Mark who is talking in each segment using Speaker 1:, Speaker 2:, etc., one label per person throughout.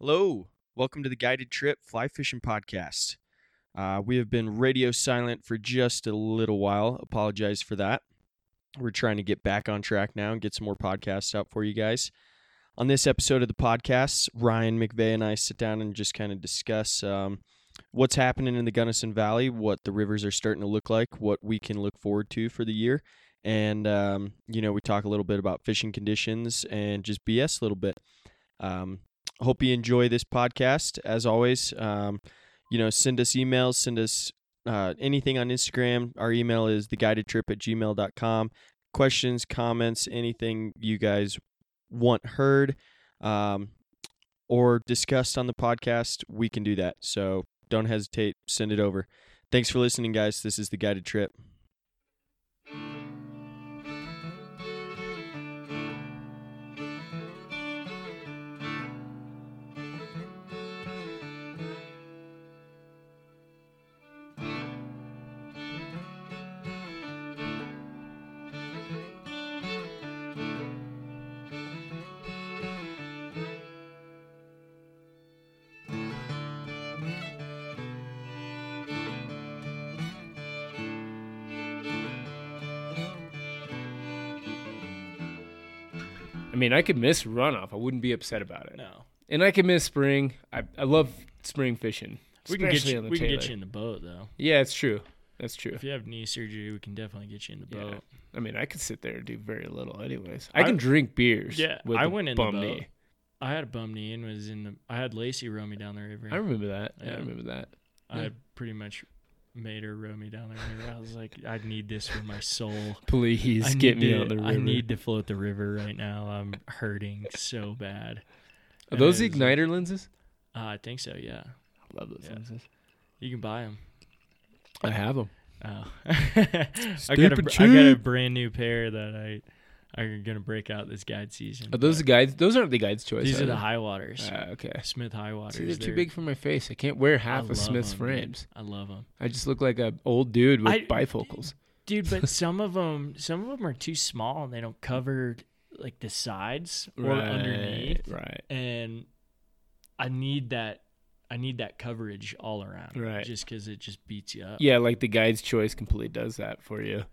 Speaker 1: Hello, welcome to the Guided Trip Fly Fishing Podcast. Uh, we have been radio silent for just a little while. Apologize for that. We're trying to get back on track now and get some more podcasts out for you guys. On this episode of the podcast, Ryan McVeigh and I sit down and just kind of discuss um, what's happening in the Gunnison Valley, what the rivers are starting to look like, what we can look forward to for the year. And, um, you know, we talk a little bit about fishing conditions and just BS a little bit. Um, hope you enjoy this podcast. As always, um, you know, send us emails, send us uh, anything on Instagram. Our email is theguidedtrip at gmail.com. Questions, comments, anything you guys want heard um, or discussed on the podcast, we can do that. So don't hesitate, send it over. Thanks for listening, guys. This is The Guided Trip.
Speaker 2: I mean, I could miss runoff. I wouldn't be upset about it.
Speaker 3: No.
Speaker 2: And I could miss spring. I, I love spring fishing.
Speaker 3: We can, get
Speaker 2: especially
Speaker 3: you,
Speaker 2: on the
Speaker 3: we can
Speaker 2: Taylor.
Speaker 3: get you in the boat, though.
Speaker 2: Yeah, it's true. That's true.
Speaker 3: If you have knee surgery, we can definitely get you in the
Speaker 2: Yeah.
Speaker 3: boat.
Speaker 2: I mean, I could sit there and do very little, anyways. I,
Speaker 3: I-
Speaker 2: can drink beers.
Speaker 3: Yeah,
Speaker 2: with
Speaker 3: I
Speaker 2: a
Speaker 3: went in the
Speaker 2: bum
Speaker 3: boat.
Speaker 2: knee.
Speaker 3: I had a bum knee and was in the. I had Lacey row me down the river.
Speaker 2: I remember that. Yeah, I
Speaker 3: Yeah.
Speaker 2: remember that.
Speaker 3: I pretty much made her row me down the river. I was like, I need this for my soul.
Speaker 2: Please
Speaker 3: I
Speaker 2: get
Speaker 3: need
Speaker 2: me
Speaker 3: to-
Speaker 2: on the river.
Speaker 3: I need to float the river right now. I'm hurting so bad.
Speaker 2: Are
Speaker 3: And
Speaker 2: those
Speaker 3: it was-
Speaker 2: igniter lenses?
Speaker 3: Uh, I think so. Yeah,
Speaker 2: I love those
Speaker 3: Yeah.
Speaker 2: lenses.
Speaker 3: you can buy them.
Speaker 2: I have them.
Speaker 3: Oh. I got a,
Speaker 2: Stupid
Speaker 3: br- I got a
Speaker 2: cheap.
Speaker 3: brand new pair that I I'm gonna break out this guide season.
Speaker 2: Are those the
Speaker 3: but
Speaker 2: guides? Those aren't the guides' choice.
Speaker 3: these are the
Speaker 2: they?
Speaker 3: high waters.
Speaker 2: Ah, okay.
Speaker 3: Smith high waters.
Speaker 2: See, they're too
Speaker 3: They're-
Speaker 2: big for my face. I can't wear
Speaker 3: I
Speaker 2: half of
Speaker 3: love
Speaker 2: Smith's
Speaker 3: 'em, dude.
Speaker 2: frames.
Speaker 3: I love them,
Speaker 2: I just look like an old dude with
Speaker 3: I-
Speaker 2: bifocals.
Speaker 3: dude. But some of them, some of them are too small and they don't cover like the sides or underneath.
Speaker 2: Right.
Speaker 3: And I need that. I need that coverage all around.
Speaker 2: Right.
Speaker 3: Just because it just beats you up.
Speaker 2: Yeah, like the guide's choice completely does that for you.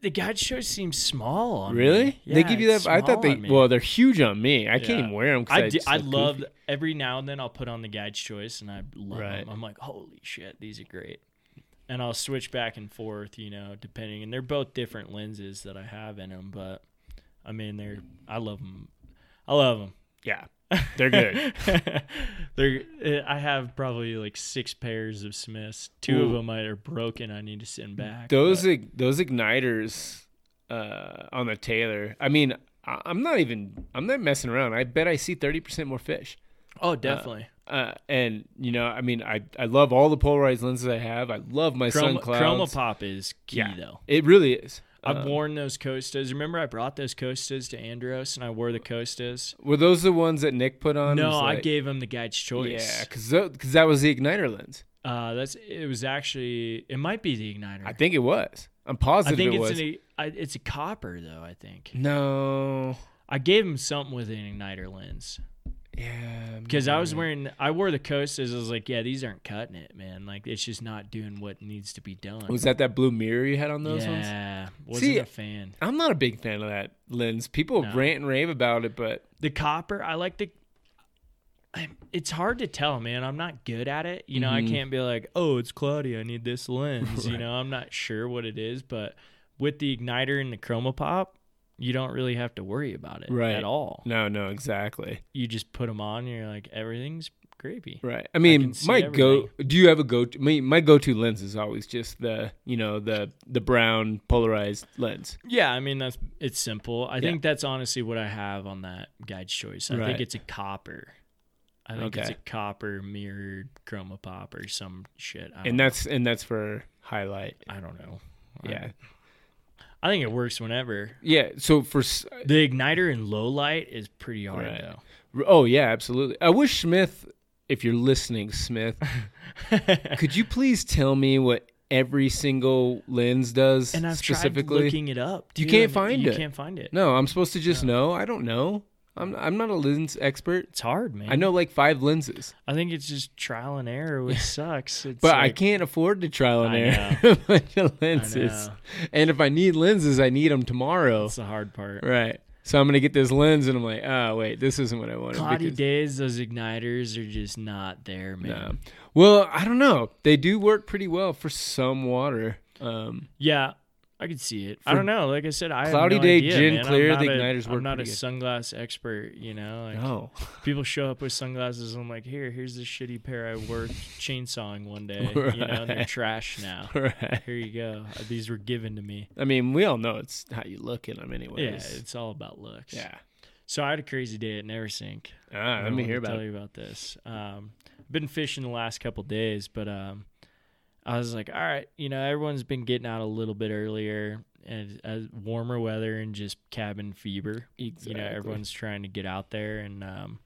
Speaker 3: The guide show seems small. On me. Yeah,
Speaker 2: they give you
Speaker 3: it's
Speaker 2: that? I thought
Speaker 3: small
Speaker 2: they.
Speaker 3: on me.
Speaker 2: Well, they're huge on me. I can't
Speaker 3: Yeah.
Speaker 2: even wear them.
Speaker 3: I, do, I love
Speaker 2: Goofy.
Speaker 3: every now and then I'll put on the guide's choice and I love
Speaker 2: Right.
Speaker 3: them. I'm like, holy shit, these are great. And I'll switch back and forth, you know, depending. And they're both different lenses that I have in them, but I mean, they're I love them. I love them.
Speaker 2: Yeah, they're good.
Speaker 3: they're eh, I have probably like six pairs of Smiths. Two of
Speaker 2: Ooh.
Speaker 3: them I are broken. I need to send back.
Speaker 2: those
Speaker 3: but
Speaker 2: ig- those igniters uh, on the Taylor. I mean, I, I'm not even. I'm not messing around. I bet I see thirty percent more fish.
Speaker 3: oh, definitely.
Speaker 2: Uh, and you know, I mean, I I love all the polarized lenses I have. I love my sun
Speaker 3: Chroma,
Speaker 2: clouds.
Speaker 3: chroma pop is key
Speaker 2: Yeah.
Speaker 3: though.
Speaker 2: It really is.
Speaker 3: I've
Speaker 2: Um,
Speaker 3: worn those Costas. Remember, I brought those Costas to Andros, and I wore the Costas.
Speaker 2: Were those the ones that Nick put on?
Speaker 3: No,
Speaker 2: It's
Speaker 3: I
Speaker 2: like-
Speaker 3: gave him the guide's
Speaker 2: Yeah,
Speaker 3: choice.
Speaker 2: because that was the igniter lens.
Speaker 3: Uh, that's it. Was actually it might be the igniter.
Speaker 2: I think it was. I'm positive
Speaker 3: I think
Speaker 2: it
Speaker 3: it's
Speaker 2: was.
Speaker 3: an I, it's a copper though. I think
Speaker 2: no.
Speaker 3: I gave him something with an igniter lens
Speaker 2: Yeah.
Speaker 3: because I was
Speaker 2: maybe.
Speaker 3: wearing I wore the Costas. I was like, yeah, these aren't cutting it, man. Like it's just not doing what needs to be done.
Speaker 2: Was that that blue mirror you had on those ones?
Speaker 3: yeah, wasn't
Speaker 2: See-
Speaker 3: a fan.
Speaker 2: I'm not a big fan of that lens. People
Speaker 3: No.
Speaker 2: rant and rave about it, but
Speaker 3: the copper i like the I'm- it's hard to tell man i'm not good at it you know
Speaker 2: Mhm.
Speaker 3: i can't be like oh it's cloudy i need this lens you know i'm not sure what it is but with the igniter and the chroma pop you don't really have to worry about it
Speaker 2: Right.
Speaker 3: at all
Speaker 2: no, no, exactly.
Speaker 3: you just put them on and you're like everything's gravy
Speaker 2: Right. I mean,
Speaker 3: can see
Speaker 2: my go. Do you have a go? To, my my go-to lens is always just the you know the the brown polarized lens.
Speaker 3: yeah i mean that's it's simple i
Speaker 2: Yeah.
Speaker 3: think that's honestly what i have on that guide's choice i
Speaker 2: Right.
Speaker 3: think it's a copper I think it's a
Speaker 2: Okay.
Speaker 3: copper mirrored chroma pop or some shit. I don't,
Speaker 2: And that's and that's for highlight.
Speaker 3: I don't know. I-
Speaker 2: Yeah.
Speaker 3: I think it works whenever.
Speaker 2: Yeah. So for s-
Speaker 3: The igniter in low light is pretty hard
Speaker 2: Right.
Speaker 3: though.
Speaker 2: oh yeah, absolutely. I wish Smith, if you're listening, Smith, could you please tell me what every single lens does
Speaker 3: and I've tried
Speaker 2: specifically?
Speaker 3: looking it up.
Speaker 2: You
Speaker 3: too,
Speaker 2: can't
Speaker 3: and
Speaker 2: find
Speaker 3: you
Speaker 2: it.
Speaker 3: can't find it.
Speaker 2: No, I'm supposed to just know. I don't know. I'm I'm not a lens expert.
Speaker 3: It's hard, man.
Speaker 2: I know like five lenses,
Speaker 3: I think it's just trial and error, which sucks. It's
Speaker 2: but I
Speaker 3: like-
Speaker 2: can't afford to trial and
Speaker 3: I
Speaker 2: error
Speaker 3: know.
Speaker 2: a bunch of
Speaker 3: I
Speaker 2: lenses.
Speaker 3: know.
Speaker 2: And if I need lenses, I need them tomorrow.
Speaker 3: That's the hard part.
Speaker 2: Right. So I'm gonna get this lens, and I'm like, oh wait, this isn't what I wanted.
Speaker 3: Cloudy
Speaker 2: because-
Speaker 3: days, those igniters are just not there, man.
Speaker 2: No. Well, I don't know. They do work pretty well for some water. Um,
Speaker 3: Yeah, I could see it. I
Speaker 2: For
Speaker 3: don't know. Like I said, I have
Speaker 2: cloudy
Speaker 3: no
Speaker 2: day,
Speaker 3: idea,
Speaker 2: gin
Speaker 3: man. I'm
Speaker 2: clear,
Speaker 3: not
Speaker 2: the
Speaker 3: a-
Speaker 2: igniters work
Speaker 3: I'm not a
Speaker 2: pretty good.
Speaker 3: sunglass expert, you know. Like,
Speaker 2: no.
Speaker 3: People show up with sunglasses. and I'm like, here, here's this shitty pair I wore chainsawing one day. You know, and they're
Speaker 2: Right.
Speaker 3: trash now.
Speaker 2: right.
Speaker 3: Here you go. Uh, These were given to me.
Speaker 2: I mean, we all know it's how you look in them,
Speaker 3: Yeah,
Speaker 2: anyways.
Speaker 3: it's all about looks.
Speaker 2: Yeah.
Speaker 3: So I had a crazy day at Neversink.
Speaker 2: Ah, let
Speaker 3: I
Speaker 2: me
Speaker 3: wanted
Speaker 2: hear
Speaker 3: to tell
Speaker 2: about it.
Speaker 3: you about this. Um, I've been fishing the last couple days, but um, I was like, all right, you know, everyone's been getting out a little bit earlier and uh, warmer weather and just cabin fever. You know,
Speaker 2: Exactly.
Speaker 3: everyone's trying to get out there and um,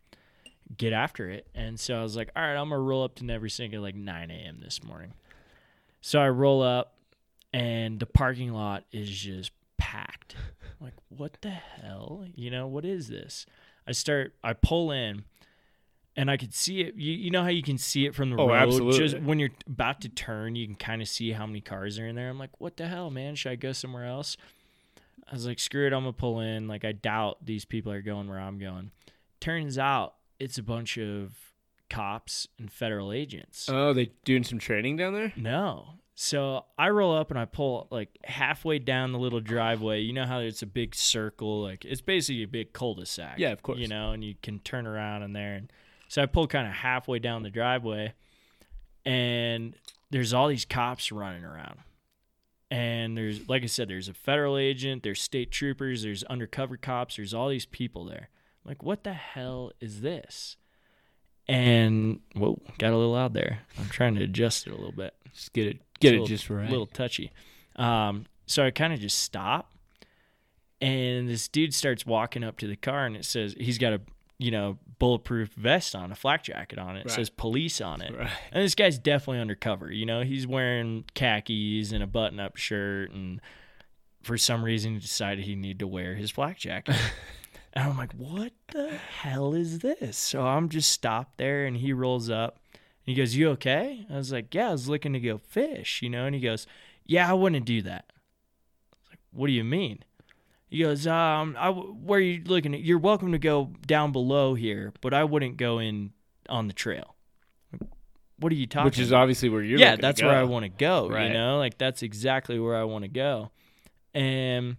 Speaker 3: get after it. And so I was like, all right, I'm gonna roll up to Neversink at like 9 a.m. this morning. So I roll up, and the parking lot is just packed. I'm like, what the hell? You know, what is this? I start, I pull in, and I could see it. You, you know how you can see it from the
Speaker 2: Oh,
Speaker 3: road? Just
Speaker 2: absolutely.
Speaker 3: when you're about to turn, you can kind of see how many cars are in there. I'm like, what the hell, man? Should I go somewhere else? I was like, screw it, I'm gonna pull in. Like, I doubt these people are going where I'm going. Turns out it's a bunch of cops and federal agents.
Speaker 2: Oh, they doing some training down there?
Speaker 3: No. So I roll up and I pull like halfway down the little driveway. You know how it's a big circle, like it's basically a big cul-de-sac.
Speaker 2: Yeah, of course.
Speaker 3: You know, and you can turn around in there. And so I pull kind of halfway down the driveway, and there's all these cops running around. And there's, like I said, there's a federal agent, there's state troopers, there's undercover cops, there's all these people there. I'm like, what the hell is this? And whoa, got a little loud there. I'm trying to adjust it a little bit
Speaker 2: Just get it, get
Speaker 3: a
Speaker 2: it
Speaker 3: little-
Speaker 2: just right.
Speaker 3: a little touchy. Um, so I kind of just stop, and this dude starts walking up to the car, and it says he's got a you know bulletproof vest on, a flak jacket on it. It
Speaker 2: Right.
Speaker 3: says police on it,
Speaker 2: Right.
Speaker 3: and this guy's definitely undercover. You know, he's wearing khakis and a button-up shirt, and for some reason he decided he needed to wear his flak jacket. and I'm like, what the hell is this? So I'm just stopped there, and he rolls up. And he goes, You okay? I was like, Yeah, I was looking to go fish, you know? And he goes, Yeah, I wouldn't do that. I was like, What do you mean? He goes, um, I, w- Where are you looking at? You're welcome to go down below here, but I wouldn't go in on the trail. What are you talking
Speaker 2: Which is
Speaker 3: about?
Speaker 2: obviously where you're.
Speaker 3: yeah,
Speaker 2: looking to
Speaker 3: that's where I
Speaker 2: go.
Speaker 3: want to go,
Speaker 2: Right.
Speaker 3: you know? Like, that's exactly where I want to go. And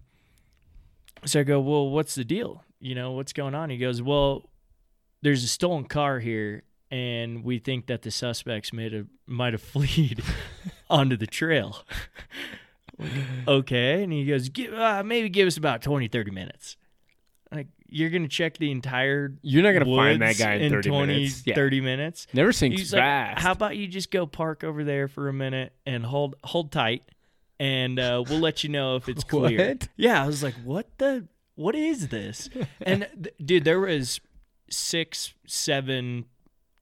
Speaker 3: so I go, Well, what's the deal? You know, what's going on? He goes, Well, there's a stolen car here and we think that the suspects made a might have fled onto the trail Like, okay and he goes give, uh, maybe give us about 20 30 minutes like you're gonna check the entire
Speaker 2: You're not gonna find that
Speaker 3: woods
Speaker 2: guy in, 30 minutes. Yeah.
Speaker 3: 30 minutes
Speaker 2: Never sings
Speaker 3: he's like
Speaker 2: fast.
Speaker 3: how about you just go park over there for a minute and hold hold tight and uh, we'll let you know if it's clear
Speaker 2: What?
Speaker 3: yeah i was like what the what is this and th- dude there was six seven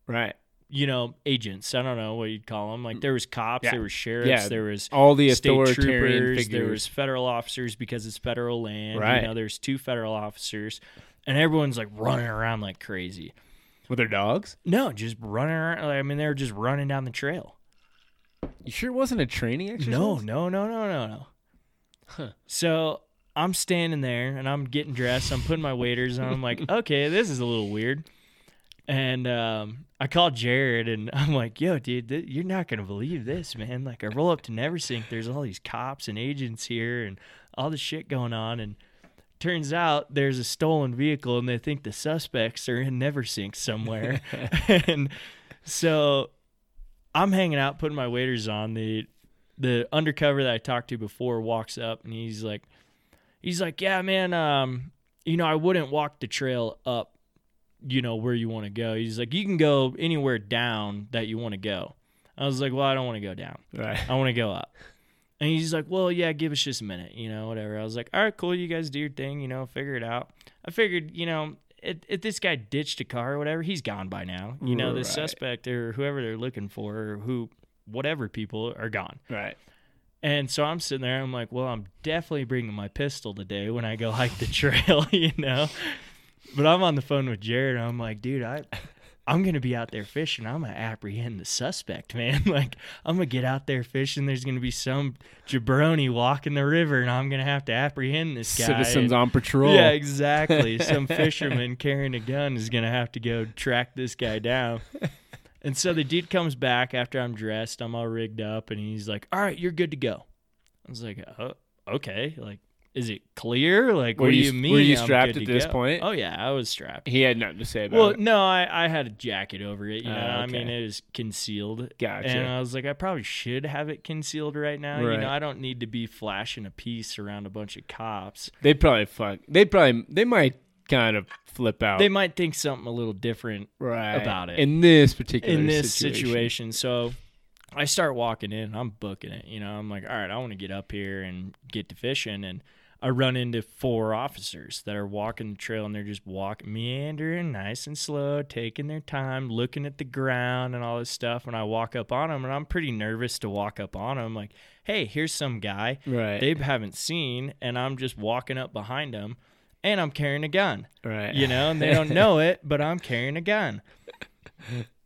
Speaker 2: right.
Speaker 3: you know agents i don't know what you'd call them like there was cops
Speaker 2: Yeah.
Speaker 3: there was sheriffs
Speaker 2: Yeah.
Speaker 3: there was
Speaker 2: All the
Speaker 3: state
Speaker 2: authoritarian
Speaker 3: troopers
Speaker 2: figures.
Speaker 3: there was federal officers because it's federal land
Speaker 2: Right.
Speaker 3: you know there's two federal officers and everyone's like running around like crazy
Speaker 2: with their dogs.
Speaker 3: no just running around like, i mean they were just running down the trail
Speaker 2: You sure it wasn't a training exercise?
Speaker 3: no no no no no no so i'm standing there and i'm getting dressed i'm putting my waders on i'm like okay this is a little weird and um, I called Jared and I'm like, yo, dude, th- you're not going to believe this, man. Like, I roll up to Neversink, there's all these cops and agents here and all this shit going on. And turns out there's a stolen vehicle and they think the suspects are in Neversink somewhere. and so I'm hanging out, putting my waders on. The, the undercover that I talked to before walks up and he's like, he's like, yeah, man, um, you know, I wouldn't walk the trail up you know where you want to go. He's like, you can go anywhere down that you want to go. I was like, well, I don't want to go down.
Speaker 2: Right.
Speaker 3: I want to go up. And he's like, well, yeah, give us just a minute, you know, whatever. I was like, all right, cool. You guys do your thing, you know, figure it out. I figured, you know, if, if this guy ditched a car or whatever, he's gone by now. You know, the
Speaker 2: Right.
Speaker 3: suspect or whoever they're looking for or who, whatever people are gone.
Speaker 2: Right.
Speaker 3: And so I'm sitting there. I'm like, well, I'm definitely bringing my pistol today when I go hike the trail, you know. But I'm on the phone with Jared. And I'm like, dude, I, I'm gonna be out there fishing. I'm gonna apprehend the suspect, man. Like, I'm gonna get out there fishing. There's gonna be some jabroni walking the river, and I'm gonna have to apprehend this guy.
Speaker 2: Citizens on patrol.
Speaker 3: yeah, exactly. Some fisherman carrying a gun is gonna have to go track this guy down. And so the dude comes back after I'm dressed. I'm all rigged up, and he's like, "All right, you're good to go." I was like, "Oh, okay." Like, is it clear? Like,
Speaker 2: Were
Speaker 3: what do
Speaker 2: you-
Speaker 3: you
Speaker 2: were
Speaker 3: mean?
Speaker 2: you
Speaker 3: I'm
Speaker 2: strapped
Speaker 3: good
Speaker 2: at
Speaker 3: to
Speaker 2: this
Speaker 3: go?
Speaker 2: point?
Speaker 3: Oh yeah, I was strapped.
Speaker 2: He had nothing to say about
Speaker 3: Well,
Speaker 2: it.
Speaker 3: no, I, I had a jacket over it. You
Speaker 2: Oh,
Speaker 3: know, I mean,
Speaker 2: okay.
Speaker 3: it was concealed.
Speaker 2: Gotcha.
Speaker 3: And I was like, I probably should have it concealed right now. You
Speaker 2: Right.
Speaker 3: know, I don't need to be flashing a piece around a bunch of cops.
Speaker 2: They probably fuck. They probably they might kind of flip out.
Speaker 3: They might think something a little different
Speaker 2: right
Speaker 3: about it.
Speaker 2: in this particular
Speaker 3: in this situation. So I start walking in, I'm booking it. You know, I'm like, all right, I want to get up here and get to fishing. And I run into four officers that are walking the trail and they're just walking, meandering nice and slow, taking their time, looking at the ground and all this stuff. And I walk up on them and I'm pretty nervous to walk up on them. Like, hey, here's some guy
Speaker 2: Right.
Speaker 3: they haven't seen. And I'm just walking up behind them and I'm carrying a gun
Speaker 2: right.
Speaker 3: you know, and they don't know it, but I'm carrying a gun.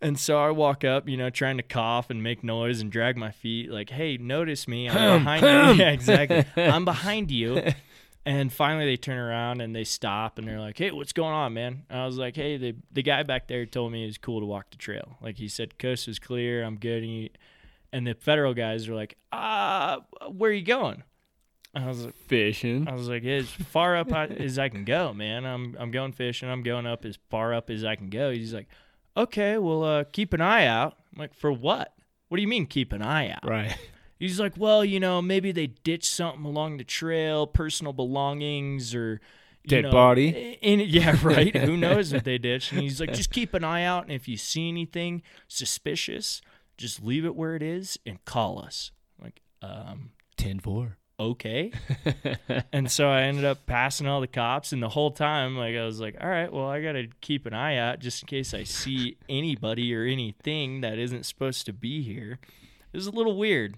Speaker 3: And so I walk up, you know, trying to cough and make noise and drag my feet, like, hey, notice me. I'm
Speaker 2: Hum,
Speaker 3: behind
Speaker 2: hum.
Speaker 3: you. Yeah, exactly. I'm behind you. And finally they turn around and they stop and they're like, Hey, what's going on, man? And I was like, Hey, the the guy back there told me it was cool to walk the trail. Like he said, coast was clear, I'm good. And, he, and the federal guys are like, Ah, where are you going? And I was like,
Speaker 2: fishing.
Speaker 3: I was like, as far up I, as I can go, man. I'm I'm going fishing. I'm going up as far up as I can go. He's like, okay, well, uh, keep an eye out. I'm like, for what? What do you mean keep an eye out?
Speaker 2: Right.
Speaker 3: He's like, well, you know, maybe they ditched something along the trail, personal belongings, or you
Speaker 2: Dead
Speaker 3: know,
Speaker 2: body.
Speaker 3: In, yeah, right. Who knows what they ditched? And he's like, just keep an eye out, and if you see anything suspicious, just leave it where it is and call us. I'm like, um,
Speaker 2: Ten four.
Speaker 3: okay. And so I ended up passing all the cops, and the whole time, like I was like, "All right, well, I gotta keep an eye out just in case I see anybody or anything that isn't supposed to be here." It was a little weird.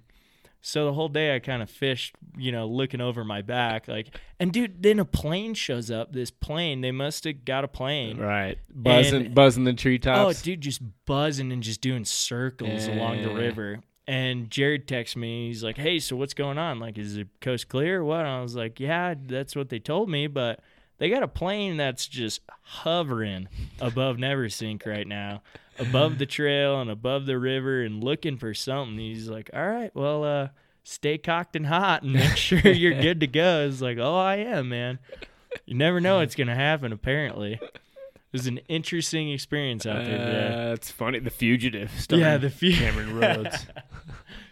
Speaker 3: So the whole day, I kind of fished, you know, looking over my back, like. And dude, then a plane shows up. This plane, they must have got a plane.
Speaker 2: Right. Buzzing buzzing the treetops.
Speaker 3: Oh, dude, just buzzing and just doing circles along the
Speaker 2: Yeah.
Speaker 3: river. And Jared texts me. He's like, "Hey, so what's going on? Like, is the coast clear or what?" And I was like, "Yeah, that's what they told me, but they got a plane that's just hovering above Neversink right now, above the trail and above the river, and looking for something." He's like, "All right, well, uh, stay cocked and hot, and make sure you're good to go." It's like, "Oh, I am, man. You never know what's gonna happen." Apparently, it was an interesting experience out there. today.
Speaker 2: Uh, that's funny. The fugitive.
Speaker 3: Yeah,
Speaker 2: starring
Speaker 3: the few
Speaker 2: Cameron Rhodes.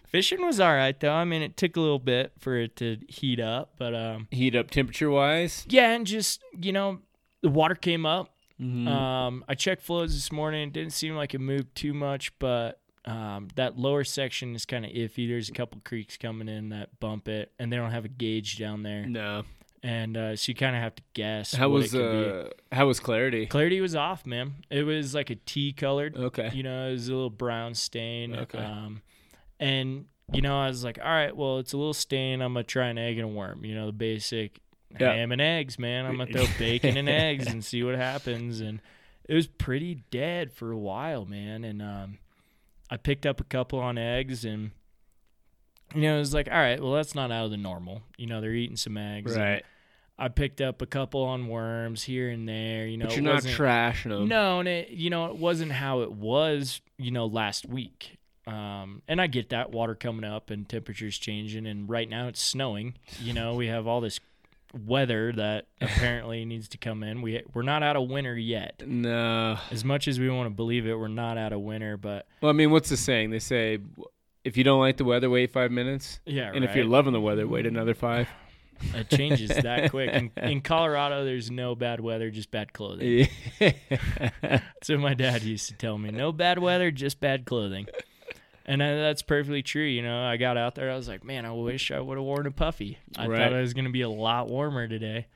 Speaker 3: fishing was all right though. I mean, it took a little bit for it to heat up, but um,
Speaker 2: Heat up temperature wise.
Speaker 3: yeah, and just you know, the water came up.
Speaker 2: Mhm.
Speaker 3: Um, I checked flows this morning. It didn't seem like it moved too much, but um, that lower section is kind of iffy. There's a couple creeks coming in that bump it, and they don't have a gauge down there,
Speaker 2: no.
Speaker 3: and uh, so you kind of have to guess.
Speaker 2: Mm. How
Speaker 3: what
Speaker 2: was
Speaker 3: it could be.
Speaker 2: uh how was clarity?
Speaker 3: clarity was off, man. It was like a tea colored.
Speaker 2: Okay.
Speaker 3: you know, it was a little brown stain.
Speaker 2: Okay.
Speaker 3: Um, and you know, I was like, all right, well, it's a little stain. I'm gonna try an egg and a worm. You know, the basic
Speaker 2: Yeah.
Speaker 3: ham and eggs, man. I'm gonna throw bacon and eggs and see what happens. And it was pretty dead for a while, man. And um, I picked up a couple on eggs and. You know, it was like, all right, well, that's not out of the normal. You know, they're eating some eggs.
Speaker 2: Right.
Speaker 3: I picked up a couple on worms here and there. You know,
Speaker 2: but
Speaker 3: it
Speaker 2: you're not
Speaker 3: wasn't-
Speaker 2: trashing them.
Speaker 3: no, and it you know it wasn't how it was you know last week. Um, and I get that water coming up and temperatures changing, and right now it's snowing. You know we have all this weather that apparently needs to come in. We we're not out of winter yet.
Speaker 2: No.
Speaker 3: As much as we want to believe it, we're not out of winter. But
Speaker 2: Well, I mean, what's the saying? They say if you don't like the weather, wait five minutes.
Speaker 3: yeah,
Speaker 2: And if you're loving the weather, wait another five.
Speaker 3: it changes that quick. In, in Colorado, there's no bad weather, just bad clothing.
Speaker 2: Yeah.
Speaker 3: So my dad used to tell me, no bad weather, just bad clothing. And I, that's perfectly true. You know, I got out there, I was like, man, I wish I would have worn a puffy. I
Speaker 2: Right.
Speaker 3: thought I was going to be a lot warmer today.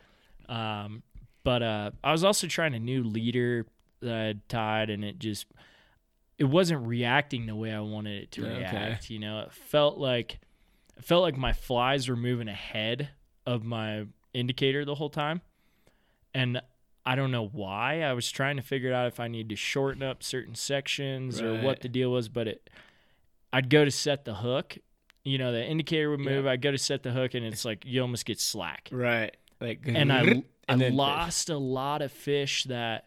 Speaker 3: Um, but uh, I was also trying a new leader that I had tied, and it just it wasn't reacting the way I wanted it to
Speaker 2: Okay.
Speaker 3: react. You know, it felt like it felt like my flies were moving ahead of my indicator the whole time, and I don't know why. I was trying to figure out if I need to shorten up certain sections or what
Speaker 2: Right.
Speaker 3: the deal was, but it I'd go to set the hook. You know, the indicator would
Speaker 2: Yeah.
Speaker 3: move. I'd go to set the hook, and it's like you almost get slack.
Speaker 2: Right. Like
Speaker 3: And I I
Speaker 2: then fish.
Speaker 3: lost a lot of fish that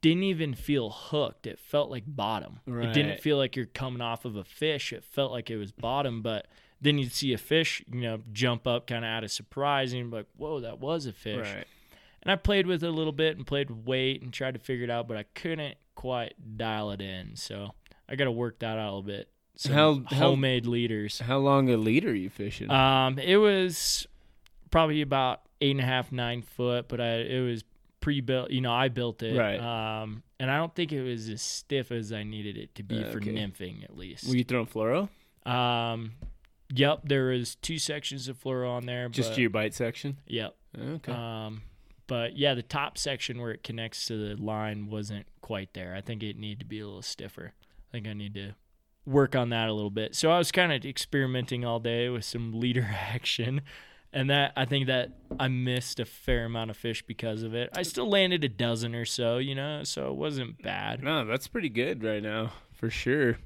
Speaker 3: didn't even feel hooked. It felt like bottom. It didn't
Speaker 2: Right.
Speaker 3: feel like you're coming off of a fish. It felt like it was bottom, but then you'd see a fish, you know, jump up kind of out of surprise and you'd be like, whoa, that was a fish.
Speaker 2: Right.
Speaker 3: And I played with it a little bit and played with weight and tried to figure it out, but I couldn't quite dial it in. So I got to work that out a little bit. Some
Speaker 2: How- how-
Speaker 3: homemade leaders.
Speaker 2: How long a lead are you fishing?
Speaker 3: Um, it was probably about eight and a half, nine foot, but I it was pre-built. You know, I built it.
Speaker 2: Right.
Speaker 3: Um, and I don't think it was as stiff as I needed it to be
Speaker 2: Uh,
Speaker 3: for
Speaker 2: okay.
Speaker 3: nymphing, at least.
Speaker 2: Were you throwing fluoro?
Speaker 3: um, yep, there was two sections of fluoro on there.
Speaker 2: Just
Speaker 3: but,
Speaker 2: your bite section? Uh,
Speaker 3: Yep.
Speaker 2: Okay.
Speaker 3: Um, but yeah, the top section where it connects to the line wasn't quite there. I think it needed to be a little stiffer. I think I need to work on that a little bit. So I was kind of experimenting all day with some leader action. And that I think that I missed a fair amount of fish because of it. I still landed a dozen or so, you know, so it wasn't bad.
Speaker 2: no, that's pretty good right now for sure.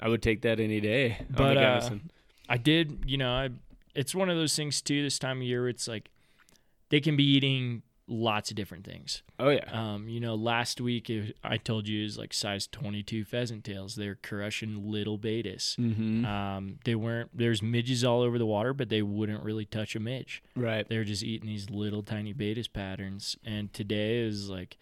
Speaker 2: I would take that any day. Oh, on the
Speaker 3: But, uh,
Speaker 2: Gunnison.
Speaker 3: I did, you know, I it's one of those things too this time of year where it's like they can be eating lots of different things.
Speaker 2: oh yeah,
Speaker 3: Um, you know, last week it, I told you it was like size 22 pheasant tails. They're crushing little betas.
Speaker 2: mm-hmm.
Speaker 3: Um, they weren't, there's midges all over the water, but they wouldn't really touch a midge.
Speaker 2: right.
Speaker 3: They were just eating these little tiny betas patterns. And today is like,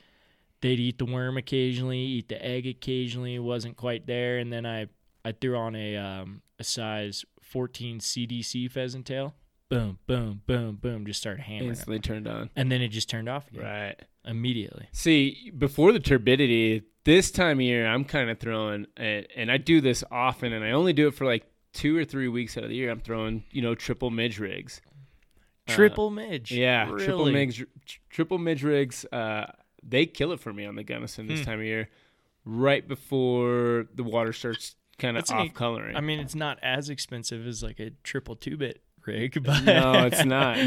Speaker 3: they'd eat the worm occasionally, eat the egg occasionally. It wasn't quite there. And then I, I threw on a, um, a size 14 CDC pheasant tail. Boom, boom, boom, boom. Just started hammering. 'em.
Speaker 2: Instantly turned on.
Speaker 3: And then it just turned off again
Speaker 2: Right.
Speaker 3: immediately.
Speaker 2: See, before the turbidity, this time of year, I'm kind of throwing, and, and I do this often, and I only do it for like two or three weeks out of the year. I'm throwing, you know, triple midge rigs. Uh,
Speaker 3: Triple midge.
Speaker 2: yeah, triple
Speaker 3: Really?
Speaker 2: midge, tr- triple midge rigs. Uh, they kill it for me on the Gunnison this
Speaker 3: Hmm.
Speaker 2: time of year, right before the water starts kind of
Speaker 3: That's an e-
Speaker 2: off coloring.
Speaker 3: I mean, it's not as expensive as like a triple two bit rig, but
Speaker 2: no, it's not.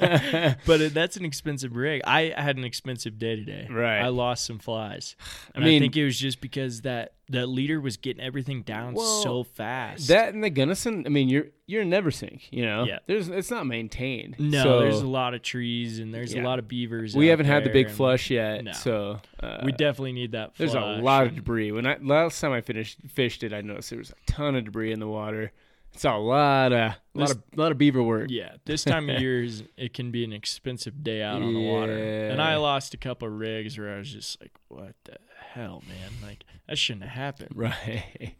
Speaker 3: but it, that's an expensive rig. I had an expensive day today.
Speaker 2: Right.
Speaker 3: I lost some flies. And I,
Speaker 2: mean-
Speaker 3: think it was just because that that leader was getting everything down
Speaker 2: Well,
Speaker 3: so fast.
Speaker 2: that and the Gunnison. I mean, you're you're in never sink. You know,
Speaker 3: Yeah.
Speaker 2: There's it's not maintained.
Speaker 3: no,
Speaker 2: so-
Speaker 3: there's a lot of trees and there's
Speaker 2: Yeah.
Speaker 3: a lot of beavers.
Speaker 2: we
Speaker 3: out
Speaker 2: haven't had the
Speaker 3: there
Speaker 2: big
Speaker 3: and
Speaker 2: flush yet,
Speaker 3: No.
Speaker 2: so uh,
Speaker 3: We definitely need that. Flush
Speaker 2: there's a lot of
Speaker 3: and-
Speaker 2: debris. When I last time I finished fished it, I noticed there was a ton of debris in the water. It's a lot of lot
Speaker 3: This-
Speaker 2: of lot of beaver work.
Speaker 3: Yeah, this time of year is, it can be an expensive day out on the water. And I
Speaker 2: Yeah.
Speaker 3: lost a couple rigs where I was just like, "What the hell, man? Like that shouldn't have happened."
Speaker 2: Right.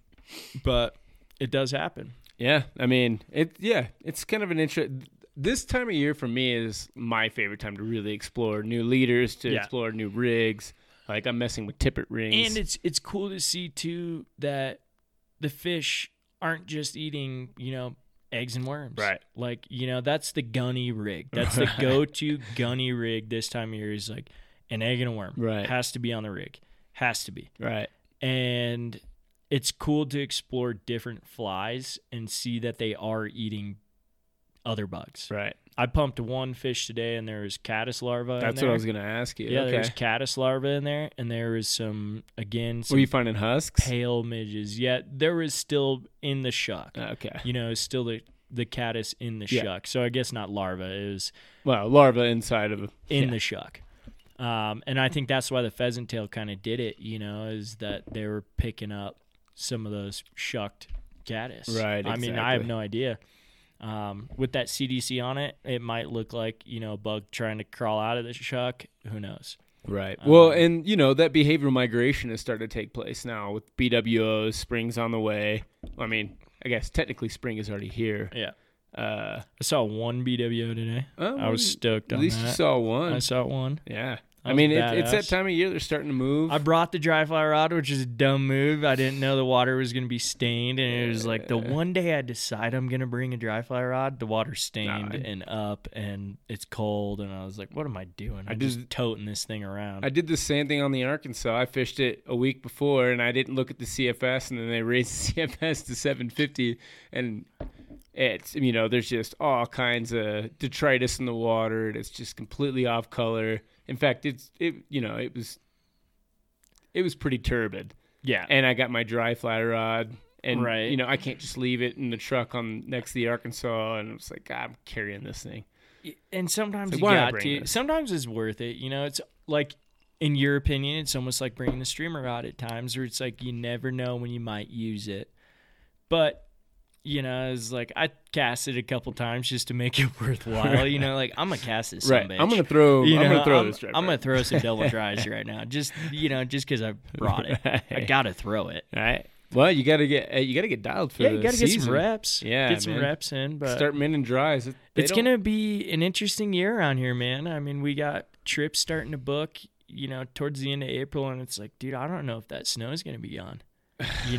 Speaker 3: But it does happen.
Speaker 2: Yeah. I mean, it. Yeah. It's kind of an interest. This time of year for me is my favorite time to really explore new leaders, to
Speaker 3: Yeah.
Speaker 2: explore new rigs. Like I'm messing with tippet rings.
Speaker 3: And it's it's cool to see too that the fish aren't just eating, you know, eggs and worms.
Speaker 2: Right.
Speaker 3: Like, you know, that's the gunny rig. That's the
Speaker 2: Right.
Speaker 3: go-to gunny rig this time of year is like an egg and a worm.
Speaker 2: Right.
Speaker 3: Has to be on the rig. Has to be.
Speaker 2: right.
Speaker 3: and it's cool to explore different flies and see that they are eating other bugs.
Speaker 2: Right.
Speaker 3: I pumped one fish today, and there was caddis larva. Oh, in
Speaker 2: That's
Speaker 3: there.
Speaker 2: what I was gonna ask you.
Speaker 3: Yeah, there was
Speaker 2: okay.
Speaker 3: caddis larva in there, and there was some again
Speaker 2: Were
Speaker 3: some
Speaker 2: you finding husks?
Speaker 3: pale midges. Yet there was still in the shuck.
Speaker 2: Okay.
Speaker 3: You know, still the the caddis in the
Speaker 2: Uh. Yeah.
Speaker 3: shuck. So I guess not larva. It was
Speaker 2: Well, larva inside of.
Speaker 3: in
Speaker 2: yeah.
Speaker 3: the shuck. Um, and I think that's why the pheasant tail kind of did it, you know, is that they were picking up some of those shucked caddis.
Speaker 2: Right,
Speaker 3: I mean, I have
Speaker 2: exactly.
Speaker 3: no idea. Um, with that CDC on it, it might look like, you know, a bug trying to crawl out of the shuck. Who knows?
Speaker 2: Right. well,
Speaker 3: Um,
Speaker 2: and you know that behavioral migration has started to take place now with BWOs. Spring's on the way. I mean, I guess technically spring is already here.
Speaker 3: Yeah.
Speaker 2: Uh,
Speaker 3: I saw one BWO today.
Speaker 2: oh,
Speaker 3: I was stoked
Speaker 2: At
Speaker 3: on
Speaker 2: least
Speaker 3: that.
Speaker 2: you saw one.
Speaker 3: I saw one.
Speaker 2: yeah.
Speaker 3: I
Speaker 2: I
Speaker 3: was
Speaker 2: mean, it, it's that
Speaker 3: badass.
Speaker 2: time of year they're starting to move.
Speaker 3: I brought the dry fly rod, which is a dumb move. I didn't know the water was going to be stained, and it was like the
Speaker 2: Yeah.
Speaker 3: one day I decide I'm going to bring a dry fly rod, the water's stained
Speaker 2: I-
Speaker 3: and up, and it's cold, and I was like, "What am I doing? I'm just,
Speaker 2: did-
Speaker 3: toting this thing around."
Speaker 2: I did the same thing on the Arkansas. I fished it a week before, and I didn't look at the CFS, and then they raised the CFS to 750, and it's you know there's just all kinds of detritus in the water. and It's just completely off color. In fact, it's it you know it was it was pretty turbid,
Speaker 3: Yeah.
Speaker 2: and I got my dry fly rod, and
Speaker 3: Right.
Speaker 2: you know I can't just leave it in the truck on next to the Arkansas, and I was like, God, I'm carrying this thing.
Speaker 3: and sometimes
Speaker 2: Like,
Speaker 3: you
Speaker 2: why not
Speaker 3: got
Speaker 2: bring
Speaker 3: to.
Speaker 2: this?
Speaker 3: Sometimes it's worth it. You know, it's like in your opinion, it's almost like bringing the streamer out at times, where it's like you never know when you might use it. But you know, it's like I cast it a couple times just to make it worthwhile. You know, like I'm gonna cast this.
Speaker 2: Right,
Speaker 3: Bitch.
Speaker 2: I'm gonna throw.
Speaker 3: You
Speaker 2: I'm
Speaker 3: know,
Speaker 2: gonna throw
Speaker 3: I'm,
Speaker 2: this. Dry
Speaker 3: I'm
Speaker 2: fly
Speaker 3: gonna throw some double dries right now. Just you know, just because I brought it, I
Speaker 2: Right.
Speaker 3: gotta throw it.
Speaker 2: All right. Well, you gotta get uh, you gotta get dialed for
Speaker 3: yeah,
Speaker 2: the
Speaker 3: you gotta get
Speaker 2: season.
Speaker 3: some reps.
Speaker 2: Yeah,
Speaker 3: get some
Speaker 2: man.
Speaker 3: reps in. But
Speaker 2: Start min and dries. They
Speaker 3: it's
Speaker 2: don't-
Speaker 3: gonna be an interesting year around here, man. I mean, we got trips starting to book, you know, towards the end of April, and it's like, dude, I don't know if that snow is gonna be gone. You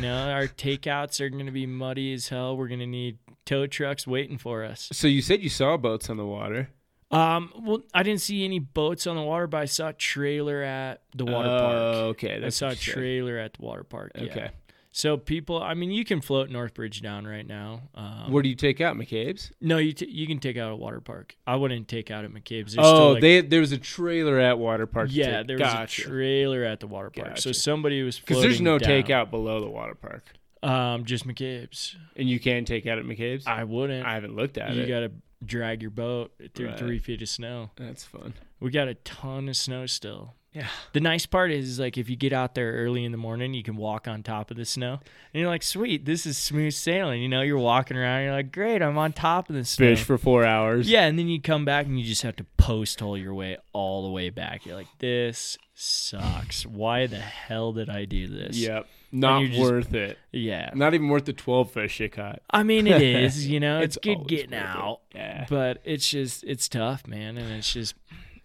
Speaker 3: know, our takeouts are gonna be muddy as hell. We're gonna need tow trucks waiting for us.
Speaker 2: So you said you saw boats on the water.
Speaker 3: Um, well, I didn't see any boats on the water, but I saw a trailer at the water
Speaker 2: Oh,
Speaker 3: park.
Speaker 2: okay.
Speaker 3: I
Speaker 2: That's
Speaker 3: saw a
Speaker 2: what you said.
Speaker 3: trailer at the water park. yeah.
Speaker 2: Okay.
Speaker 3: So people, I mean, you can float Northbridge down right now. Um,
Speaker 2: Where do you take out McCabe's?
Speaker 3: no, you t- you can take out a water park. I wouldn't take out at McCabe's. There's still,
Speaker 2: Oh,
Speaker 3: like,
Speaker 2: they there was a trailer at Water Park. to
Speaker 3: Yeah,
Speaker 2: take.
Speaker 3: there was
Speaker 2: Gotcha.
Speaker 3: a trailer at the water park, so
Speaker 2: Gotcha.
Speaker 3: somebody was because
Speaker 2: Because there's no takeout below the water park,
Speaker 3: Um, just McCabe's.
Speaker 2: and you can take out at McCabe's. I,
Speaker 3: I wouldn't.
Speaker 2: haven't looked at
Speaker 3: you
Speaker 2: it.
Speaker 3: gotta drag your boat through
Speaker 2: Right.
Speaker 3: three feet of snow.
Speaker 2: That's fun.
Speaker 3: We got a ton of snow still.
Speaker 2: Yeah.
Speaker 3: The nice part is, is like if you get out there early in the morning, you can walk on top of the snow, and you're like, "Sweet, this is smooth sailing." You know, you're walking around, you're like, "Great, I'm on top of the snow."
Speaker 2: Fish for four hours.
Speaker 3: Yeah, and then you come back and you just have to post hole your way all the way back. You're like, "This sucks. Why the hell did I do this?"
Speaker 2: Yep. Not
Speaker 3: you're just-
Speaker 2: worth it.
Speaker 3: Yeah.
Speaker 2: Not even worth the twelve fish you caught.
Speaker 3: I mean, it is, you know, it's,
Speaker 2: It's
Speaker 3: good
Speaker 2: always
Speaker 3: getting
Speaker 2: worth it.
Speaker 3: out,
Speaker 2: Yeah.
Speaker 3: but it's just, it's tough, man. And it's just,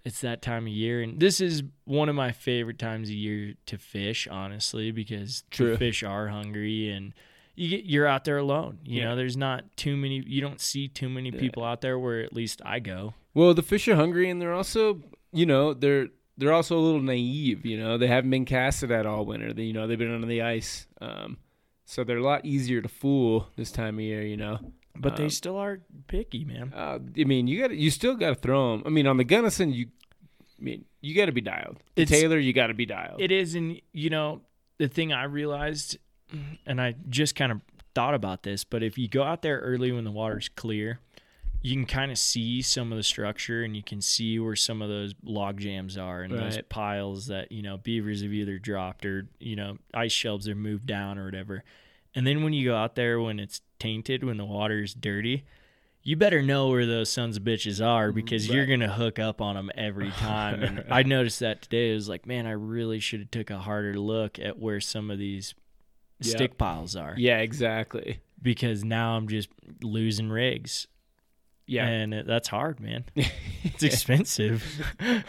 Speaker 3: it's that time of year. And this is one of my favorite times of year to fish, honestly, because the
Speaker 2: True.
Speaker 3: fish are hungry and you get, you're out there alone. You
Speaker 2: Yeah.
Speaker 3: know, there's not too many, you don't see too many people out there where at least I go.
Speaker 2: Well, the fish are hungry, and they're also, you know, they're they're also a little naive. You know, they haven't been casted at all winter. They, you know, they've been under the ice, um, so they're a lot easier to fool this time of year. You know,
Speaker 3: But they
Speaker 2: Um,
Speaker 3: still are picky, man.
Speaker 2: uh, I mean, you got to you still got to throw them. I mean, on the Gunnison, you, I mean, you got to be dialed. The
Speaker 3: It's-
Speaker 2: Taylor, you got to be dialed.
Speaker 3: It is, and you know, the thing I realized, and I just kind of thought about this, but if you go out there early when the water's clear, you can kind of see some of the structure and you can see where some of those log jams are and those
Speaker 2: Right.
Speaker 3: piles that, you know, beavers have either dropped or, you know, ice shelves are moved down or whatever. And then when you go out there when it's tainted, when the water's dirty, you better know where those sons of bitches are because you're gonna hook up on them every time. And I noticed that today. It was like, man, I really should have took a harder look at where some of these
Speaker 2: Yeah.
Speaker 3: stick piles are
Speaker 2: yeah, exactly.
Speaker 3: because now I'm just losing rigs.
Speaker 2: Yeah,
Speaker 3: and it- that's hard, man. It's expensive,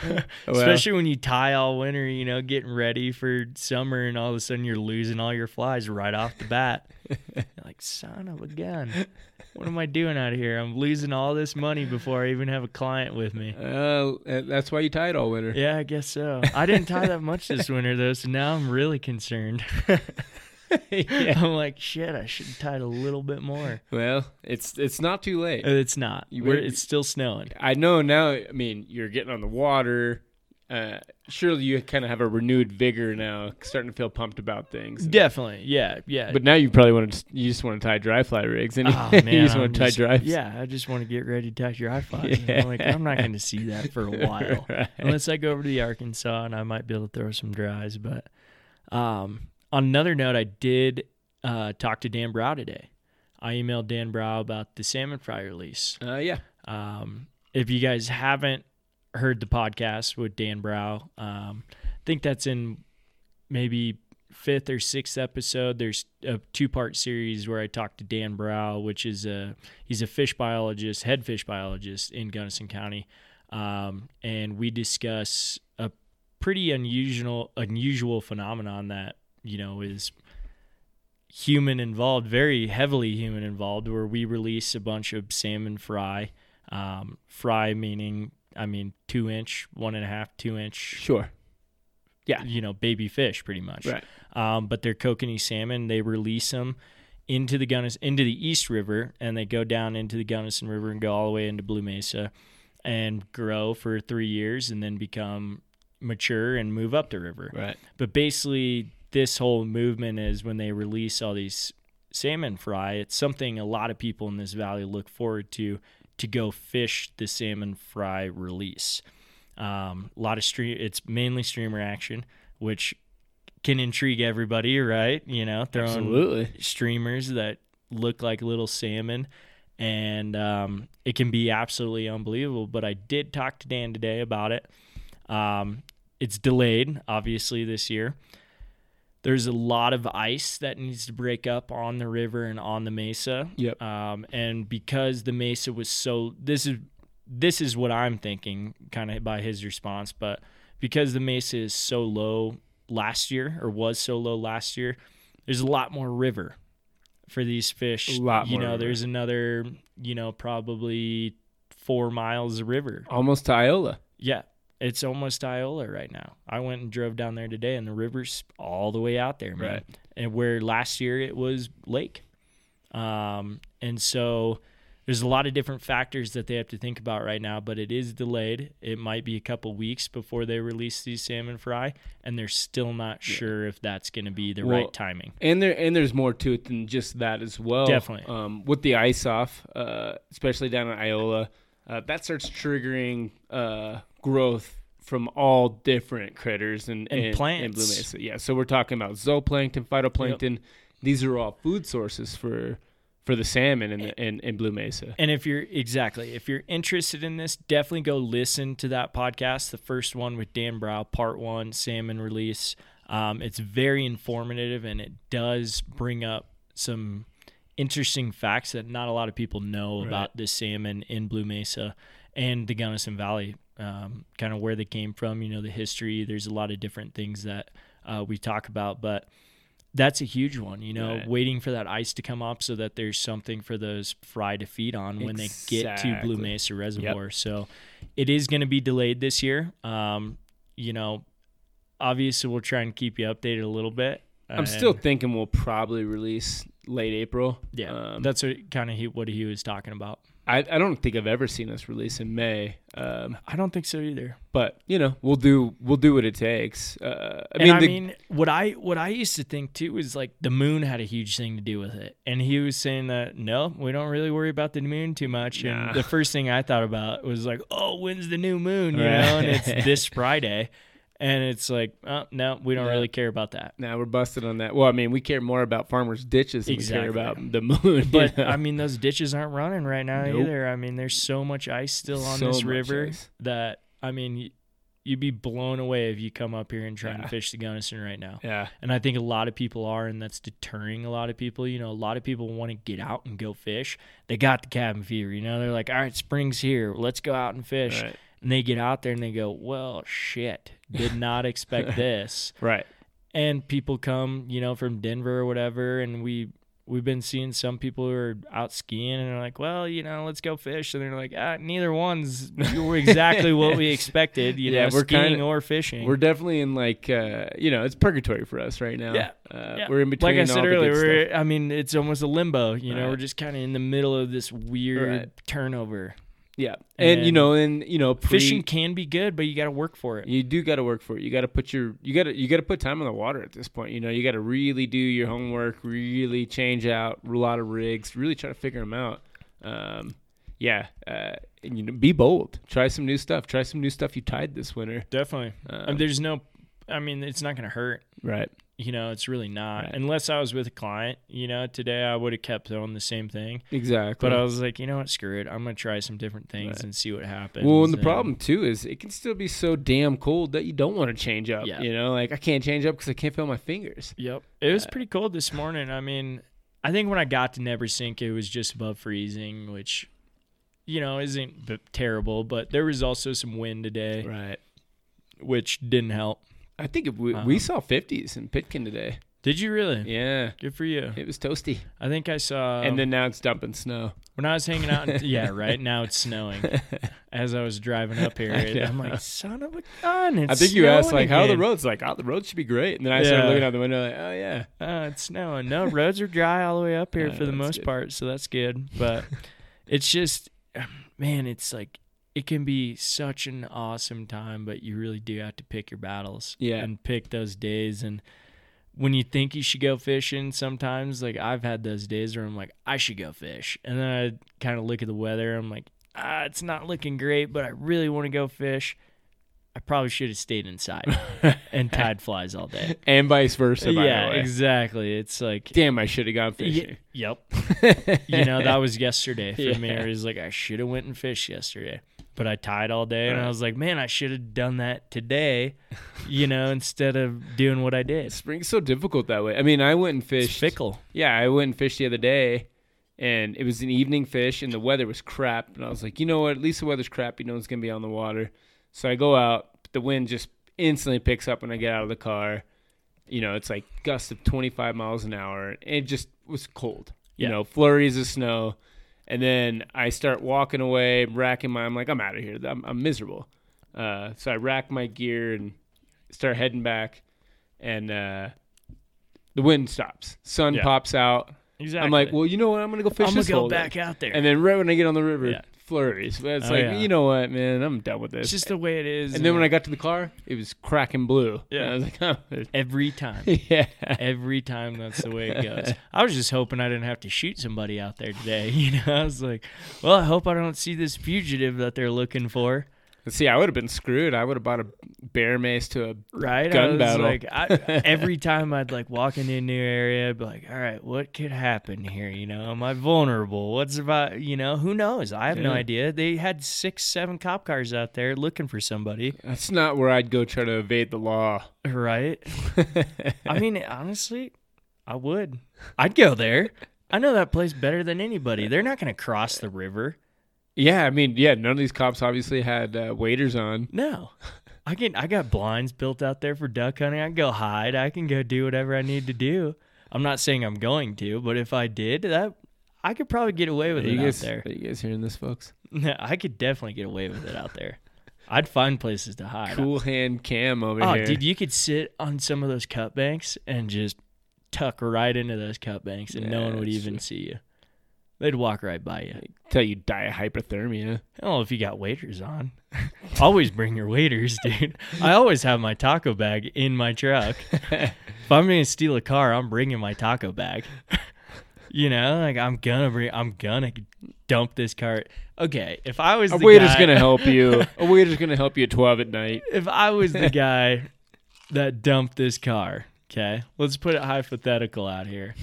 Speaker 2: Well-
Speaker 3: especially when you tie all winter. You know, getting ready for summer, and all of a sudden you're losing all your flies right off the bat. You're like, son of a gun, what am I doing out here? I'm losing all this money before I even have a client with me.
Speaker 2: uh, and that's why you tied all winter.
Speaker 3: Yeah, I guess so. I didn't tie that much this winter though, so now I'm really concerned. I'm like, shit, I should have tied a little bit more.
Speaker 2: Well, it's it's not too late.
Speaker 3: Uh, It's not.
Speaker 2: You
Speaker 3: We're,
Speaker 2: would-
Speaker 3: it's still snowing.
Speaker 2: I know now. I mean, you're getting on the water. Uh, surely you kind of have a renewed vigor now, starting to feel pumped about things.
Speaker 3: Definitely. Yeah. Yeah.
Speaker 2: But now you probably want to. You just want to tie dry fly rigs, and
Speaker 3: Oh,
Speaker 2: you
Speaker 3: man,
Speaker 2: just
Speaker 3: I'm
Speaker 2: want to tie
Speaker 3: just-
Speaker 2: dry.
Speaker 3: Yeah, I just want to get ready to tie your iPod. I'm like, I'm not going to see that for a while, unless I go over to the Arkansas and I might be able to throw some dries. But um, on another note, I did uh, talk to Dan Brow today. I emailed Dan Brow about the salmon fry release.
Speaker 2: Uh, yeah.
Speaker 3: Um, if you guys haven't heard the podcast with Dan Brow, um, I think that's in maybe fifth or sixth episode. There's a two part series where I talked to Dan Brow, which is a he's a fish biologist, head fish biologist in Gunnison County, um, and we discuss a pretty unusual unusual phenomenon that you know is human involved, very heavily human involved, where we release a bunch of salmon fry, um, fry meaning I mean two inch, one and a half, two inch,
Speaker 2: Sure.
Speaker 3: you know, baby fish, pretty much.
Speaker 2: Right.
Speaker 3: Um, but they're kokanee salmon. They release them into the Gunnison, into the East River, and they go down into the Gunnison River and go all the way into Blue Mesa and grow for three years and then become mature and move up the river.
Speaker 2: Right.
Speaker 3: But basically, this whole movement is when they release all these salmon fry, it's something a lot of people in this valley look forward to to go fish the salmon fry release. Um, a lot of stream, it's mainly streamer action, which can intrigue everybody, right? You know, throwing
Speaker 2: Absolutely.
Speaker 3: streamers that look like little salmon and um, it can be absolutely unbelievable but i did talk to dan today about it um, it's delayed obviously this year there's a lot of ice that needs to break up on the river and on the mesa
Speaker 2: Yep.
Speaker 3: um, and because the mesa was so this is this is what i'm thinking kind of by his response but because the mesa is so low last year or was so low last year there's a lot more river for these fish
Speaker 2: A lot
Speaker 3: you
Speaker 2: more
Speaker 3: know
Speaker 2: river.
Speaker 3: there's another you know probably four miles of river
Speaker 2: Almost to Iola.
Speaker 3: yeah it's almost Iola right now. I went and drove down there today, and the river's all the way out there, man.
Speaker 2: Right.
Speaker 3: And where last year it was lake, um, and so there's a lot of different factors that they have to think about right now. But it is delayed. It might be a couple weeks before they release these salmon fry, and they're still not sure if that's going to be the
Speaker 2: Well,
Speaker 3: right timing.
Speaker 2: and there and there's more to it than just that as well.
Speaker 3: Definitely.
Speaker 2: um, with the ice off, uh, especially down in Iola, uh, that starts triggering uh, growth from all different critters and
Speaker 3: And
Speaker 2: and blue
Speaker 3: plants.
Speaker 2: mesa. Yeah, so we're talking about zooplankton, phytoplankton. These are all food sources for for the salmon and the, and, and blue mesa.
Speaker 3: And if you're exactly, if you're interested in this, definitely go listen to that podcast, the first one with Dan Brow, part one, salmon release. Um, it's very informative and it does bring up some interesting facts that not a lot of people know about the salmon in Blue Mesa and the Gunnison Valley, um, kind of where they came from, you know, the history. There's a lot of different things that uh, we talk about, but that's a huge one, you know,
Speaker 2: Right.
Speaker 3: waiting for that ice to come up so that there's something for those fry to feed on when they get to Blue
Speaker 2: Exactly.
Speaker 3: Mesa Reservoir. So it is going to be delayed this year. Um, you know, obviously we'll try and keep you updated a little bit.
Speaker 2: I'm still thinking we'll probably release late April.
Speaker 3: yeah.
Speaker 2: um,
Speaker 3: that's what kind of he, what he was talking about.
Speaker 2: I, I don't think I've ever seen us release in May. Um,
Speaker 3: I don't think so either.
Speaker 2: but you know we'll do we'll do what it takes. Uh, I
Speaker 3: and
Speaker 2: mean,
Speaker 3: I
Speaker 2: the-
Speaker 3: mean, what I what I used to think too is like the moon had a huge thing to do with it, and he was saying that no, we don't really worry about the moon too much.
Speaker 2: Nah.
Speaker 3: And the first thing I thought about was like, oh, when's the new moon? You
Speaker 2: Right.
Speaker 3: know, and it's this Friday, and it's like, oh no, we don't
Speaker 2: Yeah.
Speaker 3: really care about that.
Speaker 2: now we're busted on that. Well, I mean, we care more about farmers' ditches than
Speaker 3: Exactly.
Speaker 2: we care about the moon.
Speaker 3: But
Speaker 2: you know?
Speaker 3: I mean, those ditches aren't running right now
Speaker 2: Nope.
Speaker 3: either. I mean, there's so much ice still on
Speaker 2: So much
Speaker 3: this river
Speaker 2: ice.
Speaker 3: that I mean, y- you'd be blown away if you come up here and try
Speaker 2: Yeah.
Speaker 3: and fish the Gunnison right now.
Speaker 2: yeah,
Speaker 3: And I think a lot of people are, and that's deterring a lot of people. You know, a lot of people want to get out and go fish. They got the cabin fever, you know, they're like, all right, spring's here. Let's go out and fish.
Speaker 2: right,
Speaker 3: And they get out there and they go, well, shit, did not expect this.
Speaker 2: right.
Speaker 3: And people come, you know, from Denver or whatever. And we, we've been seeing some people who are out skiing and they're like, well, you know, let's go fish. And they're like, ah, neither one's exactly what we expected, you
Speaker 2: Yeah,
Speaker 3: know,
Speaker 2: we're
Speaker 3: skiing
Speaker 2: kinda-
Speaker 3: or fishing.
Speaker 2: We're definitely in like uh, you know it's purgatory for us right now.
Speaker 3: Yeah.
Speaker 2: uh,
Speaker 3: Yeah.
Speaker 2: we're in between.
Speaker 3: Like I
Speaker 2: all
Speaker 3: said
Speaker 2: the good
Speaker 3: earlier,
Speaker 2: stuff.
Speaker 3: we're, I mean, it's almost a limbo. You know,
Speaker 2: Right.
Speaker 3: we're just kind of in the middle of this weird
Speaker 2: Right.
Speaker 3: turnover.
Speaker 2: yeah, and, you
Speaker 3: and
Speaker 2: know, and you know, pre-
Speaker 3: Fishing can be good, but you got to work for it.
Speaker 2: You do got to work for it. You got to put your you got to you got to put time on the water at this point. You know, you got to really do your homework, really change out a lot of rigs, really try to figure them out. Um, yeah, uh, and, you know, be bold. Try some new stuff. Try some new stuff you tied this winter.
Speaker 3: Definitely.
Speaker 2: Um,
Speaker 3: there's no, I mean, it's not going to hurt.
Speaker 2: right.
Speaker 3: You know, it's really not.
Speaker 2: Right.
Speaker 3: Unless I was with a client, you know, today I would have kept on the same thing.
Speaker 2: Exactly.
Speaker 3: But I was like, you know what, screw it. I'm going to try some different things
Speaker 2: Hmm. Right.
Speaker 3: and see what happens.
Speaker 2: well, and the
Speaker 3: And-
Speaker 2: problem too is it can still be so damn cold that you don't want to change up.
Speaker 3: Yeah.
Speaker 2: You know, like I can't change up because I can't feel my fingers.
Speaker 3: Yep. It was pretty cold this morning. I mean, I think when I got to Neversink, it was just above freezing, which, you know, isn't b- terrible, but there was also some wind today,
Speaker 2: Right.
Speaker 3: which didn't help.
Speaker 2: I think if we,
Speaker 3: Um,
Speaker 2: we saw 50s in Pitkin today.
Speaker 3: Did you really?
Speaker 2: Yeah.
Speaker 3: Good for you.
Speaker 2: It was toasty.
Speaker 3: I think I saw.
Speaker 2: and then now it's dumping snow.
Speaker 3: when I was hanging out, in, yeah, right now it's snowing. As I was driving up here,
Speaker 2: I
Speaker 3: I'm
Speaker 2: know.
Speaker 3: like, son of a gun! It's
Speaker 2: I think you asked
Speaker 3: snowing
Speaker 2: like, how are the
Speaker 3: again."
Speaker 2: roads? Like, oh, the roads should be great. And then I started
Speaker 3: Yeah.
Speaker 2: looking out the window, like, oh yeah,
Speaker 3: Uh, it's snowing. No, roads are dry all the way up here
Speaker 2: Yeah,
Speaker 3: for the
Speaker 2: that's
Speaker 3: most
Speaker 2: good.
Speaker 3: part, so that's good. But it's just, man, it's like it can be such an awesome time, but you really do have to pick your battles.
Speaker 2: Yeah.
Speaker 3: And pick those days. And when you think you should go fishing, sometimes, like I've had those days where I'm like, I should go fish. And then I kind of look at the weather. I'm like, ah, it's not looking great, but I really want to go fish. I probably should have stayed inside and tied flies all day.
Speaker 2: and vice versa. By
Speaker 3: yeah,
Speaker 2: the way.
Speaker 3: exactly. It's like,
Speaker 2: Damn, I should have gone
Speaker 3: Ye-
Speaker 2: fishing.
Speaker 3: yep you know that was yesterday for me
Speaker 2: Yeah.
Speaker 3: it was like i should have went and fished yesterday but i tied all day and i was like man i should have done that today you know instead of doing what i did it's
Speaker 2: Spring's so difficult that way. I mean, I went and fished.
Speaker 3: fickle
Speaker 2: Yeah, I went and fished the other day, and it was an evening fish, and the weather was crap. And I was like, you know what? At least the weather's crappy. No one's gonna be on the water. So I go out. The wind just instantly picks up when I get out of the car. You know, it's like gusts of 25 miles an hour, and it just was cold. You
Speaker 3: Yeah.
Speaker 2: know, flurries of snow, and then I start walking away, racking my. I'm like, I'm out of here. I'm, I'm miserable. Uh, so I rack my gear and start heading back, and uh, the wind stops. Sun
Speaker 3: Yeah.
Speaker 2: pops out.
Speaker 3: exactly
Speaker 2: I'm like, well, you know what? I'm gonna go fish
Speaker 3: i'm gonna
Speaker 2: this
Speaker 3: go
Speaker 2: whole day."
Speaker 3: back out there
Speaker 2: And then right when I get on the river,
Speaker 3: Yeah.
Speaker 2: flurries. But It's
Speaker 3: Oh,
Speaker 2: like,
Speaker 3: yeah.
Speaker 2: you know what, man? I'm done with
Speaker 3: it's
Speaker 2: this.
Speaker 3: just the way it is
Speaker 2: and then when I got to the car, it was cracking blue.
Speaker 3: Yeah.
Speaker 2: And I was like, oh,
Speaker 3: every time
Speaker 2: yeah.
Speaker 3: every time that's the way it goes i was just hoping i didn't have to shoot somebody out there today you know i was like well i hope i don't see this fugitive that they're looking for
Speaker 2: See, I would have been screwed. I would have bought a bear mace to a.
Speaker 3: right? I
Speaker 2: Gun
Speaker 3: was
Speaker 2: battle.
Speaker 3: Like I, every time I'd like walk into a new area, I'd be like, "All right, what could happen here? You know, am I vulnerable? What's about? You know, who knows? I have no
Speaker 2: Yeah.
Speaker 3: idea." They had six, seven cop cars out there looking for somebody,
Speaker 2: That's not where I'd go try to evade the law.
Speaker 3: right? I mean, honestly, I would. I'd go there. I know that place better than anybody. They're not going to cross the river.
Speaker 2: yeah, I mean, yeah, none of these cops obviously had uh, waiters on.
Speaker 3: No. I can I got blinds built out there for duck hunting. I can go hide. I can go do whatever I need to do. I'm not saying I'm going to, but if I did, that I could probably get away with
Speaker 2: Are you,
Speaker 3: it
Speaker 2: guys,
Speaker 3: out there.
Speaker 2: are you guys hearing this, folks?
Speaker 3: I could definitely get away with it out there. I'd find places to hide.
Speaker 2: Cool hand cam over
Speaker 3: Oh,
Speaker 2: here.
Speaker 3: dude, you could sit on some of those cut banks and just tuck right into those cut banks and no
Speaker 2: Yeah,
Speaker 3: one would
Speaker 2: that's
Speaker 3: even see you. They'd walk right by you.
Speaker 2: Till you die of hypothermia.
Speaker 3: Oh, if you got waiters on, always bring your waiters, dude. I always have my taco bag in my truck. if I'm gonna steal a car, I'm bringing my taco bag. you know, like I'm gonna bring, I'm gonna dump this car. Okay, if I was
Speaker 2: A
Speaker 3: the
Speaker 2: waiter's
Speaker 3: guy-
Speaker 2: gonna help you. A waiter's gonna help you at twelve at night.
Speaker 3: if I was the guy that dumped this car, okay, let's put it hypothetical out here.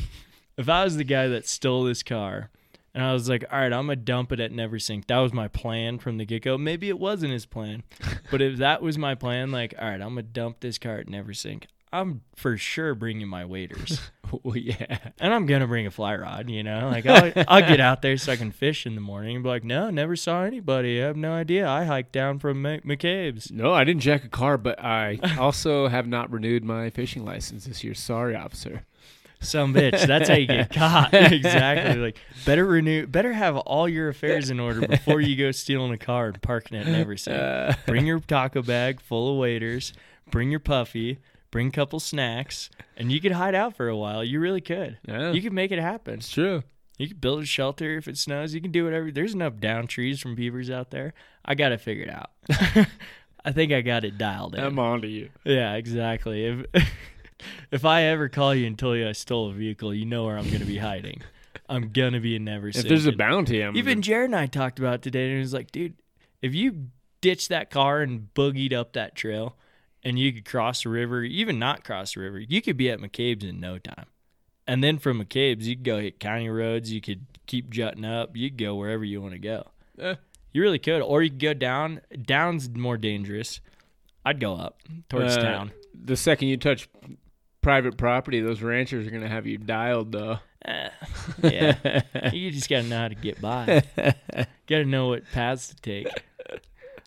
Speaker 3: If I was the guy that stole this car and I was like, all right, I'm going to dump it at Neversink. That was my plan from the get go. Maybe it wasn't his plan, but if that was my plan, like, all right, I'm going to dump this car at Neversink, I'm for sure bringing my waders
Speaker 2: Well, yeah.
Speaker 3: and I'm gonna bring a fly rod, you know. Like I'll, I'll get out there so I can fish in the morning. And be like, no, never saw anybody. I have no idea. I hiked down from Ma- McCabe's.
Speaker 2: No, I didn't jack a car, but I also have not renewed my fishing license this year. Sorry, officer.
Speaker 3: some bitch. That's how you get caught. exactly. Like better renew, better have all your affairs in order before you go stealing a car and parking it in every city.
Speaker 2: Uh,
Speaker 3: bring your taco bag full of waiters. Bring your puffy. Bring a couple snacks, and you could hide out for a while. You really could.
Speaker 2: Yeah.
Speaker 3: You could make it happen.
Speaker 2: it's true.
Speaker 3: You could build a shelter if it snows. You can do whatever. There's enough down trees from beavers out there. I got it figured out. I think I got it dialed in.
Speaker 2: I'm on to you.
Speaker 3: Yeah, exactly. If if I ever call you and tell you I stole a vehicle, you know where I'm gonna be hiding. I'm gonna be in never.
Speaker 2: If there's a bounty, I'm
Speaker 3: even Jared and I talked about it today, and he was like, "Dude, if you ditched that car and boogied up that trail, and you could cross the river, even not cross the river, you could be at McCabe's in no time." And then from McCabe's, you could go hit county roads. You could keep jutting up. You could go wherever you want to go.
Speaker 2: Eh.
Speaker 3: You really could, or you could go down. Down's more dangerous. I'd go up towards
Speaker 2: Uh,
Speaker 3: town.
Speaker 2: The second you touch private property, those ranchers are gonna have you dialed, though.
Speaker 3: Eh, yeah, you just gotta know how to get by. gotta know what paths to take.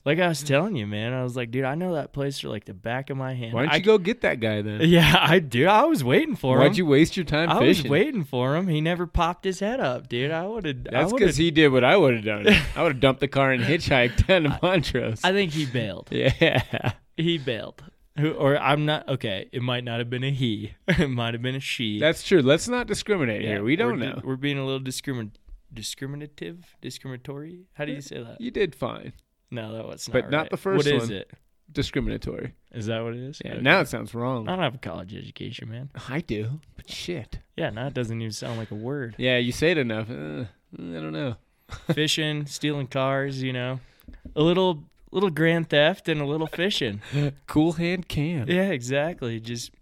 Speaker 3: Like I was telling you, man, I was like, dude, I know that place for like the back of my hand.
Speaker 2: Why don't
Speaker 3: I-
Speaker 2: you go get that guy then?
Speaker 3: Yeah, I do. I was waiting for
Speaker 2: Why'd
Speaker 3: him.
Speaker 2: you waste your time
Speaker 3: I
Speaker 2: fishing?
Speaker 3: was waiting for him. He never popped his head up, dude. I would have.
Speaker 2: That's
Speaker 3: I
Speaker 2: because
Speaker 3: would've-
Speaker 2: he did what I would have done. I would have dumped the car and hitchhiked down to Montrose.
Speaker 3: I think he bailed.
Speaker 2: yeah.
Speaker 3: He bailed. Who, or I'm not okay. It might not have been a he. it might have been a she.
Speaker 2: That's true. Let's not discriminate
Speaker 3: Yeah,
Speaker 2: here. We don't
Speaker 3: we're,
Speaker 2: know.
Speaker 3: We're being a little discrimin- discriminative, discriminatory. How do you say that?
Speaker 2: You did fine.
Speaker 3: No, that was not.
Speaker 2: But not
Speaker 3: right.
Speaker 2: the first
Speaker 3: What is
Speaker 2: one.
Speaker 3: it?
Speaker 2: Discriminatory.
Speaker 3: Is that what it is?
Speaker 2: Yeah.
Speaker 3: Okay. Uh,
Speaker 2: Now it sounds
Speaker 3: I
Speaker 2: wrong.
Speaker 3: don't have a college education, man.
Speaker 2: I do. But shit.
Speaker 3: Yeah, now it doesn't even sound like a word.
Speaker 2: Yeah, you say it enough. Uh, I don't know.
Speaker 3: Fishing, stealing cars, you know, a little little grand theft and a little fishing.
Speaker 2: Cool hand can.
Speaker 3: Yeah, exactly. Just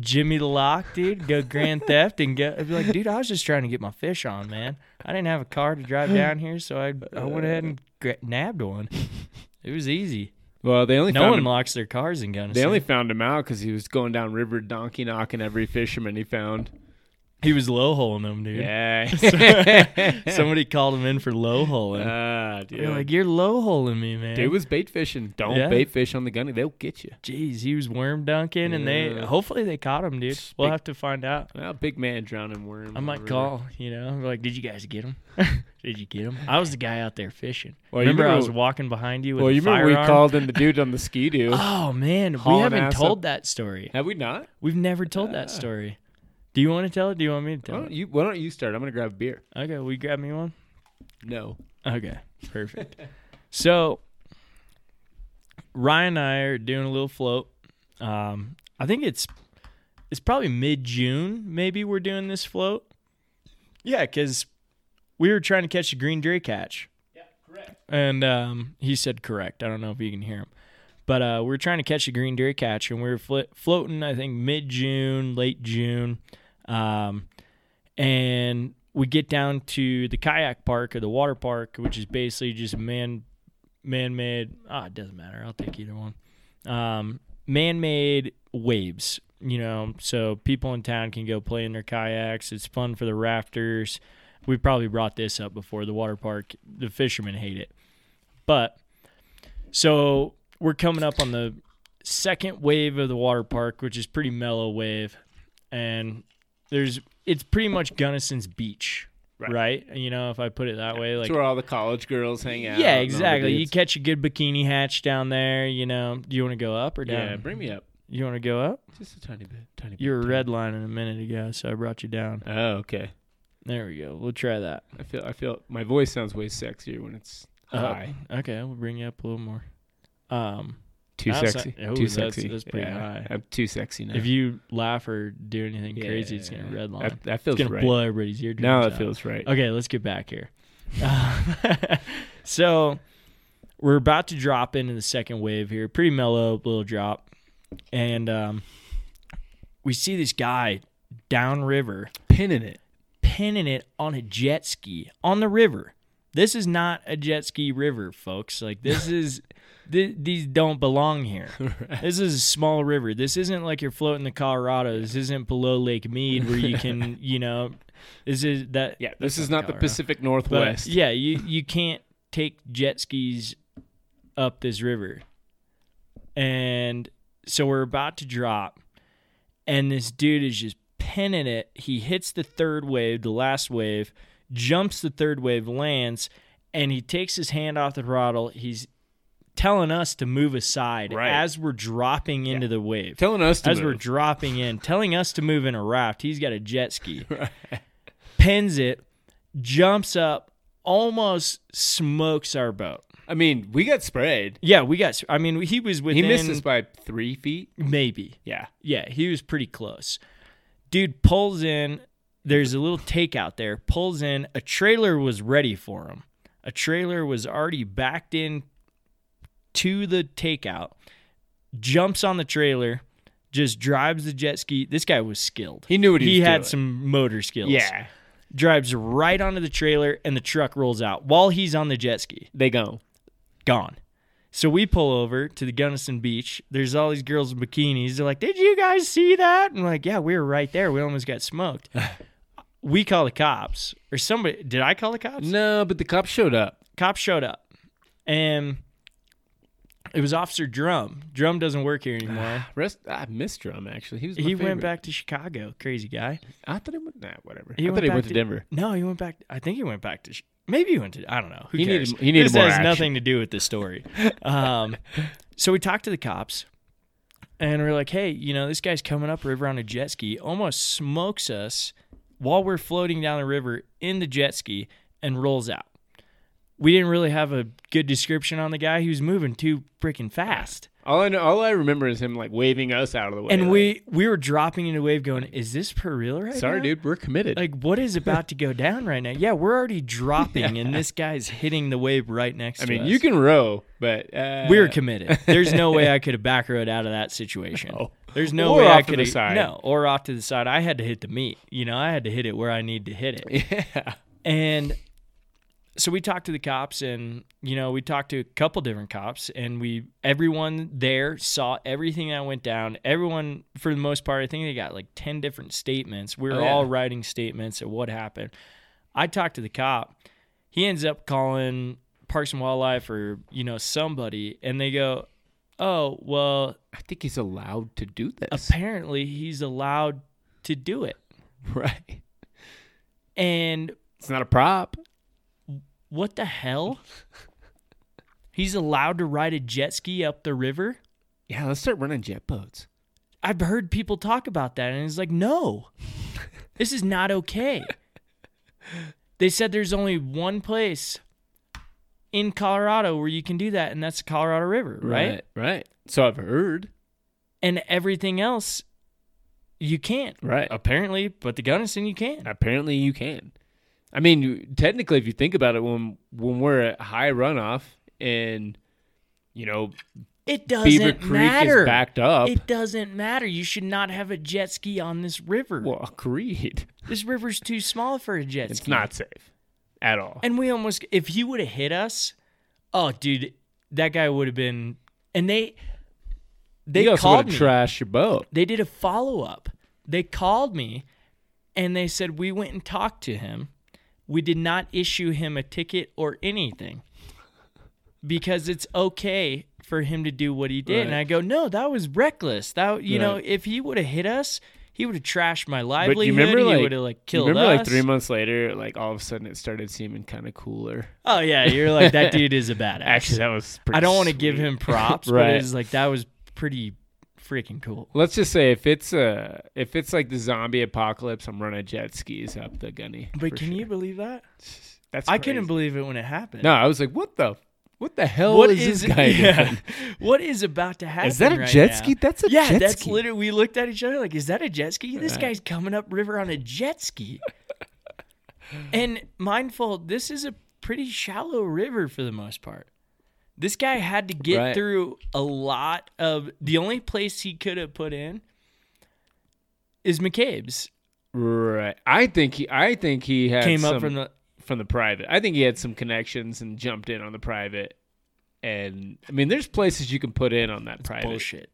Speaker 3: Jimmy the lock, dude. Go grand theft and go. I'd be like, dude, I was just trying to get my fish on, man. I didn't have a car to drive down here, so I I went ahead
Speaker 2: Uh.
Speaker 3: and gra- nabbed one. It was easy.
Speaker 2: Well, they only
Speaker 3: No
Speaker 2: found
Speaker 3: one
Speaker 2: him.
Speaker 3: locks their cars in Gunnison.
Speaker 2: They only found him out because he was going down river, donkey knocking every fisherman he found.
Speaker 3: he was low holing them, dude.
Speaker 2: Yeah.
Speaker 3: Somebody called him in for low holing.
Speaker 2: Ah, dude.
Speaker 3: They're like, you're low holing me, man.
Speaker 2: Dude was bait fishing. Don't
Speaker 3: Yeah.
Speaker 2: bait fish on the gunny. They'll get you.
Speaker 3: Jeez, he was worm dunking, and they
Speaker 2: Yeah.
Speaker 3: hopefully they caught him, dude.
Speaker 2: Speak-
Speaker 3: We'll have to find out.
Speaker 2: Well, big man drowning worm.
Speaker 3: I might call, you know, I'm like, did you guys get him? did you get him? I was the guy out there fishing.
Speaker 2: Well, you
Speaker 3: remember, I was
Speaker 2: remember-
Speaker 3: walking behind you with
Speaker 2: Well,
Speaker 3: a
Speaker 2: you remember we
Speaker 3: firearm?
Speaker 2: called in the dude on the ski doo.
Speaker 3: Oh man, we
Speaker 2: Hauling
Speaker 3: haven't
Speaker 2: ass
Speaker 3: told
Speaker 2: up-
Speaker 3: that story.
Speaker 2: Have we not?
Speaker 3: We've never told that story. Do you want to tell it? Do you want me to
Speaker 2: Why
Speaker 3: tell
Speaker 2: don't
Speaker 3: it?
Speaker 2: you? Why don't you start? I'm gonna grab a beer.
Speaker 3: Okay, will you grab me one?
Speaker 2: No.
Speaker 3: Okay, perfect. so Ryan and I are doing a little float. Um, I think it's it's probably mid June. Maybe we're doing this float. Yeah, because we were trying to catch a green dray catch. Yeah, correct. And um, he said correct. I don't know if you can hear him, but uh, we were trying to catch a green dray catch, and we were flo- floating. I think mid June, late June. Um, and we get down to the kayak park or the water park, which is basically just a man man-made ah it doesn't matter i'll take either one um man-made waves you know so people in town can go play in their kayaks it's fun for the rafters we probably brought this up before the water park the fishermen hate it but so we're coming up on the second wave of the water park which is pretty mellow wave and there's it's pretty much gunnison's beach right,
Speaker 2: Right.
Speaker 3: you know if i put it that way like
Speaker 2: That's where all the college girls hang out. and
Speaker 3: yeah,
Speaker 2: all the
Speaker 3: exactly. You
Speaker 2: dudes.
Speaker 3: catch a good bikini hatch down there. You know, do you want to go up or down?
Speaker 2: Yeah, bring me up
Speaker 3: you want to go up?
Speaker 2: just a tiny bit. Tiny bit.
Speaker 3: You were
Speaker 2: tiny-
Speaker 3: redlining a minute ago, so I brought you down.
Speaker 2: Oh, okay.
Speaker 3: There we go. We'll try that.
Speaker 2: I feel. I feel. My voice sounds way sexier when it's
Speaker 3: Up.
Speaker 2: high.
Speaker 3: Uh, Okay, we'll bring you up a little more. Um,
Speaker 2: Too
Speaker 3: Outside-
Speaker 2: sexy.
Speaker 3: Ooh,
Speaker 2: too
Speaker 3: that's-
Speaker 2: sexy.
Speaker 3: that's pretty
Speaker 2: Yeah,
Speaker 3: high.
Speaker 2: I'm too sexy now.
Speaker 3: if you laugh or do anything
Speaker 2: Yeah,
Speaker 3: crazy, it's gonna redline.
Speaker 2: That, that
Speaker 3: it's
Speaker 2: feels
Speaker 3: gonna
Speaker 2: right.
Speaker 3: blow everybody's eardrums.
Speaker 2: No, that
Speaker 3: out.
Speaker 2: feels right.
Speaker 3: Okay, let's get back here. Uh, so we're about to drop into the second wave here. Pretty mellow little drop. And um, we see this guy downriver
Speaker 2: Pinning it.
Speaker 3: pinning it on a jet ski on the river. This is not a jet ski river, folks. Like this is th- these don't belong here. This is a small river. This isn't like you're floating the Colorado. This isn't below Lake Mead where you can, you know, this is that
Speaker 2: Yeah, this
Speaker 3: that's
Speaker 2: is not the
Speaker 3: Colorado.
Speaker 2: Pacific
Speaker 3: But,
Speaker 2: Northwest.
Speaker 3: yeah, you you can't take jet skis up this river. And so we're about to drop, and this dude is just pinning it. He hits the third wave, the last wave, jumps the third wave, lands, and he takes his hand off the throttle. He's telling us to move aside
Speaker 2: Right.
Speaker 3: as we're dropping into the wave
Speaker 2: Telling us to
Speaker 3: as we're
Speaker 2: move.
Speaker 3: dropping in, telling us to move in a raft. He's got a jet ski, pins it, jumps up, almost smokes our boat.
Speaker 2: I mean, we got sprayed.
Speaker 3: Yeah, we got. I mean, he was
Speaker 2: He
Speaker 3: within
Speaker 2: missed us by three feet.
Speaker 3: maybe.
Speaker 2: Yeah.
Speaker 3: Yeah, he was pretty close. Dude pulls in. There's a little takeout there. Pulls in. A trailer was ready for him. A trailer was already backed in to the takeout. Jumps on the trailer. Just drives the jet ski. This guy was skilled.
Speaker 2: He knew what he was
Speaker 3: had
Speaker 2: doing.
Speaker 3: some motor skills.
Speaker 2: Yeah.
Speaker 3: Drives right onto the trailer and the truck rolls out while he's on the jet ski
Speaker 2: They go.
Speaker 3: gone. So we pull over to the Gunnison Beach. There's all these girls in bikinis. They're like, "Did you guys see that?" And I'm like, "Yeah, we were right there. We almost got smoked." we call the cops or somebody. Did I call the cops?
Speaker 2: No, but the cops showed up.
Speaker 3: Cops showed up, and it was Officer Drum. Drum doesn't work here anymore.
Speaker 2: Rest. I missed Drum actually. He was. My
Speaker 3: he
Speaker 2: favorite.
Speaker 3: went back to Chicago. Crazy guy.
Speaker 2: I thought he went. Nah, whatever.
Speaker 3: He
Speaker 2: I thought he went
Speaker 3: back
Speaker 2: to Denver.
Speaker 3: No, he went back. I think he went back to. Ch- Maybe he went to. I don't know. Who
Speaker 2: He
Speaker 3: cares?
Speaker 2: needed- he needed
Speaker 3: this
Speaker 2: more
Speaker 3: has
Speaker 2: action.
Speaker 3: nothing to do with this story. Um, so we talked to the cops, and we're like, "Hey, you know, this guy's coming up river on a jet ski, almost smokes us while we're floating down the river in the jet ski, and rolls out." we didn't really have a good description on the guy. He was moving too freaking fast.
Speaker 2: All I know, all I remember is him like waving us out of the way.
Speaker 3: and
Speaker 2: like,
Speaker 3: we we were dropping into wave going, is this per real right
Speaker 2: sorry,
Speaker 3: now?
Speaker 2: dude, we're committed.
Speaker 3: Like what is about to go down right now? Yeah, we're already dropping and this guy's hitting the wave right next
Speaker 2: I
Speaker 3: to
Speaker 2: mean,
Speaker 3: us.
Speaker 2: you can row, but uh,
Speaker 3: we were committed. There's no way I could have back rowed out of that situation.
Speaker 2: No.
Speaker 3: There's no
Speaker 2: Or
Speaker 3: way I
Speaker 2: off to the
Speaker 3: could have
Speaker 2: side.
Speaker 3: no or off to the side. I had to hit the meat. You know, I had to hit it where I need to hit it.
Speaker 2: yeah,
Speaker 3: And so we talked to the cops and you know, we talked to a couple different cops and we everyone there saw everything that went down. Everyone for the most part, I think they got like 10 different statements. We were
Speaker 2: Oh, yeah.
Speaker 3: all writing statements of what happened. I talked to the cop. He ends up calling Parks and Wildlife or, you know, somebody and they go, "Oh, well,
Speaker 2: I think he's allowed to do this,
Speaker 3: apparently he's allowed to do it."
Speaker 2: right?
Speaker 3: And
Speaker 2: It's not a prop.
Speaker 3: What the hell? He's allowed to ride a jet ski up the river?
Speaker 2: Yeah, let's start running jet boats.
Speaker 3: I've heard people talk about that, and it's like, no, this is not okay. They said there's only one place in Colorado where you can do that, and that's the Colorado River, right?
Speaker 2: right, So I've heard.
Speaker 3: And everything else, you can't.
Speaker 2: Right.
Speaker 3: Apparently, but the Gunnison, you can.
Speaker 2: Apparently, you can. I mean, you- technically, if you think about it, when when we're at high runoff and you know
Speaker 3: It doesn't
Speaker 2: Beaver Creek
Speaker 3: matter.
Speaker 2: is backed up,
Speaker 3: It doesn't matter. You should not have a jet ski on this river.
Speaker 2: well, agreed.
Speaker 3: This river's too small for a jet
Speaker 2: It's
Speaker 3: ski.
Speaker 2: not safe at all.
Speaker 3: And we almost, if he would have hit us, oh, dude, that guy would have been. And they, they
Speaker 2: you also
Speaker 3: called
Speaker 2: would've
Speaker 3: me.
Speaker 2: trashed your boat.
Speaker 3: They did a follow up. They called me, and they said we went and talked to him. We did not issue him a ticket or anything because it's okay for him to do what he did. And
Speaker 2: Right.
Speaker 3: I go, no, that was reckless. That you know,
Speaker 2: Right.
Speaker 3: if he would have hit us, he would have trashed my
Speaker 2: But
Speaker 3: livelihood.
Speaker 2: you remember,
Speaker 3: he
Speaker 2: like,
Speaker 3: would have like
Speaker 2: you
Speaker 3: killed
Speaker 2: remember,
Speaker 3: us.
Speaker 2: like three months later, like all of a sudden, it started seeming kind of cooler.
Speaker 3: oh yeah, you're like that dude is a badass.
Speaker 2: Actually, that was. Pretty
Speaker 3: I don't want to
Speaker 2: sweet.
Speaker 3: give him props, but
Speaker 2: Right.
Speaker 3: it's like that was pretty freaking cool.
Speaker 2: Let's just say if it's uh if it's like the zombie apocalypse, I'm running jet skis up the gunny.
Speaker 3: But
Speaker 2: for
Speaker 3: can you
Speaker 2: sure.
Speaker 3: believe that?
Speaker 2: That's
Speaker 3: I
Speaker 2: crazy.
Speaker 3: couldn't believe it when it happened.
Speaker 2: No, I was like, what the, what the hell
Speaker 3: what
Speaker 2: is
Speaker 3: is
Speaker 2: this guy
Speaker 3: yeah.
Speaker 2: doing?
Speaker 3: What is about to happen?
Speaker 2: Is that a
Speaker 3: right
Speaker 2: jet
Speaker 3: now?
Speaker 2: ski? That's a
Speaker 3: Yeah,
Speaker 2: jet
Speaker 3: that's
Speaker 2: ski.
Speaker 3: literally. We looked at each other like, "Is that a jet ski? This guy's coming up river on a jet ski." and mindful, this is a pretty shallow river for the most part. This guy had to get
Speaker 2: Right.
Speaker 3: through a lot of. The only place he could have put in is McCabe's.
Speaker 2: right. I think he, I think he had
Speaker 3: Came up
Speaker 2: some-
Speaker 3: from the
Speaker 2: from the private. I think he had some connections and jumped in on the private. And I mean, there's places you can put in on that private.
Speaker 3: bullshit.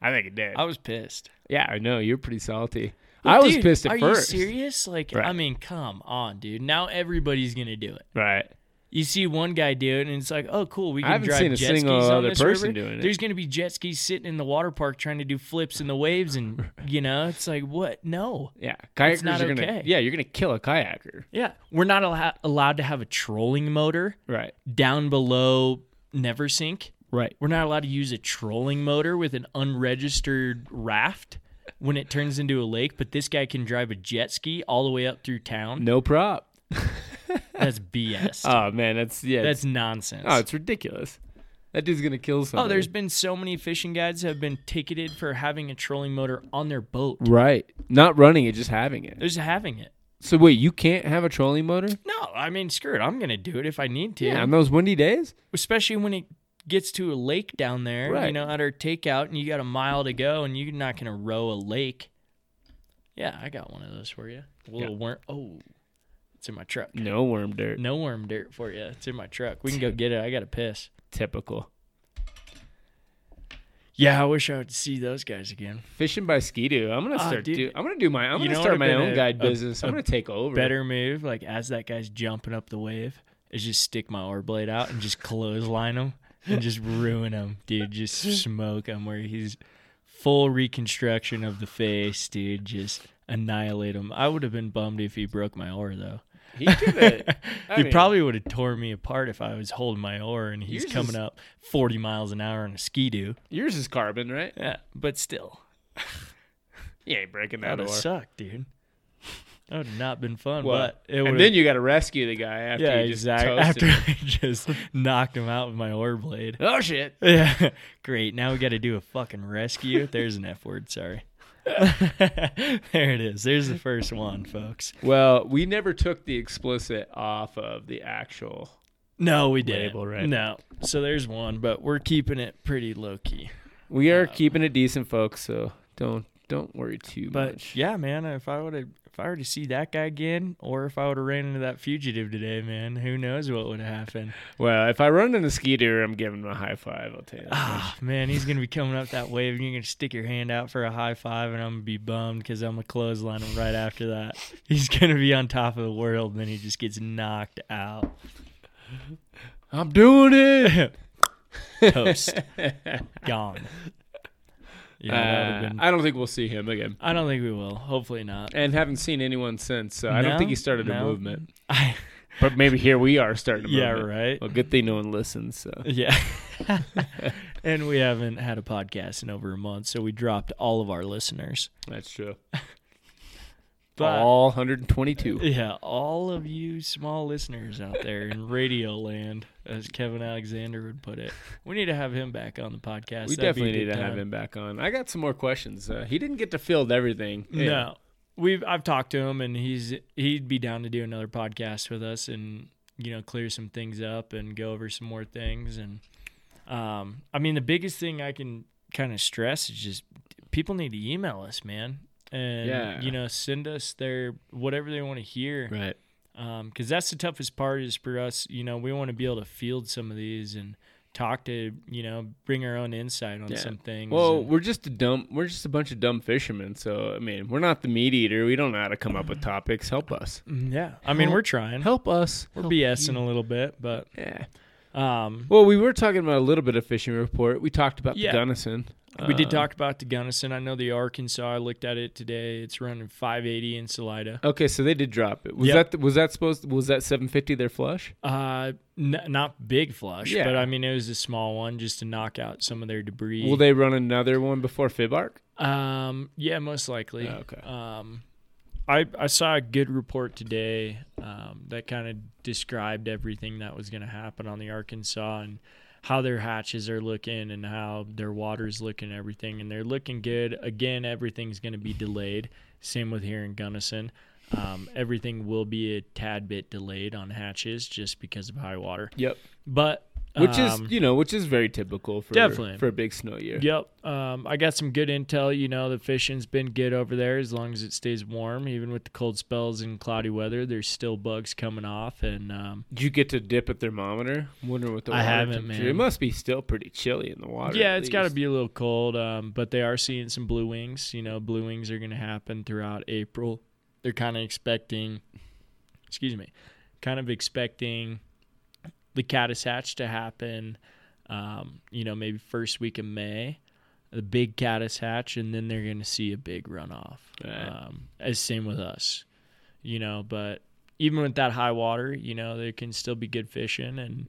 Speaker 2: I think it did.
Speaker 3: I was pissed.
Speaker 2: yeah, I know you're pretty salty.
Speaker 3: Well,
Speaker 2: I was
Speaker 3: dude,
Speaker 2: pissed at
Speaker 3: are
Speaker 2: first.
Speaker 3: you serious? Like, I
Speaker 2: Right.
Speaker 3: mean, come on, dude. Now everybody's gonna do it.
Speaker 2: Right.
Speaker 3: You see one guy do it, and it's like, oh, cool. We
Speaker 2: I
Speaker 3: can
Speaker 2: haven't
Speaker 3: drive
Speaker 2: seen a
Speaker 3: jet
Speaker 2: single
Speaker 3: skis on
Speaker 2: other
Speaker 3: this
Speaker 2: person
Speaker 3: river.
Speaker 2: doing it.
Speaker 3: There's gonna be jet skis sitting in the water park trying to do flips in the waves, and you know, it's like, what? No.
Speaker 2: Yeah. Kayakers
Speaker 3: not
Speaker 2: are gonna.
Speaker 3: okay.
Speaker 2: Yeah, you're gonna kill a kayaker.
Speaker 3: Yeah, we're not allo- allowed to have a trolling motor
Speaker 2: Right.
Speaker 3: down below Neversink.
Speaker 2: Right.
Speaker 3: We're not allowed to use a trolling motor with an unregistered raft when it turns into a lake. But this guy can drive a jet ski all the way up through town.
Speaker 2: No prop.
Speaker 3: That's BS.
Speaker 2: Oh man, that's yeah.
Speaker 3: That's
Speaker 2: That's
Speaker 3: nonsense.
Speaker 2: oh, it's ridiculous. That dude's gonna kill
Speaker 3: Oh,
Speaker 2: somebody.
Speaker 3: there's been so many fishing guides have been ticketed for having a trolling motor on their boat.
Speaker 2: right. Not running it, just having it.
Speaker 3: They're just having it.
Speaker 2: So wait, you can't have a trolling motor?
Speaker 3: No, I mean, screw it. I'm gonna do it if I need to.
Speaker 2: On those windy days?
Speaker 3: Especially when it gets to a lake down there, you
Speaker 2: Right.
Speaker 3: know, at our takeout, and you got a mile to go, and you're not gonna row a lake. Yeah, I got one of those for you. A little worm. Oh, it's in my truck.
Speaker 2: No worm dirt.
Speaker 3: No worm dirt for you. It's in my truck. We can go get it. I gotta piss.
Speaker 2: Typical.
Speaker 3: Yeah, I wish I would see those guys again.
Speaker 2: Fishing by skidoo. I'm gonna
Speaker 3: Ah,
Speaker 2: start
Speaker 3: dude.
Speaker 2: do. I'm gonna do my. I'm
Speaker 3: You
Speaker 2: gonna
Speaker 3: know
Speaker 2: start
Speaker 3: what
Speaker 2: my
Speaker 3: would've
Speaker 2: own
Speaker 3: been a-
Speaker 2: guide
Speaker 3: a-
Speaker 2: business. i
Speaker 3: a
Speaker 2: am I'm gonna take over.
Speaker 3: better move, like as that guy's jumping up the wave, is just stick my oar blade out and just clothesline him and just ruin him, dude. Just smoke him where he's full reconstruction of the face, dude. Just annihilate him. I would have been bummed if he broke my oar though.
Speaker 2: He did it. I
Speaker 3: he
Speaker 2: mean-
Speaker 3: probably would have tore me apart if I was holding my oar and he's
Speaker 2: Yours
Speaker 3: coming
Speaker 2: is-
Speaker 3: up 40 miles an hour on a ski doo.
Speaker 2: Yours is carbon, right?
Speaker 3: Yeah, but still,
Speaker 2: You ain't breaking that
Speaker 3: that would
Speaker 2: oar.
Speaker 3: suck, dude. That would have not been fun,
Speaker 2: Well,
Speaker 3: but it would.
Speaker 2: and then you got to rescue the guy after
Speaker 3: yeah,
Speaker 2: you just
Speaker 3: exactly.
Speaker 2: toast
Speaker 3: After
Speaker 2: him.
Speaker 3: I just knocked him out with my oar blade.
Speaker 2: Oh shit!
Speaker 3: Yeah, great. Now we got to do a fucking rescue. There's an F word. Sorry. there it is. There's the first one, folks.
Speaker 2: Well, we never took the explicit off of the actual.
Speaker 3: No, we did
Speaker 2: Label, right.
Speaker 3: No, so there's one, but we're keeping it pretty low key.
Speaker 2: We are keeping it decent, folks. So don't don't worry too
Speaker 3: But
Speaker 2: much.
Speaker 3: yeah, man, if I would have, if I were to see that guy again, or if I would have ran into that fugitive today, man, who knows what would have happened?
Speaker 2: Well, if I run into Skeeter, I'm giving him a high five. I'll tell you. that much.
Speaker 3: Ah, man, he's gonna be coming up that wave, and you're gonna stick your hand out for a high five, and I'm gonna be bummed because I'm gonna clothesline him right after that. He's gonna be on top of the world, and then he just gets knocked out.
Speaker 2: I'm doing it.
Speaker 3: Toast, gone. Yeah,
Speaker 2: Uh,
Speaker 3: that would've been-
Speaker 2: I don't think we'll see him again,
Speaker 3: I don't think we will. Hopefully not.
Speaker 2: and haven't seen anyone since. So I don't
Speaker 3: No,
Speaker 2: think he started a
Speaker 3: no.
Speaker 2: movement.
Speaker 3: I,
Speaker 2: But maybe here we are starting a
Speaker 3: yeah,
Speaker 2: movement.
Speaker 3: right.
Speaker 2: Well, good thing no one listens. So
Speaker 3: Yeah. and we haven't had a podcast in over a month, so we dropped all of our listeners.
Speaker 2: that's true.
Speaker 3: But
Speaker 2: All 122.
Speaker 3: yeah, all of you small listeners out there in radio land, as Kevin Alexander would put it. We need to have him back on the podcast.
Speaker 2: We
Speaker 3: That'd be a
Speaker 2: definitely need
Speaker 3: good
Speaker 2: to have
Speaker 3: time.
Speaker 2: him back on. I got some more questions. Uh, he didn't get to field everything. Yeah.
Speaker 3: No. We've I've talked to him and he's he'd be down to do another podcast with us and you know clear some things up and go over some more things and um I mean the biggest thing I can kind of stress is just people need to email us, man. And
Speaker 2: Yeah.
Speaker 3: you know, send us their whatever they want to hear.
Speaker 2: Right.
Speaker 3: Um, 'cause cuz that's the toughest part is for us, you know, we want to be able to field some of these and talk to, you know, bring our own insight on
Speaker 2: Yeah.
Speaker 3: some things.
Speaker 2: Well,
Speaker 3: and-
Speaker 2: we're just a dumb. We're just a bunch of dumb fishermen. So I mean, we're not the meat eater. We don't know how to come up with topics. Help us.
Speaker 3: yeah. I mean,
Speaker 2: Help-
Speaker 3: we're trying.
Speaker 2: Help us.
Speaker 3: We're
Speaker 2: Help
Speaker 3: BSing
Speaker 2: you.
Speaker 3: a little bit, but
Speaker 2: Yeah.
Speaker 3: um,
Speaker 2: Well, we were talking about a little bit of fishing report. We talked about
Speaker 3: Yeah.
Speaker 2: the Gunnison.
Speaker 3: we did
Speaker 2: Um,
Speaker 3: talk about the Gunnison. I know the Arkansas. I looked at it today. It's running 580 in Salida.
Speaker 2: Okay, so they did drop it. Was
Speaker 3: Yep.
Speaker 2: that was that supposed? Was that 750 their flush?
Speaker 3: Uh, n- not big flush,
Speaker 2: Yeah.
Speaker 3: but I mean it was a small one just to knock out some of their debris.
Speaker 2: Will they run another one before Fibark?
Speaker 3: Um, yeah, most likely.
Speaker 2: Oh, okay.
Speaker 3: Um, I I saw a good report today um, that kind of described everything that was going to happen on the Arkansas and how their hatches are looking and how their water's looking, and everything, and they're looking good. Again, everything's going to be delayed. Same with here in Gunnison. Um, everything will be a tad bit delayed on hatches just because of high water,
Speaker 2: Yep.
Speaker 3: but
Speaker 2: Which
Speaker 3: um,
Speaker 2: is you know which is very typical for
Speaker 3: Definitely.
Speaker 2: for a big snow year.
Speaker 3: Yep. Um, I got some good intel. You know, the fishing's been good over there as long as it stays warm. Even with the cold spells and cloudy weather, there's still bugs coming off. And um,
Speaker 2: Did you get to dip a thermometer? I'm wondering what the
Speaker 3: I
Speaker 2: water
Speaker 3: haven't,
Speaker 2: temperature-
Speaker 3: man.
Speaker 2: It must be still pretty chilly in the water.
Speaker 3: yeah,
Speaker 2: at
Speaker 3: it's got to
Speaker 2: least.
Speaker 3: be a little cold. Um, but they are seeing some blue wings. You know, blue wings are going to happen throughout April. They're kind of expecting, excuse me, kind of expecting the caddis hatch to happen. Um, you know, maybe first week of May. the big caddis hatch, and then they're going to see a big runoff.
Speaker 2: Right.
Speaker 3: Um, as same with us, you know. But even with that high water, you know, there can still be good fishing, and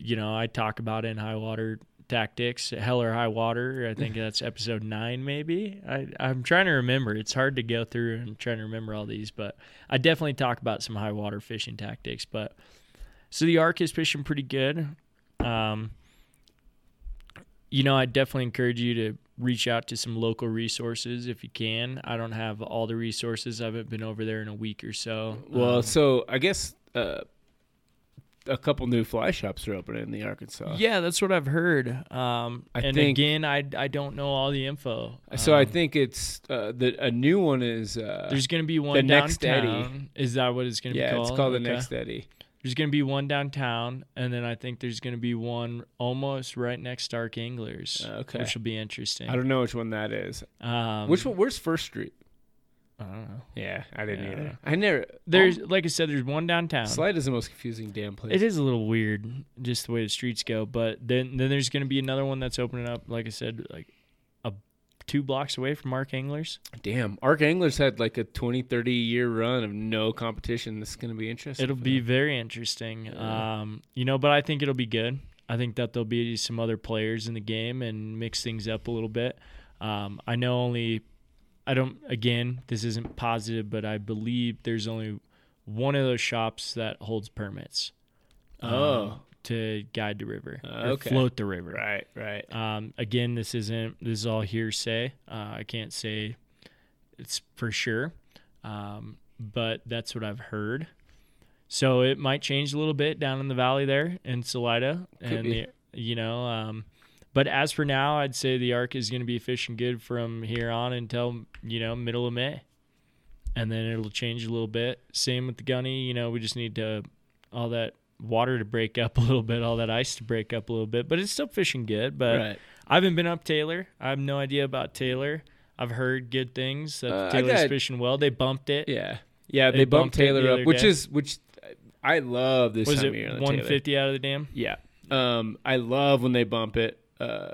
Speaker 3: you know, I talk about in high water tactics, hell or high water. I think that's episode nine, maybe. I I'm trying to remember. It's hard to go through and trying to remember all these, but I definitely talk about some high water fishing tactics. But so the arc is fishing pretty good. Um, you know, I definitely encourage you to reach out to some local resources if you can. I don't have all the resources. I haven't been over there in a week or so.
Speaker 2: Well,
Speaker 3: Um,
Speaker 2: so I guess uh, a couple new fly shops are opening in the Arkansas.
Speaker 3: yeah, that's what I've heard. Um,
Speaker 2: uh, I
Speaker 3: and
Speaker 2: think-
Speaker 3: again, I I don't know all the info.
Speaker 2: Uh, So I
Speaker 3: Um,
Speaker 2: think it's uh, the a new one is uh,
Speaker 3: there's going to be one
Speaker 2: the next
Speaker 3: downtown. Is that what it's going to
Speaker 2: yeah,
Speaker 3: be called?
Speaker 2: it's called the
Speaker 3: Okay.
Speaker 2: Next Eddy.
Speaker 3: There's going to be one downtown, and then I think there's going to be one almost right next to Ark Anglers,
Speaker 2: Uh, Okay.
Speaker 3: which will be interesting.
Speaker 2: I don't know which one that is.
Speaker 3: um,
Speaker 2: which one? Um, Where's First Street?
Speaker 3: I don't know.
Speaker 2: Yeah, I
Speaker 3: Yeah.
Speaker 2: I never.
Speaker 3: There's like I said, there's one downtown.
Speaker 2: Slide is the most confusing damn place.
Speaker 3: It is a little weird just the way the streets go, but then then there's going to be another one that's opening up. Like I said, like a two blocks away from Mark Anglers.
Speaker 2: Damn, Arc Anglers had like a 20, 30 year run of no competition. This is gonna be interesting.
Speaker 3: It'll
Speaker 2: for
Speaker 3: be
Speaker 2: them.
Speaker 3: very interesting.
Speaker 2: Yeah.
Speaker 3: Um, you know, but I think it'll be good. I think that there'll be some other players in the game and mix things up a little bit. Um, I know only I don't. Again, this isn't positive, but I believe there's only one of those shops that holds permits. um,
Speaker 2: Oh.
Speaker 3: to guide the river,
Speaker 2: Uh,
Speaker 3: or
Speaker 2: okay.
Speaker 3: float the river.
Speaker 2: Right, right.
Speaker 3: Um, again, this isn't. This is all hearsay. Uh, I can't say it's for sure, um, but that's what I've heard. So it might change a little bit down in the valley there in Salida, and
Speaker 2: be.
Speaker 3: the- you know. Um, but as for now, I'd say the arc is going to be fishing good from here on until you know middle of May, and then it'll change a little bit. Same with the gunny. You know, we just need to all that water to break up a little bit, all that ice to break up a little bit. But it's still fishing good. But
Speaker 2: right.
Speaker 3: I haven't been up Taylor. I have no idea about Taylor. I've heard good things that
Speaker 2: Uh, I
Speaker 3: Taylor's
Speaker 2: got-
Speaker 3: fishing well. They bumped it.
Speaker 2: Yeah. Yeah,
Speaker 3: They
Speaker 2: they, bumped
Speaker 3: bumped it the
Speaker 2: Taylor
Speaker 3: other
Speaker 2: up, which
Speaker 3: day.
Speaker 2: is which I love this
Speaker 3: was
Speaker 2: time
Speaker 3: it
Speaker 2: of year on the Taylor.
Speaker 3: 150 out of the dam?
Speaker 2: Yeah. Um, I love when they bump it. Uh,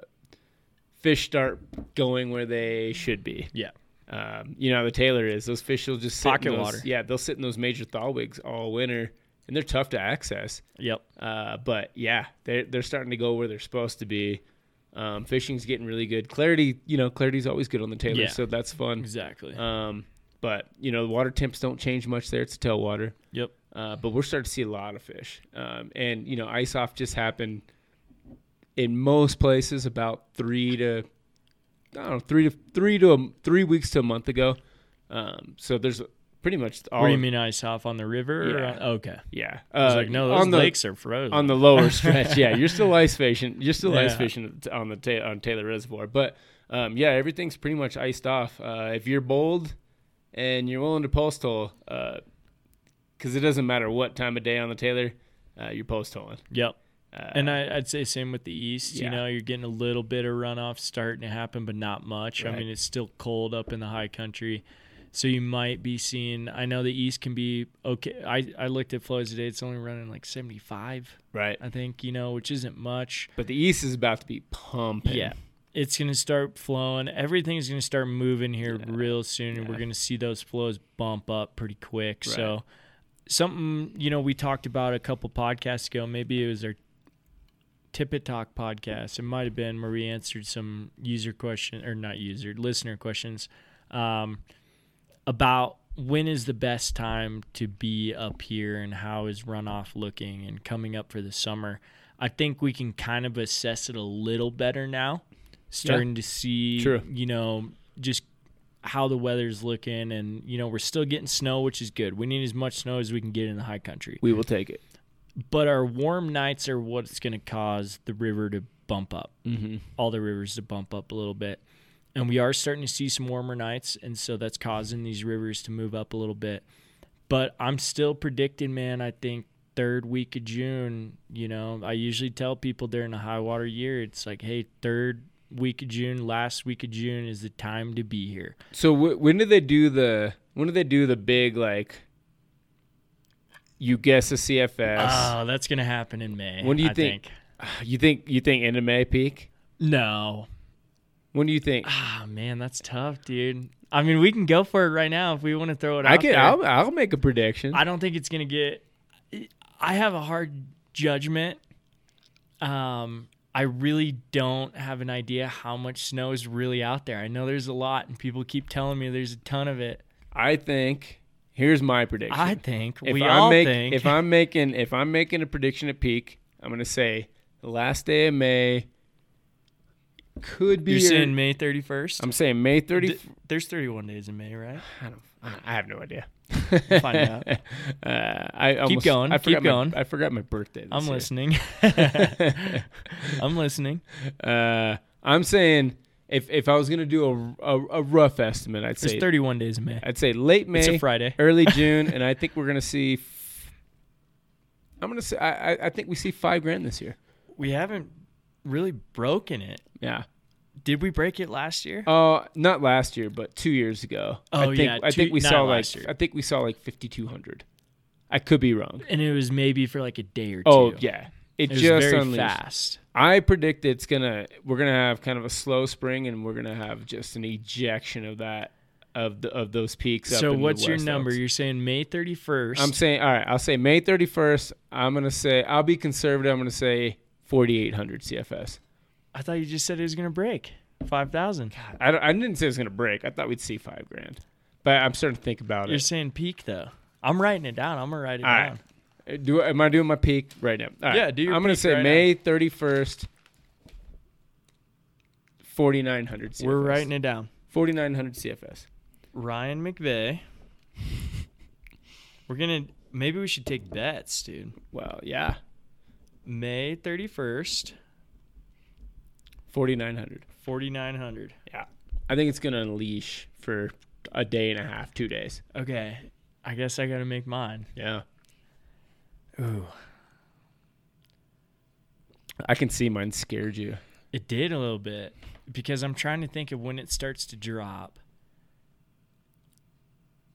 Speaker 2: fish start going where they should be.
Speaker 3: Yeah.
Speaker 2: Um, you know how the Taylor is. Those fish will just sit in
Speaker 3: Pocket
Speaker 2: those-
Speaker 3: water.
Speaker 2: Yeah, they'll sit in those major thaw wigs all winter, and they're tough to access.
Speaker 3: Yep.
Speaker 2: Uh, but yeah, they're they're starting to go where they're supposed to be. Um, fishing's getting really good. Clarity, you know, clarity's always good on the Taylor,
Speaker 3: Yeah.
Speaker 2: so that's fun.
Speaker 3: Exactly.
Speaker 2: Um, but you know, the water temps don't change much there. It's tailwater.
Speaker 3: yep.
Speaker 2: Uh, but we're starting to see a lot of fish. Um, and you know, ice off just happened in most places about three to I don't know three to three to a, three weeks to a month ago. Um, so there's pretty much all.
Speaker 3: What do you mean ice off on the river? Or
Speaker 2: Yeah.
Speaker 3: on, okay.
Speaker 2: Yeah,
Speaker 3: I was
Speaker 2: Uh,
Speaker 3: like, no, those
Speaker 2: on the,
Speaker 3: lakes are frozen.
Speaker 2: on the lower stretch. Yeah, you're still ice fishing. You're still ice
Speaker 3: Yeah.
Speaker 2: fishing on the ta- on Taylor Reservoir, but um, yeah, everything's pretty much iced off. Uh, if you're bold and you're willing to post hole, because it doesn't matter what time of day on the Taylor, uh, you're post holing.
Speaker 3: yep.
Speaker 2: Uh,
Speaker 3: And I, I'd say same with the east.
Speaker 2: yeah.
Speaker 3: You know, you're getting a little bit of runoff starting to happen, but not much. I
Speaker 2: Right.
Speaker 3: mean, it's still cold up in the high country, so you might be seeing. I know the east can be okay. I I looked at flows today; it's only running like 75,
Speaker 2: right,
Speaker 3: I think. You know, which isn't much.
Speaker 2: but the east is about to be pumping.
Speaker 3: Yeah. It's going to start flowing. Everything's going to start moving here real soon, and we're
Speaker 2: Yeah.
Speaker 3: going to see those flows bump up pretty quick. So, something, you know, we talked about a couple podcasts ago. Maybe it was our Tippet Talk podcast. It might have been where we answered some user question or not user, listener questions um, about when is the best time to be up here and how is runoff looking and coming up for the summer. I think we can kind of assess it a little better now, starting to see,
Speaker 2: True.
Speaker 3: you know, just how the weather's looking. And, you know, we're still getting snow, which is good. We need as much snow as we can get in the high country.
Speaker 2: we will take it.
Speaker 3: But our warm nights are what's going to cause the river to bump up
Speaker 2: Mm-hmm.
Speaker 3: all the rivers to bump up a little bit. And we are starting to see some warmer nights, and so that's causing these rivers to move up a little bit. But I'm still predicting, man, I think third week of June, you know, I usually tell people during a high water year, it's like, hey, third week of June, last week of June is the time to be here.
Speaker 2: So w- when do they do the when do they do the big like? You guess a CFS.
Speaker 3: Oh, that's going to happen in May.
Speaker 2: When do you
Speaker 3: I
Speaker 2: think- you think you think end of May peak?
Speaker 3: No.
Speaker 2: When do you think?
Speaker 3: Ah, man, that's tough, dude. I mean, we can go for it right now if we want to throw it out
Speaker 2: I can.
Speaker 3: there.
Speaker 2: I'll, I'll make a prediction.
Speaker 3: I don't think it's gonna get. I have a hard judgment. Um, I really don't have an idea how much snow is really out there. I know there's a lot, and people keep telling me there's a ton of it.
Speaker 2: I think. Here's my prediction.
Speaker 3: I think
Speaker 2: if
Speaker 3: we
Speaker 2: I'm
Speaker 3: all
Speaker 2: make-
Speaker 3: think.
Speaker 2: if I'm making if I'm making a prediction at peak, I'm gonna say the last day of May could be.
Speaker 3: you're
Speaker 2: your-
Speaker 3: saying May 31st,
Speaker 2: I'm saying May 30.
Speaker 3: Th- there's 31 days in May, right?
Speaker 2: I, don't, I have no idea.
Speaker 3: find out.
Speaker 2: Uh, I almost-
Speaker 3: going,
Speaker 2: I
Speaker 3: keep
Speaker 2: forgot my-
Speaker 3: going.
Speaker 2: I forgot my birthday. This
Speaker 3: I'm
Speaker 2: year.
Speaker 3: listening. I'm listening.
Speaker 2: Uh, I'm saying if if I was gonna do a, a, a rough estimate, I'd
Speaker 3: There's
Speaker 2: say
Speaker 3: 31 days in May.
Speaker 2: I'd say late May,
Speaker 3: It's a Friday.
Speaker 2: early June, and I think we're gonna see. f- I'm gonna say I, I- I think we see five grand this year.
Speaker 3: We haven't really broken it.
Speaker 2: Yeah.
Speaker 3: Did we break it last year?
Speaker 2: Uh, not last year, but two years ago. I
Speaker 3: Oh,
Speaker 2: think,
Speaker 3: yeah,
Speaker 2: I
Speaker 3: two-
Speaker 2: think we
Speaker 3: not
Speaker 2: saw
Speaker 3: last
Speaker 2: like
Speaker 3: year.
Speaker 2: I think we saw like 5,200. I could be wrong.
Speaker 3: and it was maybe for like a day or two.
Speaker 2: Oh yeah, it,
Speaker 3: It was
Speaker 2: just
Speaker 3: very
Speaker 2: unleashed.
Speaker 3: fast.
Speaker 2: I predict it's gonna we're gonna have kind of a slow spring, and we're gonna have just an ejection of that of the, of those peaks. up
Speaker 3: So
Speaker 2: in the
Speaker 3: what's your
Speaker 2: West
Speaker 3: number?
Speaker 2: Elks.
Speaker 3: You're saying May 31st.
Speaker 2: I'm saying, all right, I'll say May 31st. I'm going to say, I'll be conservative. I'm going to say 4,800 CFS.
Speaker 3: I thought you just said it was going to break. Five thousand.
Speaker 2: I, don't, I didn't say it was going to break. I thought we'd see five grand, but I'm starting to think about
Speaker 3: You're
Speaker 2: it.
Speaker 3: saying peak though. I'm writing it down. I'm gonna write it
Speaker 2: All
Speaker 3: down.
Speaker 2: right. Uh, Do am I doing my peak right now? All right.
Speaker 3: Yeah, do your
Speaker 2: I'm gonna
Speaker 3: peak
Speaker 2: say
Speaker 3: right
Speaker 2: May 31st, 4900 CFS.
Speaker 3: We're writing it down.
Speaker 2: 4900 CFS.
Speaker 3: Ryan McVeigh. We're gonna maybe we should take bets, dude.
Speaker 2: Well, yeah,
Speaker 3: May thirty first,
Speaker 2: 4900.
Speaker 3: forty nine hundred.
Speaker 2: Yeah, I think it's gonna unleash for a day and a half, two days.
Speaker 3: Okay. I guess I gotta make mine.
Speaker 2: Yeah,
Speaker 3: Ooh.
Speaker 2: I can see mine scared you.
Speaker 3: It did a little bit. Because I'm trying to think of when it starts to drop.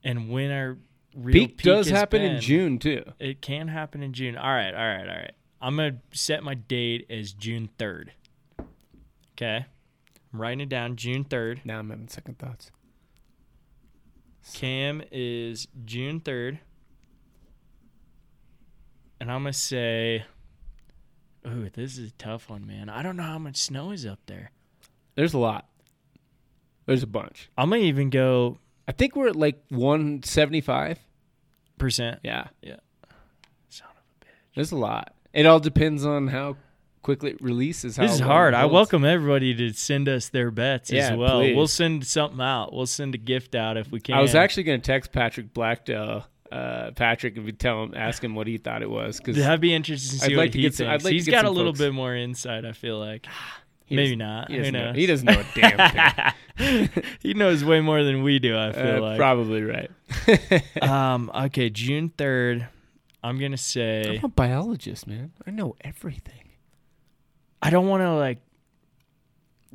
Speaker 3: And when our real
Speaker 2: Peak, does
Speaker 3: has
Speaker 2: happen in
Speaker 3: been.
Speaker 2: June too.
Speaker 3: It can happen in June. All right, all right, all right. I'm gonna set my date as June third. Okay, I'm writing it down. June third.
Speaker 2: Now I'm having second thoughts.
Speaker 3: Cam is June third, and I'm gonna say, "Ooh, this is a tough one, man. I don't know how much snow is up there.
Speaker 2: There's a lot. There's a bunch.
Speaker 3: I'm gonna even go
Speaker 2: I think we're at like 175.
Speaker 3: percent.
Speaker 2: Yeah,
Speaker 3: Son of a bitch.
Speaker 2: there's a lot. It all depends on how quickly it releases. How
Speaker 3: This is
Speaker 2: long
Speaker 3: hard.
Speaker 2: it
Speaker 3: I
Speaker 2: holds.
Speaker 3: welcome everybody to send us their bets
Speaker 2: Yeah,
Speaker 3: as well. We'll
Speaker 2: please.
Speaker 3: send something out. We'll send a gift out if we can.
Speaker 2: I was actually going to text Patrick Blackdale, uh, Patrick, and tell him, ask him what he thought it was because
Speaker 3: That'd be interesting to see
Speaker 2: I'd
Speaker 3: what
Speaker 2: like to
Speaker 3: he
Speaker 2: get some- I'd
Speaker 3: thinks.
Speaker 2: like to
Speaker 3: He's
Speaker 2: get
Speaker 3: got a
Speaker 2: some
Speaker 3: little
Speaker 2: folks- Ah,
Speaker 3: bit more insight. I feel like maybe not.
Speaker 2: He
Speaker 3: Who
Speaker 2: doesn't, know,
Speaker 3: knows?
Speaker 2: he doesn't know a damn
Speaker 3: he knows way more than we do. I
Speaker 2: thing. Uh,
Speaker 3: feel like.
Speaker 2: Probably right.
Speaker 3: Um. Okay. June third. I'm gonna say
Speaker 2: I'm a biologist, man. I know everything.
Speaker 3: I don't want to like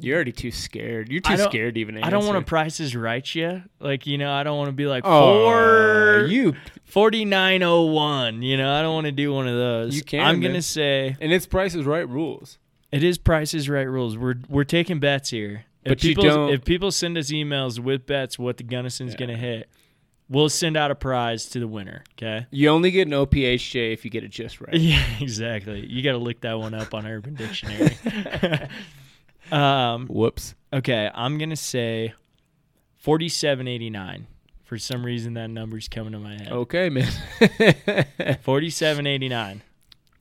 Speaker 2: You're already too scared. You're
Speaker 3: I
Speaker 2: too
Speaker 3: don't-
Speaker 2: scared to even. Answer.
Speaker 3: I don't want to prices right you. Like you know I don't want to be like
Speaker 2: Oh,
Speaker 3: four
Speaker 2: you,
Speaker 3: forty nine oh one. You know I don't want to do one of those.
Speaker 2: You can,
Speaker 3: I'm
Speaker 2: man.
Speaker 3: gonna say
Speaker 2: and it's Price is Right rules.
Speaker 3: It is prices right rules. We're we're taking bets here. If
Speaker 2: But you
Speaker 3: people
Speaker 2: don't-
Speaker 3: if people send us emails with bets what the Gunnison's
Speaker 2: Yeah.
Speaker 3: gonna hit, we'll send out a prize to the winner. Okay.
Speaker 2: You only get an OPHJ if you get it just right.
Speaker 3: Yeah, exactly. You gotta look that one up on Urban Dictionary. um
Speaker 2: Whoops.
Speaker 3: okay, I'm gonna say forty seven eighty nine. For some reason that number's coming to my head.
Speaker 2: Okay, man.
Speaker 3: Forty seven eighty nine.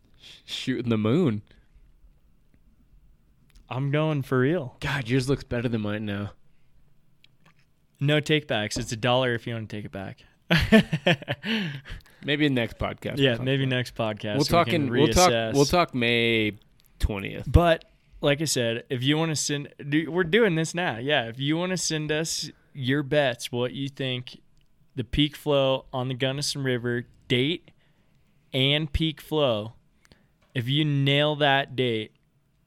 Speaker 2: Shooting the moon.
Speaker 3: I'm going for real.
Speaker 2: God, yours looks better than mine now.
Speaker 3: No take backs. It's a dollar if you want to take it back.
Speaker 2: Maybe next podcast.
Speaker 3: Yeah,
Speaker 2: we'll talk
Speaker 3: maybe
Speaker 2: about
Speaker 3: next podcast.
Speaker 2: it. We'll talk
Speaker 3: can
Speaker 2: in. We'll talk.
Speaker 3: reassess.
Speaker 2: We'll talk May twentieth.
Speaker 3: But like I said, if you want to send, do, we're doing this now. Yeah, if you want to send us your bets, what you think the peak flow on the Gunnison River date and peak flow, if you nail that date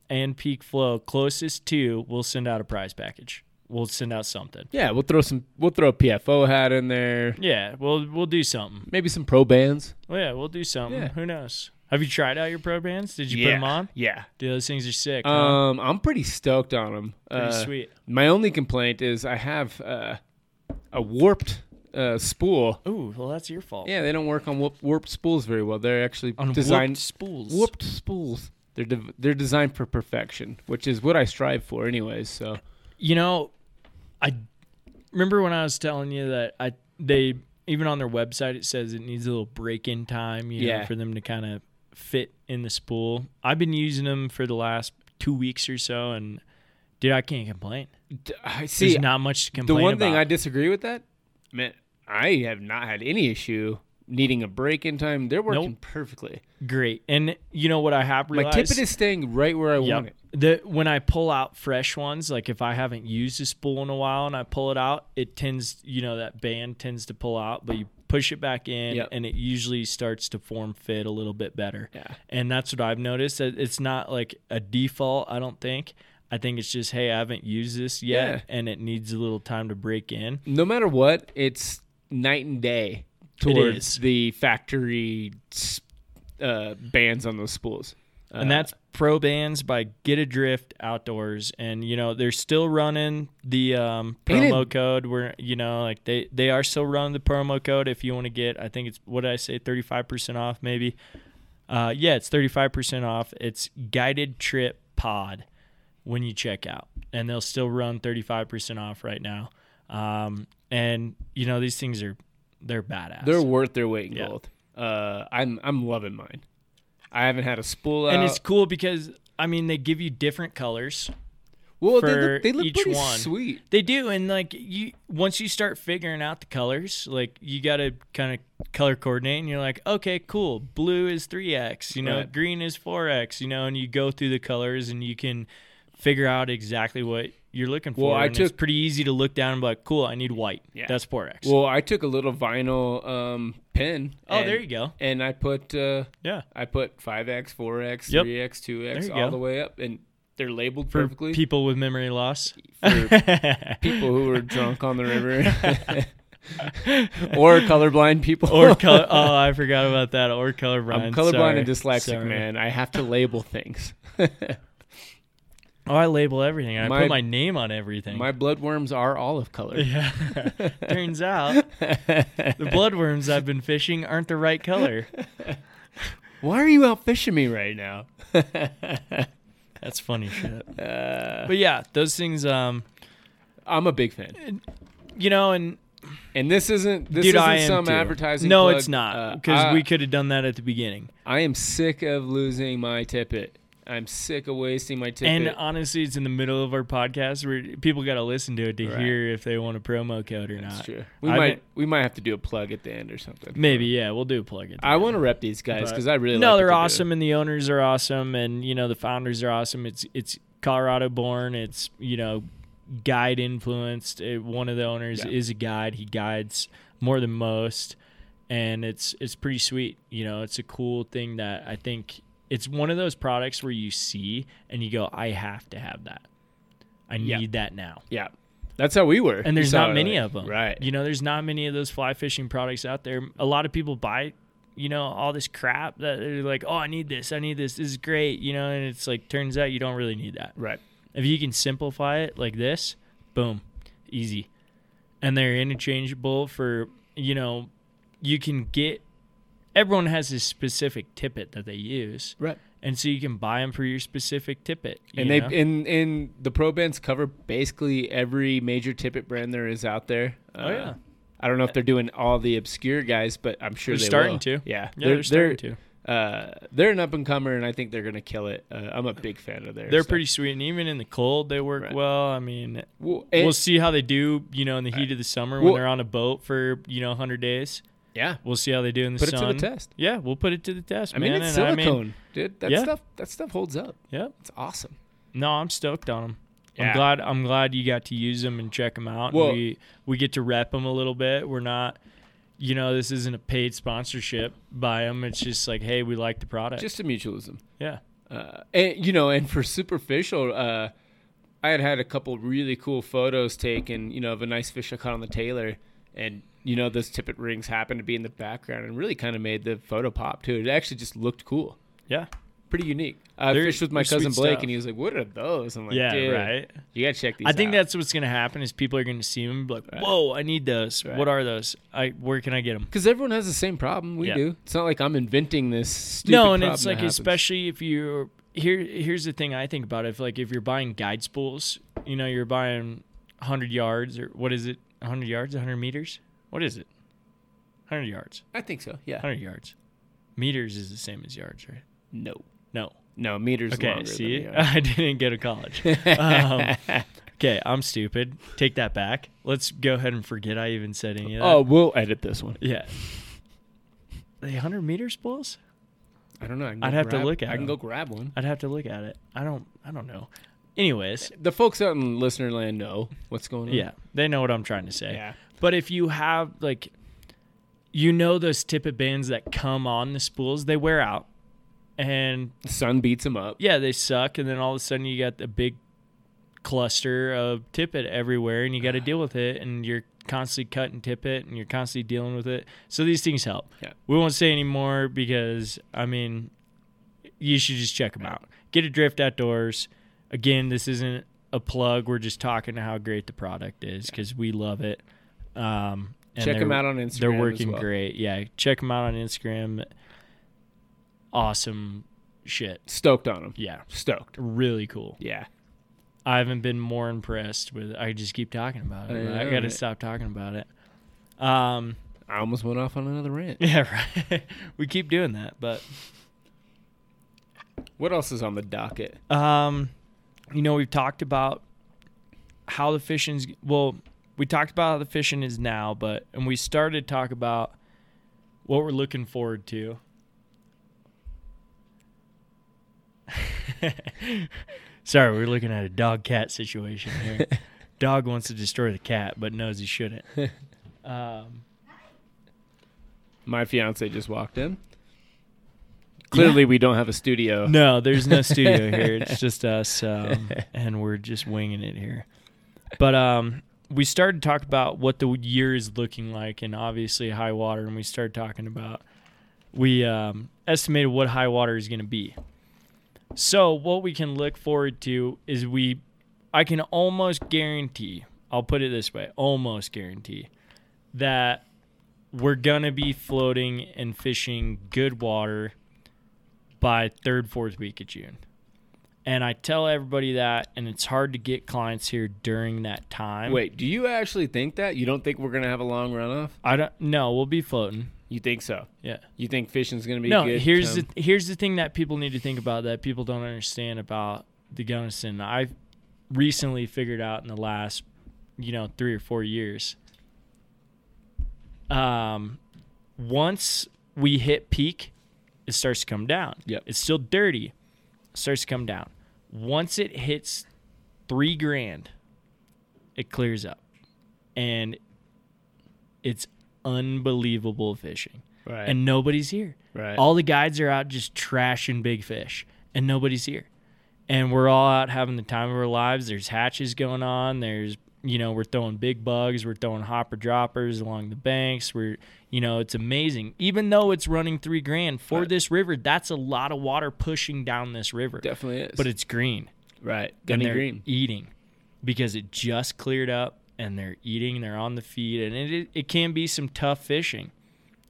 Speaker 3: and peak flow closest to, we'll send out a prize package. We'll send out something.
Speaker 2: Yeah, we'll throw some. We'll throw a PFO hat in there.
Speaker 3: Yeah, we'll we'll do something.
Speaker 2: Maybe some pro bands.
Speaker 3: Well, yeah, we'll do something.
Speaker 2: Yeah.
Speaker 3: Who knows? Have you tried out your pro bands? Did you put 'em put them on?
Speaker 2: Yeah.
Speaker 3: Dude, those things are sick. huh?
Speaker 2: Um, I'm pretty stoked on them.
Speaker 3: Pretty
Speaker 2: uh,
Speaker 3: sweet.
Speaker 2: My only complaint is I have uh, a warped uh, spool.
Speaker 3: Ooh, well, that's your fault.
Speaker 2: Yeah, they don't work on warp, warped spools very well. They're actually
Speaker 3: On
Speaker 2: designed
Speaker 3: warped spools.
Speaker 2: warped spools. They're de- they're designed for perfection, which is what I strive for, anyways. So
Speaker 3: You know, I remember when I was telling you that I they even on their website it says it needs a little break in time, you know,
Speaker 2: Yeah.
Speaker 3: for them to kind of fit in the spool. I've been using them for the last two weeks or so, and dude, I can't complain.
Speaker 2: D- I see.
Speaker 3: There's not much to
Speaker 2: The
Speaker 3: complain
Speaker 2: one
Speaker 3: about.
Speaker 2: thing I disagree with that, man, I have not had any issue needing a break in time. They're working
Speaker 3: Nope.
Speaker 2: perfecly.
Speaker 3: great, and you know what I have
Speaker 2: My
Speaker 3: realized.
Speaker 2: tippet is staying right where I want
Speaker 3: Yep.
Speaker 2: it.
Speaker 3: The when I pull out fresh ones, like if I haven't used a spool in a while and I pull it out, it tends, you know, that band tends to pull out, but you push it back in
Speaker 2: Yep.
Speaker 3: and it usually starts to form fit a little bit better.
Speaker 2: Yeah.
Speaker 3: And that's what I've noticed that it's not like a default, I don't think. I think it's just, hey, I haven't used this yet
Speaker 2: Yeah.
Speaker 3: and it needs a little time to break in.
Speaker 2: No matter what, it's night and day
Speaker 3: is.
Speaker 2: towards the factory s- uh, bands on those spools. Uh,
Speaker 3: and that's pro bands by get adrift outdoors and you know they're still running the um,
Speaker 2: And it-
Speaker 3: promo code where you know like they they are still running the promo code if you want to get i think it's what did i say 35% off maybe uh, yeah it's 35% off it's guided trip pod when you check out and they'll still run 35% off right now. Um, and you know these things are they're badass.
Speaker 2: They're worth their weight in
Speaker 3: Yeah.
Speaker 2: gold. Uh, I'm I'm loving mine. I haven't had a spool out.
Speaker 3: and it's cool because I mean they give you different colors.
Speaker 2: well, they
Speaker 3: for
Speaker 2: look, they look
Speaker 3: each
Speaker 2: pretty
Speaker 3: one.
Speaker 2: sweet.
Speaker 3: They do, and like you, once you start figuring out the colors, like you got to kind of color coordinate, and you're like, okay, cool. Blue is three x, you know,
Speaker 2: Right.
Speaker 3: green is four x, you know, and you go through the colors, and you can figure out exactly what you're looking for.
Speaker 2: Well, I
Speaker 3: and it's
Speaker 2: took-
Speaker 3: pretty easy to look down and be like, cool, I need white.
Speaker 2: Yeah.
Speaker 3: that's four x.
Speaker 2: Well, I took a little vinyl um, pen.
Speaker 3: oh,
Speaker 2: and-
Speaker 3: there you go.
Speaker 2: And I put uh,
Speaker 3: Yeah,
Speaker 2: I put five x, four x,
Speaker 3: Yep.
Speaker 2: three x, two x,
Speaker 3: There you
Speaker 2: all
Speaker 3: go.
Speaker 2: the way up, and they're labeled
Speaker 3: for
Speaker 2: perfectly
Speaker 3: people with memory loss.
Speaker 2: for people who are drunk on the river or colorblind people
Speaker 3: or color. Oh, I forgot about that. Or colorblind.
Speaker 2: I'm colorblind
Speaker 3: Sorry.
Speaker 2: and dyslexic,
Speaker 3: Sorry.
Speaker 2: man. I have to label things.
Speaker 3: Oh, I label everything. and I
Speaker 2: My-
Speaker 3: put my name on everything.
Speaker 2: My bloodworms are olive color.
Speaker 3: yeah. Turns out the bloodworms I've been fishing aren't the right color.
Speaker 2: Why are you out fishing me right now?
Speaker 3: That's funny shit.
Speaker 2: Uh,
Speaker 3: But yeah, those things. Um,
Speaker 2: I'm a big fan,
Speaker 3: you know, and
Speaker 2: and this isn't this
Speaker 3: dude,
Speaker 2: isn't
Speaker 3: I am
Speaker 2: some
Speaker 3: too.
Speaker 2: advertising.
Speaker 3: No,
Speaker 2: plug.
Speaker 3: it's not
Speaker 2: Uh,
Speaker 3: because
Speaker 2: I-
Speaker 3: we could have done that at the beginning.
Speaker 2: I am sick of losing my tippet. I'm sick of wasting my tippet.
Speaker 3: And honestly, it's in the middle of our podcast where people got to listen to it to
Speaker 2: Right.
Speaker 3: hear if they want a promo code or
Speaker 2: That's
Speaker 3: not.
Speaker 2: true. We
Speaker 3: I've
Speaker 2: might
Speaker 3: been-
Speaker 2: we might have to do a plug at the end or something.
Speaker 3: Maybe yeah, we'll do a plug it.
Speaker 2: I want to rep these guys
Speaker 3: But-
Speaker 2: because I really
Speaker 3: no,
Speaker 2: like what
Speaker 3: they're
Speaker 2: they do.
Speaker 3: awesome, and the owners are awesome, and you know the founders are awesome. It's it's Colorado born. It's you know guide influenced. It, one of the owners
Speaker 2: Yeah.
Speaker 3: is a guide. He guides more than most, and it's it's pretty sweet. You know, it's a cool thing that I think it's one of those products where you see and you go, I have to have that. I need
Speaker 2: Yeah.
Speaker 3: that now.
Speaker 2: Yeah, that's how we were.
Speaker 3: And
Speaker 2: You
Speaker 3: there's
Speaker 2: saw
Speaker 3: not
Speaker 2: it,
Speaker 3: many
Speaker 2: like-
Speaker 3: of them.
Speaker 2: Right.
Speaker 3: You know, there's not many of those fly fishing products out there. A lot of people buy, you know, all this crap that they're like, oh, I need this. I need this. This is great. You know, and it's like, turns out you don't really need that.
Speaker 2: Right.
Speaker 3: If you can simplify it like this, boom, easy. And they're interchangeable for, you know, you can get, everyone has this specific tippet that they use.
Speaker 2: Right.
Speaker 3: And so you can buy them for your specific tippet. you
Speaker 2: And they
Speaker 3: know?
Speaker 2: and and the pro bands cover basically every major tippet brand there is out there. Uh,
Speaker 3: Oh, yeah.
Speaker 2: I don't know if they're doing all the obscure guys, but I'm sure
Speaker 3: They're
Speaker 2: they
Speaker 3: starting
Speaker 2: will.
Speaker 3: to.
Speaker 2: Yeah,
Speaker 3: yeah, they're, starting to.
Speaker 2: they're, Uh, they're an up and comer, and I think they're gonna kill it. Uh, I'm a big fan of theirs.
Speaker 3: They're pretty sweet, and even in the cold, they work
Speaker 2: Right.
Speaker 3: well. I mean,
Speaker 2: Well,
Speaker 3: we'll see how they do. You know, in the heat of the summer when
Speaker 2: Well-
Speaker 3: they're on a boat for you know 100 days,
Speaker 2: yeah,
Speaker 3: we'll see how they do in the
Speaker 2: put it
Speaker 3: sun.
Speaker 2: to the test.
Speaker 3: Yeah, we'll put it to the test.
Speaker 2: I mean,
Speaker 3: man,
Speaker 2: it's
Speaker 3: and
Speaker 2: silicone, dude. That
Speaker 3: Yeah.
Speaker 2: stuff that stuff holds up.
Speaker 3: yeah,
Speaker 2: It's awesome.
Speaker 3: no, I'm stoked on them.
Speaker 2: Yeah.
Speaker 3: I'm glad. I'm glad you got to use them and check them out.
Speaker 2: Well-
Speaker 3: we we get to rep them a little bit. We're not, you know, this isn't a paid sponsorship by them. It's just like, hey, we like the product.
Speaker 2: Just a mutualism.
Speaker 3: yeah,
Speaker 2: uh, and you know, and for superficial, uh, I had had a couple really cool photos taken, you know, of a nice fish I caught on the Taylor, and you know, those tippet rings happened to be in the background, and really kind of made the photo pop too. It actually just looked cool,
Speaker 3: yeah,
Speaker 2: pretty unique. I
Speaker 3: They're-
Speaker 2: fished with my
Speaker 3: they're sweet
Speaker 2: cousin Blake,
Speaker 3: stuff.
Speaker 2: and he was like, "What are those?" I'm like,
Speaker 3: yeah,
Speaker 2: "Dude,
Speaker 3: right.
Speaker 2: you gotta check these."
Speaker 3: I think
Speaker 2: out."
Speaker 3: that's what's gonna happen is people are gonna see them and be like, "Whoa, I need those. What are those? I where can I get them?"
Speaker 2: because everyone has the same problem we
Speaker 3: Yeah.
Speaker 2: do. It's not like I'm inventing this. Stupid
Speaker 3: No, and
Speaker 2: problem
Speaker 3: it's
Speaker 2: that
Speaker 3: like
Speaker 2: happens.
Speaker 3: especially if you're here. Here's the thing I think about: if like if you're buying guide spools, you know, you're buying 100 yards or what is it? 100 yards, 100 meters? What is it? 100 yards,
Speaker 2: I think so. Yeah.
Speaker 3: 100 yards. Meters is the same as yards, right?
Speaker 2: No.
Speaker 3: No.
Speaker 2: No meters.
Speaker 3: Okay,
Speaker 2: longer than
Speaker 3: see,
Speaker 2: they are.
Speaker 3: I didn't go to college. um, okay, I'm stupid. Take that back. Let's go ahead and forget I even said any of that.
Speaker 2: Oh, we'll edit this one.
Speaker 3: Yeah. The 100 meter spools?
Speaker 2: I don't know. I can
Speaker 3: I'd
Speaker 2: go
Speaker 3: have to
Speaker 2: grab-
Speaker 3: look at
Speaker 2: I can
Speaker 3: 'em.
Speaker 2: go grab one.
Speaker 3: I'd have to look at it. I don't I don't know. Anyways,
Speaker 2: The folks out in listener land know what's going on.
Speaker 3: yeah, they know what I'm trying to say.
Speaker 2: Yeah.
Speaker 3: But if you have like you know those tippet bands that come on the spools, they wear out. And
Speaker 2: The sun beats them up.
Speaker 3: yeah, they suck and then all of a sudden you got a big cluster of tippet everywhere and you got to deal with it and you're constantly cutting tippet and you're constantly dealing with it. So these things help.
Speaker 2: Yeah.
Speaker 3: We won't say any more because I mean you should just check them out. Get a drift outdoors. Again, this isn't a plug. We're just talking to how great the product is because we love it. Um, and
Speaker 2: Check 'em
Speaker 3: they're-
Speaker 2: out on Instagram
Speaker 3: They're
Speaker 2: as
Speaker 3: working
Speaker 2: well.
Speaker 3: great. Yeah, check them out on Instagram. Awesome shit.
Speaker 2: Stoked on them.
Speaker 3: Yeah,
Speaker 2: Stoked.
Speaker 3: really cool.
Speaker 2: Yeah.
Speaker 3: I haven't been more impressed with. I just keep talking about it.
Speaker 2: I
Speaker 3: but I,
Speaker 2: know,
Speaker 3: got to
Speaker 2: right?
Speaker 3: stop talking about it. Um,
Speaker 2: I almost went off on another rant.
Speaker 3: yeah, right. we keep doing that, but
Speaker 2: What else is on the docket?
Speaker 3: Um, you know, we've talked about how the fishing's well, we talked about how the fishing is now, but and we started to talk about what we're looking forward to. Sorry, we're looking at a dog cat situation here. dog wants to destroy the cat, but knows he shouldn't. Um,
Speaker 2: My fiance just walked in. Clearly, we don't have a studio.
Speaker 3: No, there's no studio here. It's just us, um, and we're just winging it here. But um, we started to talk about what the year is looking like, and obviously high water. And we started talking about we um, estimated what high water is going to be. So what we can look forward to is we, I can almost guarantee. I'll put it this way: almost guarantee that we're gonna be floating and fishing good water by third fourth week of June. And I tell everybody that, and it's hard to get clients here during that time.
Speaker 2: Wait, do you actually think that? You don't think we're gonna have a long runoff?
Speaker 3: I don't. No, we'll be floating.
Speaker 2: You think so?
Speaker 3: Yeah.
Speaker 2: You think fishing's gonna be
Speaker 3: No,
Speaker 2: good?
Speaker 3: here's
Speaker 2: come-
Speaker 3: the here's the thing that people need to think about that people don't understand about the Gunnison. I've recently figured out in the last, you know, three or four years. Um, once we hit peak, it starts to come down.
Speaker 2: Yep.
Speaker 3: It's still dirty. It starts to come down. Once it hits three grand, it clears up. And it's unbelievable fishing.
Speaker 2: right.
Speaker 3: And nobody's here.
Speaker 2: right.
Speaker 3: All the guides are out just trashing big fish, and nobody's here. And we're all out having the time of our lives. There's hatches going on. There's, you know, we're throwing big bugs. We're throwing hopper droppers along the banks. We're, you know, it's amazing. Even though it's running three grand for
Speaker 2: Right.
Speaker 3: this river, that's a lot of water pushing down this river.
Speaker 2: Definitely is.
Speaker 3: But it's green.
Speaker 2: right.
Speaker 3: and
Speaker 2: Gunny
Speaker 3: they're e
Speaker 2: green.
Speaker 3: eating because it just cleared up and they're eating they're on the feed and it, it, it can be some tough fishing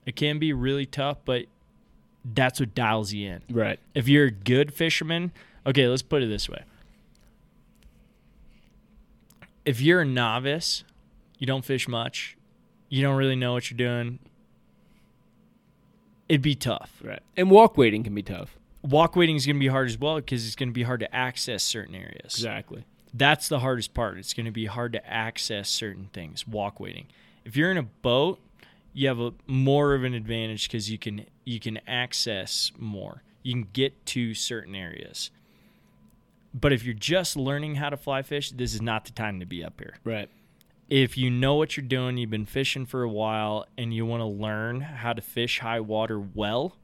Speaker 3: it can be really tough but that's what dials you in
Speaker 2: Right.
Speaker 3: if you're a good fisherman okay let's put it this way if you're a novice you don't fish much you don't really know what you're doing it'd be tough
Speaker 2: Right. And walk waiting can be tough.
Speaker 3: walk waiting is going to be hard as well because it's going to be hard to access certain areas
Speaker 2: Exactly.
Speaker 3: that's the hardest part. It's going to be hard to access certain things, walk waiting. If you're in a boat, you have a more of an advantage cuz you can you can access more. You can get to certain areas. But if you're just learning how to fly fish, this is not the time to be up here.
Speaker 2: Right.
Speaker 3: If you know what you're doing, you've been fishing for a while and you want to learn how to fish high water well,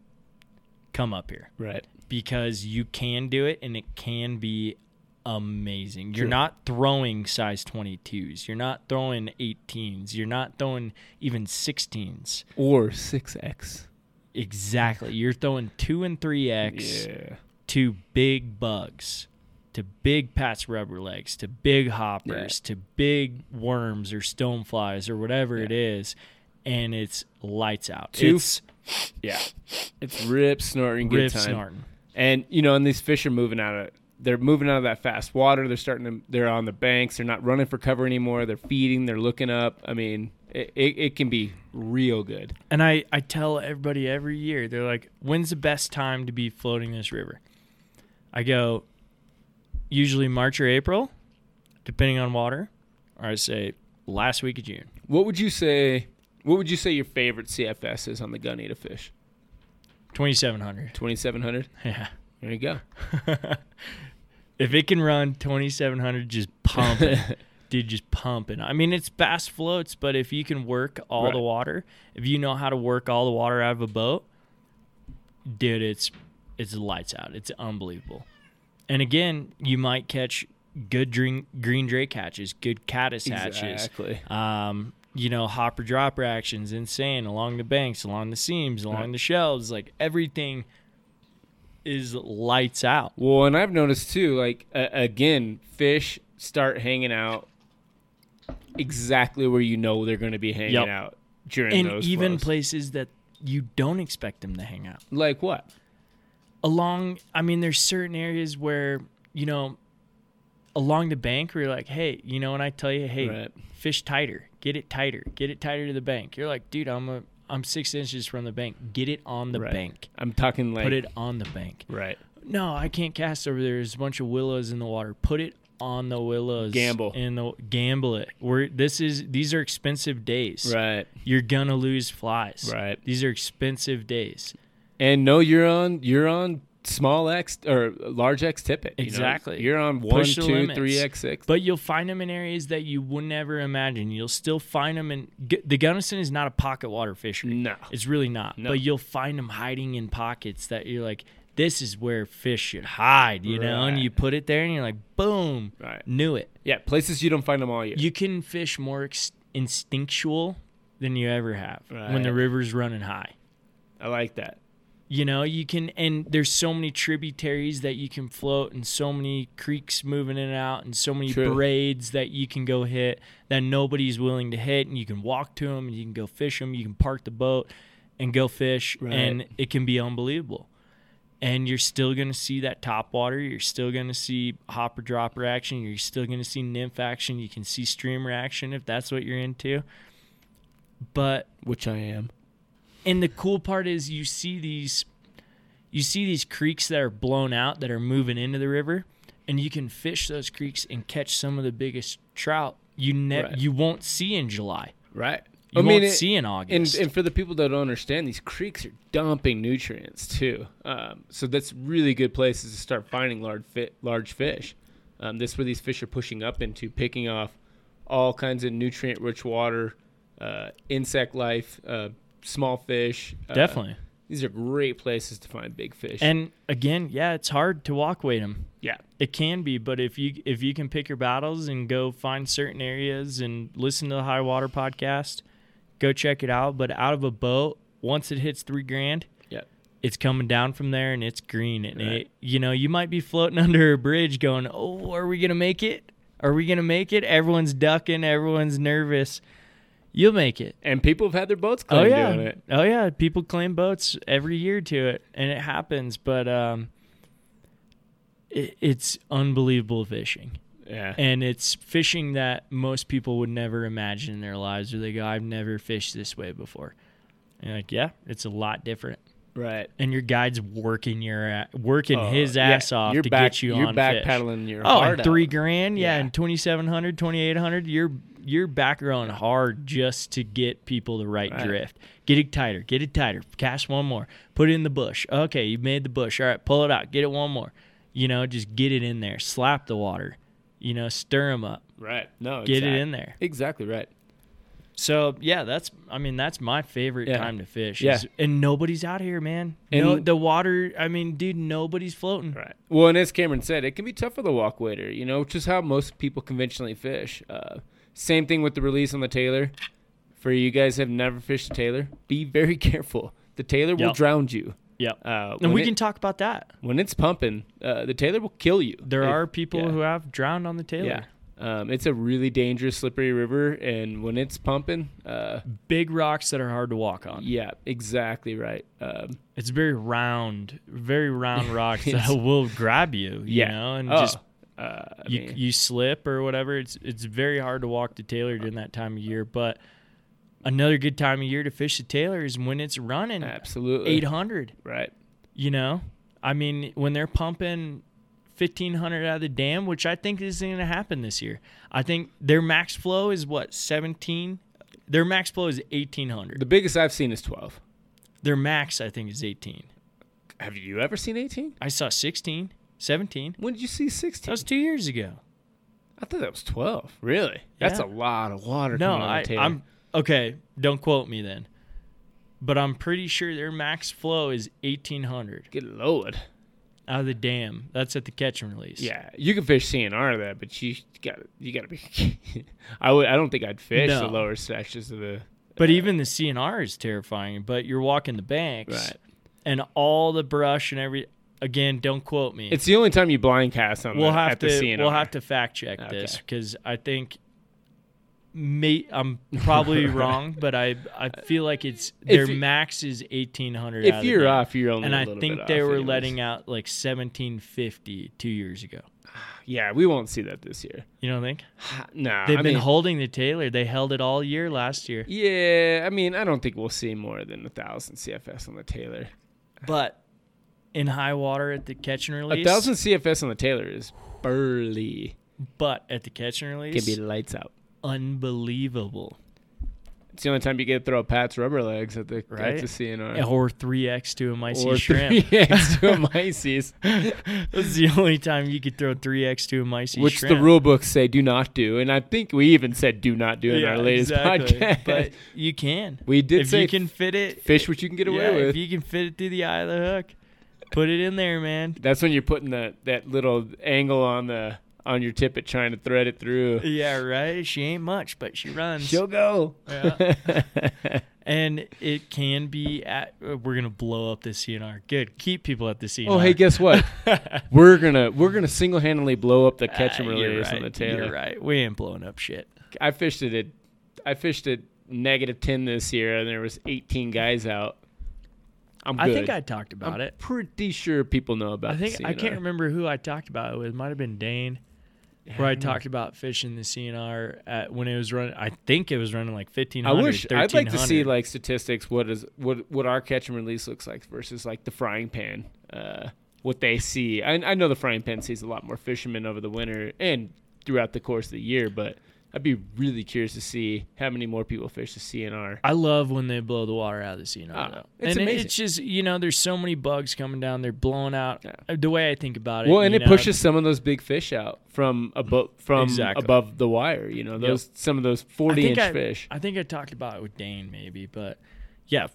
Speaker 3: come up here
Speaker 2: Right.
Speaker 3: because you can do it and it can be amazing. You're
Speaker 2: Sure.
Speaker 3: not throwing size 22s. You're not throwing 18s. You're not throwing even 16s.
Speaker 2: Or six X.
Speaker 3: Exactly. You're throwing 2 and 3x
Speaker 2: Yeah.
Speaker 3: to big bugs, to big Pat's rubber legs, to big hoppers, to big worms or stoneflies or whatever it is. And it's lights out.
Speaker 2: Two-
Speaker 3: it's
Speaker 2: Yeah. It's rip snorting good
Speaker 3: rip
Speaker 2: time.
Speaker 3: snorting.
Speaker 2: and you know, and these fish are moving out of they're moving out of that fast water. They're starting to they're on the banks. They're not running for cover anymore. They're feeding. They're looking up. I mean, it, it, it can be real good.
Speaker 3: And I, I tell everybody every year, they're like, when's the best time to be floating this river? I go, usually March or April, depending on water. Or I say, last week of June.
Speaker 2: What would you say? What would you say your favorite CFS is on the gunny to fish?
Speaker 3: 2,700.
Speaker 2: Twenty seven hundred.
Speaker 3: Yeah.
Speaker 2: There you go.
Speaker 3: if it can run 2,700, just pump it. Dude, just pumping. I mean, it's fast floats, but if you can work all the
Speaker 2: Right.
Speaker 3: water, if you know how to work all the water out of a boat, dude, it's it's lights out. It's unbelievable. And again, you might catch good green green drake hatches, good caddis hatches,
Speaker 2: Exactly.
Speaker 3: um, you know, hopper dropper actions in sand along the banks, along the seams, along
Speaker 2: Right.
Speaker 3: the shelves. Like everything is lights out.
Speaker 2: Well, and I've noticed too. Like uh, again, fish start hanging out exactly where you know they're going to be hanging
Speaker 3: Yep.
Speaker 2: out during
Speaker 3: And
Speaker 2: those
Speaker 3: even
Speaker 2: flows.
Speaker 3: places that you don't expect them to hang out.
Speaker 2: like what?
Speaker 3: along i mean there's certain areas where you know along the bank where you're like, hey, you know, when I tell you, hey,
Speaker 2: Right.
Speaker 3: fish tighter, get it tighter, get it tighter to the bank. You're like, dude, I'm a, I'm six inches from the bank. Get it on the
Speaker 2: Right.
Speaker 3: bank.
Speaker 2: I'm talking like
Speaker 3: Put it on the bank.
Speaker 2: right.
Speaker 3: No, I can't cast over there. There's a bunch of willows in the water. Put it on the willows.
Speaker 2: Gamble.
Speaker 3: in the gamble it. We're this is these are expensive days.
Speaker 2: Right.
Speaker 3: You're gonna lose flies.
Speaker 2: Right.
Speaker 3: These are expensive days.
Speaker 2: And no, you're on you're on small X or large X tippet. you know.
Speaker 3: Exactly.
Speaker 2: You're on one,
Speaker 3: Push the
Speaker 2: two,
Speaker 3: limits.
Speaker 2: three X six.
Speaker 3: But you'll find them in areas that you would never imagine. You'll still find them in G- the Gunnison is not a pocket water fishery.
Speaker 2: no.
Speaker 3: It's really not.
Speaker 2: No.
Speaker 3: But you'll find them hiding in pockets that you're like, this is where fish should hide, you know? And
Speaker 2: Right.
Speaker 3: you put it there and you're like, boom,
Speaker 2: Right.
Speaker 3: knew it.
Speaker 2: Yeah, places you don't find them all year.
Speaker 3: You can fish more ex- instinctual than you ever have when the
Speaker 2: Right.
Speaker 3: river's running high.
Speaker 2: I like that.
Speaker 3: You know, you can, and there's so many tributaries that you can float, and so many creeks moving in and out, and so many
Speaker 2: True.
Speaker 3: braids that you can go hit that nobody's willing to hit, and you can walk to them, and you can go fish them, you can park the boat, and go fish,
Speaker 2: Right.
Speaker 3: and it can be unbelievable. And you're still gonna see that top water, you're still gonna see hopper dropper action, you're still gonna see nymph action, you can see streamer action if that's what you're into. But
Speaker 2: Which I am.
Speaker 3: and the cool part is you see these you see these creeks that are blown out that are moving into the river and you can fish those creeks and catch some of the biggest trout you ne-
Speaker 2: Right.
Speaker 3: you won't see in July.
Speaker 2: Right.
Speaker 3: You won't
Speaker 2: it-
Speaker 3: see in
Speaker 2: and,
Speaker 3: August.
Speaker 2: and for the people that don't understand, these creeks are dumping nutrients too. Um, so that's really good places to start finding large fi- large fish. Um, that's where these fish are pushing up into, picking off all kinds of nutrient rich water, uh, insect life, uh, small fish. Uh,
Speaker 3: Definitely.
Speaker 2: these are great places to find big fish.
Speaker 3: And again, yeah, it's hard to walk weight them.
Speaker 2: yeah,
Speaker 3: It can be, but if you if you can pick your battles and go find certain areas and listen to the High Water podcast, go check it out. But out of a boat, once it hits three grand,
Speaker 2: yeah,
Speaker 3: it's coming down from there and it's green and
Speaker 2: Right.
Speaker 3: it, you know you might be floating under a bridge going oh are we gonna make it are we gonna make it everyone's ducking everyone's nervous you'll make it
Speaker 2: and people have had their boats
Speaker 3: oh
Speaker 2: clean
Speaker 3: yeah
Speaker 2: doing it.
Speaker 3: oh yeah people claim boats every year to it and it happens but um it, it's unbelievable fishing
Speaker 2: Yeah,
Speaker 3: and it's fishing that most people would never imagine in their lives where they go i've never fished this way before and you're like yeah it's a lot different
Speaker 2: right.
Speaker 3: and your guide's working your a- working
Speaker 2: Uh,
Speaker 3: his
Speaker 2: yeah,
Speaker 3: ass off
Speaker 2: you're
Speaker 3: to
Speaker 2: back,
Speaker 3: get you
Speaker 2: you're
Speaker 3: on
Speaker 2: back
Speaker 3: fish.
Speaker 2: paddling your
Speaker 3: oh,
Speaker 2: heart
Speaker 3: and three
Speaker 2: out.
Speaker 3: grand, yeah,
Speaker 2: Yeah.
Speaker 3: and 2700, 2800, you're you're back rowing hard just to get people the right,
Speaker 2: Right.
Speaker 3: drift. Get it tighter, get it tighter. Cast one more. Put it in the bush. Okay, you made the bush. All right, pull it out. Get it one more. You know, just get it in there. Slap the water. You know, stir them up.
Speaker 2: right. No,
Speaker 3: Get
Speaker 2: exact-
Speaker 3: it in there.
Speaker 2: Exactly right.
Speaker 3: So yeah, that's I mean that's my favorite
Speaker 2: Yeah.
Speaker 3: time to fish.
Speaker 2: Yeah.
Speaker 3: is- and nobody's out here, man. no,
Speaker 2: And-
Speaker 3: the water. I mean, dude, nobody's floating.
Speaker 2: Right. Well, and as Cameron said, it can be tough for the walk wader, you know, which is how most people conventionally fish. Uh, same thing with the release on the Taylor. For you guys who have never fished a Taylor, be very careful. The Taylor will
Speaker 3: Yep.
Speaker 2: drown you.
Speaker 3: Yeah.
Speaker 2: Uh,
Speaker 3: and
Speaker 2: when
Speaker 3: we
Speaker 2: it-
Speaker 3: can talk about that.
Speaker 2: when it's pumping, uh, the Taylor will kill you.
Speaker 3: There
Speaker 2: If-
Speaker 3: are people
Speaker 2: yeah.
Speaker 3: who have drowned on the Taylor.
Speaker 2: Yeah. Um, it's a really dangerous, slippery river, and when it's pumping, uh,
Speaker 3: Big rocks that are hard to walk on.
Speaker 2: yeah, exactly right. Um,
Speaker 3: It's very round, very round rocks that will grab you, you
Speaker 2: yeah.
Speaker 3: know, and
Speaker 2: Oh,
Speaker 3: just
Speaker 2: uh, I
Speaker 3: you,
Speaker 2: mean,
Speaker 3: you slip or whatever. It's it's very hard to walk the Taylor during that time of year, but another good time of year to fish the Taylor is when it's running
Speaker 2: absolutely
Speaker 3: 800,
Speaker 2: right.
Speaker 3: you know? I mean, when they're pumping 1500 out of the dam, which I think is going to happen this year. I think their max flow is what, 17? Their max flow is 1800.
Speaker 2: The biggest I've seen is twelve.
Speaker 3: Their max, I think, is 18.
Speaker 2: Have you ever seen eighteen?
Speaker 3: I saw 16, 17.
Speaker 2: When did you see
Speaker 3: That
Speaker 2: 16?
Speaker 3: was two years ago.
Speaker 2: I thought that was 12. Really? That's
Speaker 3: Yeah.
Speaker 2: a lot of water.
Speaker 3: No,
Speaker 2: coming out
Speaker 3: I,
Speaker 2: of Taylor.
Speaker 3: I'm okay. Don't quote me then, but I'm pretty sure their max flow is 1800
Speaker 2: Good lord.
Speaker 3: out of the dam. That's at the catch and release.
Speaker 2: Yeah, you can fish CNR to that, but you got you got to be. I would. I don't think I'd fish the
Speaker 3: No.
Speaker 2: lower sections of the.
Speaker 3: But even the CNR is terrifying. But you're walking the banks,
Speaker 2: Right.
Speaker 3: and all the brush and every. Again, don't quote me.
Speaker 2: It's the only time you blind cast on.
Speaker 3: we'll
Speaker 2: the,
Speaker 3: have
Speaker 2: at
Speaker 3: to
Speaker 2: the CNR.
Speaker 3: we'll have to fact check
Speaker 2: Okay.
Speaker 3: this because I think. Mate, I'm probably wrong, but I I feel like it's their
Speaker 2: you-
Speaker 3: max is 1800. out
Speaker 2: If
Speaker 3: of the
Speaker 2: you're
Speaker 3: dam.
Speaker 2: off, you're only.
Speaker 3: and
Speaker 2: I
Speaker 3: I think they were letting out like 1750 two years ago.
Speaker 2: Yeah, we won't see that this year.
Speaker 3: You don't think?
Speaker 2: Nah,
Speaker 3: They've
Speaker 2: I
Speaker 3: been
Speaker 2: mean,
Speaker 3: holding the Taylor. They held it all year last year.
Speaker 2: Yeah, I mean, I don't think we'll see more than a thousand CFS on the Taylor.
Speaker 3: But in high water at the catch and
Speaker 2: A
Speaker 3: release.
Speaker 2: thousand CFS on the Taylor is burly.
Speaker 3: But at the catch and
Speaker 2: Can
Speaker 3: release.
Speaker 2: be lights out.
Speaker 3: unbelievable.
Speaker 2: It's the only time you get to throw Pat's rubber legs at the
Speaker 3: Right?
Speaker 2: at the CNR.
Speaker 3: Or 3X to a Micey
Speaker 2: or
Speaker 3: shrimp.
Speaker 2: three eggs to a Mises,
Speaker 3: That's the only time you could throw 3X to a Micey
Speaker 2: which
Speaker 3: shrimp.
Speaker 2: the rule books say do not do, and I think we even said do not do in our latest podcast.
Speaker 3: But you can.
Speaker 2: we did
Speaker 3: if
Speaker 2: say
Speaker 3: you can fit it,
Speaker 2: fish what you can get away
Speaker 3: yeah,
Speaker 2: with.
Speaker 3: If you can fit it through the eye of the hook, put it in there, man.
Speaker 2: That's when you're putting the that little angle on the on your tippet, trying to thread it through.
Speaker 3: Yeah, right. She ain't much, but she runs.
Speaker 2: She'll go.
Speaker 3: Yeah. and it can be at. uh, We're gonna blow up the CNR. Good. Keep people at the CNR.
Speaker 2: oh, hey, guess what? we're gonna we're gonna single handedly blow up the catch and
Speaker 3: Ah, you're
Speaker 2: release
Speaker 3: right,
Speaker 2: on the tail.
Speaker 3: You're right. We ain't blowing up shit.
Speaker 2: I fished it at I fished at negative ten this year, and there was eighteen guys out. I'm good.
Speaker 3: I think I talked about
Speaker 2: I'm
Speaker 3: it.
Speaker 2: pretty sure people know about.
Speaker 3: I think
Speaker 2: the
Speaker 3: I can't
Speaker 2: CNR.
Speaker 3: remember who I talked about it with. It might have been Dane, where I talked about fishing the CNR at when it was running. I think it was running like fifteen
Speaker 2: I
Speaker 3: hundred.
Speaker 2: wish I'd like to see like statistics. What is what what our catch and release looks like versus like the frying pan. Uh, what they see. I, I know the frying pan sees a lot more fishermen over the winter and throughout the course of the year, but I'd be really curious to see how many more people fish the CNR.
Speaker 3: I love when they blow the water out of the CNR.
Speaker 2: Ah,
Speaker 3: though.
Speaker 2: it's
Speaker 3: and it-
Speaker 2: amazing.
Speaker 3: It's just you know, there's so many bugs coming down. They're blowing out.
Speaker 2: Yeah.
Speaker 3: uh, The way I think about it.
Speaker 2: Well, and
Speaker 3: you
Speaker 2: it
Speaker 3: know,
Speaker 2: pushes some of those big fish out from above from
Speaker 3: Exactly.
Speaker 2: above the wire. You know those some of those forty inch
Speaker 3: I,
Speaker 2: fish.
Speaker 3: I think I talked about it with Dane maybe, but yeah,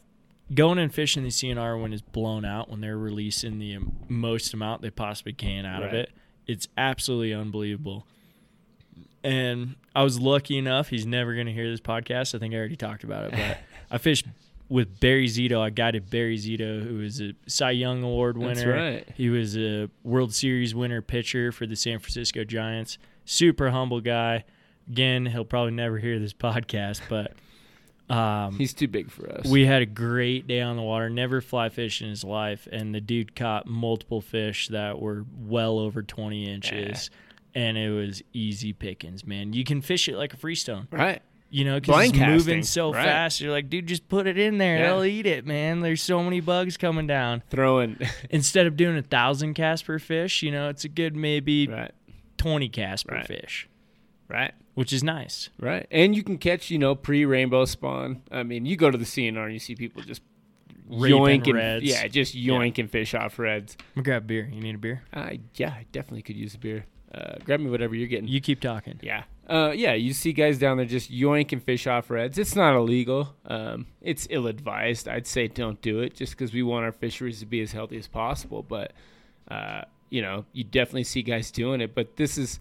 Speaker 3: going and fishing the CNR when it's blown out, when they're releasing the am- most amount they possibly can out of
Speaker 2: Right.
Speaker 3: it, it's absolutely unbelievable. And I was lucky enough; he's never going to hear this podcast. I think I already talked about it, but I fished with Barry Zito. I guided Barry Zito, who is a Cy Young Award winner.
Speaker 2: That's right.
Speaker 3: He was a World Series winner pitcher for the San Francisco Giants. Super humble guy. Again, he'll probably never hear this podcast, but um,
Speaker 2: He's too big for us.
Speaker 3: we had a great day on the water. Never fly fished in his life, and the dude caught multiple fish that were well over 20 inches.
Speaker 2: Eh.
Speaker 3: And it was easy pickings, man. You can fish it like a freestone,
Speaker 2: right.
Speaker 3: you know, because
Speaker 2: Blind
Speaker 3: it's moving
Speaker 2: casting,
Speaker 3: so
Speaker 2: right.
Speaker 3: fast. You're like, dude, just put it in there.
Speaker 2: Yeah.
Speaker 3: They'll eat it, man. There's so many bugs coming down
Speaker 2: Throwing
Speaker 3: instead of doing a thousand casts per fish, you know, it's a good maybe
Speaker 2: right,
Speaker 3: twenty casts per
Speaker 2: Right.
Speaker 3: fish,
Speaker 2: right,
Speaker 3: which is nice.
Speaker 2: right, and you can catch you know pre rainbow spawn. I mean, you go to the CNR and you see people just
Speaker 3: Raping
Speaker 2: yoinking,
Speaker 3: reds.
Speaker 2: yeah, just yoinking fish off reds.
Speaker 3: I'm gonna grab a beer. You need a beer?
Speaker 2: Uh, yeah, I definitely could use a beer. Uh, grab me whatever you're getting.
Speaker 3: You keep talking.
Speaker 2: Yeah. Uh, yeah, you see guys down there just yoinking fish off reds. It's not illegal. Um, it's ill advised. I'd say don't do it just because we want our fisheries to be as healthy as possible. But, uh, you know, you definitely see guys doing it. But this is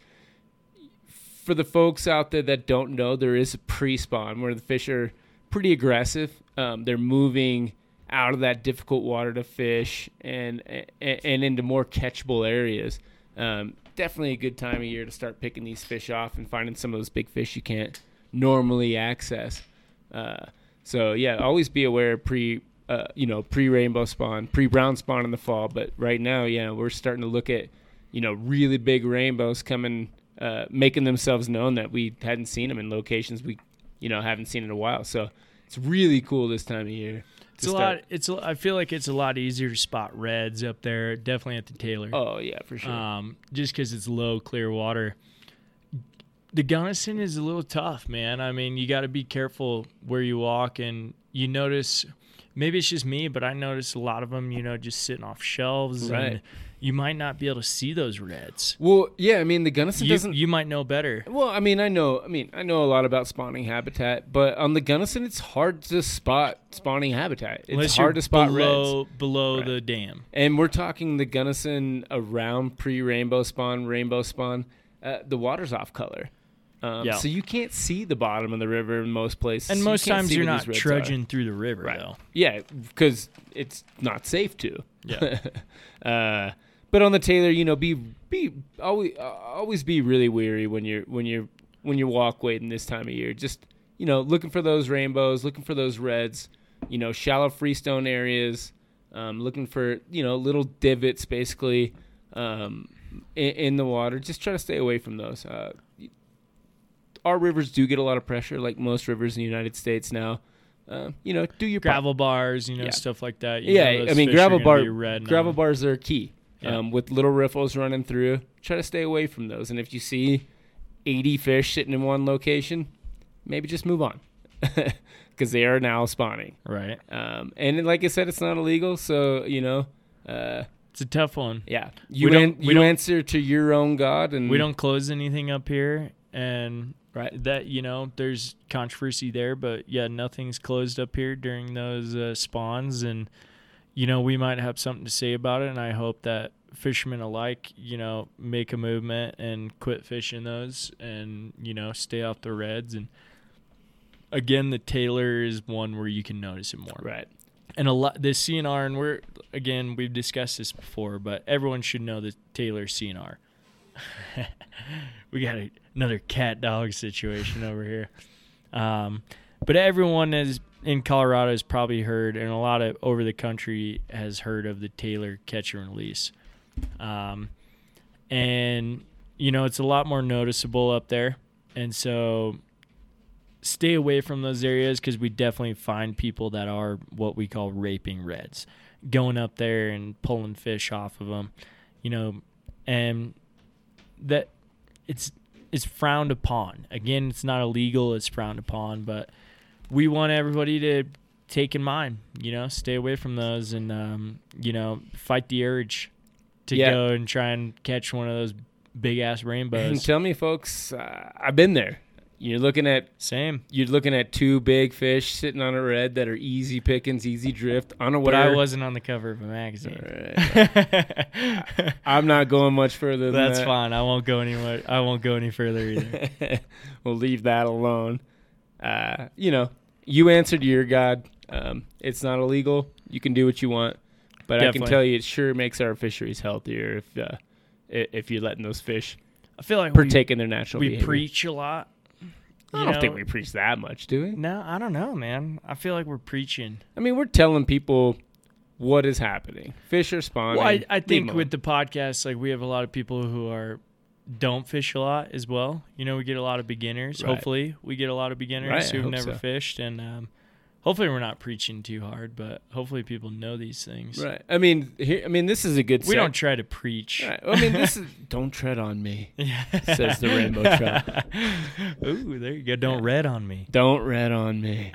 Speaker 2: for the folks out there that don't know, there is a pre spawn where the fish are pretty aggressive. Um, they're moving out of that difficult water to fish and and, and into more catchable areas. Um, definitely a good time of year to start picking these fish off and finding some of those big fish you can't normally access. Uh, so yeah, always be aware of pre uh, you know pre rainbow spawn, pre brown spawn in the fall. But right now, yeah, we're starting to look at you know really big rainbows coming, uh, making themselves known that we hadn't seen them in locations we you know haven't seen in a while. So it's really cool this time of year.
Speaker 3: It's a lot. It's. A, I feel like it's a lot easier to spot reds up there, definitely at the Taylor,
Speaker 2: Oh yeah, for sure.
Speaker 3: um, just because it's low, clear water. The Gunnison is a little tough, man. I mean, you got to be careful where you walk, and you notice. Maybe it's just me, but I notice a lot of them, you know, just sitting off shelves, and
Speaker 2: Right.
Speaker 3: you might not be able to see those reds.
Speaker 2: well, yeah, I mean the Gunnison
Speaker 3: you,
Speaker 2: doesn't.
Speaker 3: you might know better.
Speaker 2: well, I mean, I know, I mean, I know a lot about spawning habitat, but on the Gunnison, it's hard to spot spawning habitat. It's
Speaker 3: Unless
Speaker 2: hard
Speaker 3: you're
Speaker 2: to spot reds.
Speaker 3: below, below
Speaker 2: Right.
Speaker 3: the dam.
Speaker 2: And we're talking the Gunnison around pre rainbow spawn, rainbow spawn. Uh, the water's off color. Um,
Speaker 3: Yeah.
Speaker 2: So you can't see the bottom of the river in most places.
Speaker 3: And
Speaker 2: You
Speaker 3: most
Speaker 2: can't
Speaker 3: times
Speaker 2: see
Speaker 3: you're
Speaker 2: where these
Speaker 3: not
Speaker 2: reds are.
Speaker 3: trudging through the river,
Speaker 2: Right.
Speaker 3: though.
Speaker 2: Yeah, because it's not safe to.
Speaker 3: Yeah.
Speaker 2: uh, but on the Taylor, you know, be be always uh, always be really weary when you're when you're when you walk wading this time of year. Just you know, looking for those rainbows, looking for those reds. You know, shallow freestone areas, um, looking for you know little divots, basically. um, in, in the water. Just try to stay away from those. Uh, our rivers do get a lot of pressure, like most rivers in the United States now. Uh, you know, do your part.
Speaker 3: gravel bars, you know,
Speaker 2: Yeah.
Speaker 3: stuff like that. You know
Speaker 2: Yeah, I
Speaker 3: those
Speaker 2: mean
Speaker 3: fish are
Speaker 2: gravel
Speaker 3: gonna
Speaker 2: bar
Speaker 3: be red and
Speaker 2: gravel
Speaker 3: all.
Speaker 2: bars are key.
Speaker 3: Yeah.
Speaker 2: Um, with little riffles running through, try to stay away from those. And if you see 80 fish sitting in one location, maybe just move on because they are now spawning.
Speaker 3: Right,
Speaker 2: Um, and then, like I said, it's not illegal, so you know, uh,
Speaker 3: it's a tough one.
Speaker 2: yeah, you
Speaker 3: don't-
Speaker 2: an-
Speaker 3: we
Speaker 2: you
Speaker 3: don't-
Speaker 2: answer to your own god, and
Speaker 3: We don't close anything up here, and
Speaker 2: right.
Speaker 3: that you know, there's controversy there, but yeah, nothing's closed up here during those uh, spawns, and you know, we might have something to say about it, and I hope that fishermen alike, you know, make a movement and quit fishing those, and you know, stay off the reds and. Again, the Taylor is one where you can notice it more.
Speaker 2: Right.
Speaker 3: and a lot the CNR and we're again we've discussed this before, but everyone should know the Taylor CNR. we got a, another cat dog situation over here, um, but everyone is in Colorado has probably heard, and a lot of over the country has heard of the Taylor catch and release, um, and you know it's a lot more noticeable up there, and so stay away from those areas because we definitely find people that are what we call raping reds, going up there and pulling fish off of them, you know, and that it's it's frowned upon. Again, it's not illegal; it's frowned upon, but we want everybody to take in mind, you know, stay away from those, and um, you know, fight the urge to
Speaker 2: Yeah.
Speaker 3: go and try and catch one of those big ass
Speaker 2: And
Speaker 3: rainbows.
Speaker 2: tell me, folks, uh, I've been there. You're looking at
Speaker 3: Same.
Speaker 2: you're looking at two big fish sitting on a red that are easy pickings, easy drift on a
Speaker 3: But I
Speaker 2: whatever.
Speaker 3: wasn't on the cover of a magazine.
Speaker 2: Alright. I'm not going much further than
Speaker 3: That's
Speaker 2: that.
Speaker 3: fine. I won't go anywhere. I won't go any further either.
Speaker 2: we'll leave that alone. Uh, you know, you answered your God. Um, it's not illegal. You can do what you want, but I
Speaker 3: Definitely.
Speaker 2: can tell you, it sure makes our fisheries healthier if uh, i- if you're letting those fish
Speaker 3: I feel like
Speaker 2: partake in their natural.
Speaker 3: we, we
Speaker 2: behavior.
Speaker 3: preach a lot.
Speaker 2: I
Speaker 3: you
Speaker 2: don't
Speaker 3: know?
Speaker 2: think we preach that much, do we?
Speaker 3: No, I don't know, man. I feel like we're preaching.
Speaker 2: I mean, we're telling people what is happening. Fish are spawning.
Speaker 3: well, I, I
Speaker 2: Leave
Speaker 3: think
Speaker 2: them
Speaker 3: with the podcast, like we have a lot of people who are don't fish a lot as well. You know, we get a lot of beginners.
Speaker 2: Right.
Speaker 3: Hopefully, we get a lot of beginners
Speaker 2: Right, I
Speaker 3: who've
Speaker 2: hope
Speaker 3: never
Speaker 2: so.
Speaker 3: fished, and um, hopefully, we're not preaching too hard. But hopefully, people know these things.
Speaker 2: alone. right. I mean, here, I mean, this is a good.
Speaker 3: We
Speaker 2: sec-
Speaker 3: don't try to preach.
Speaker 2: Right. I mean, this is don't tread on me.
Speaker 3: Yeah.
Speaker 2: Says the rainbow trout.
Speaker 3: Ooh, there you go. Don't red on me.
Speaker 2: Don't red on me.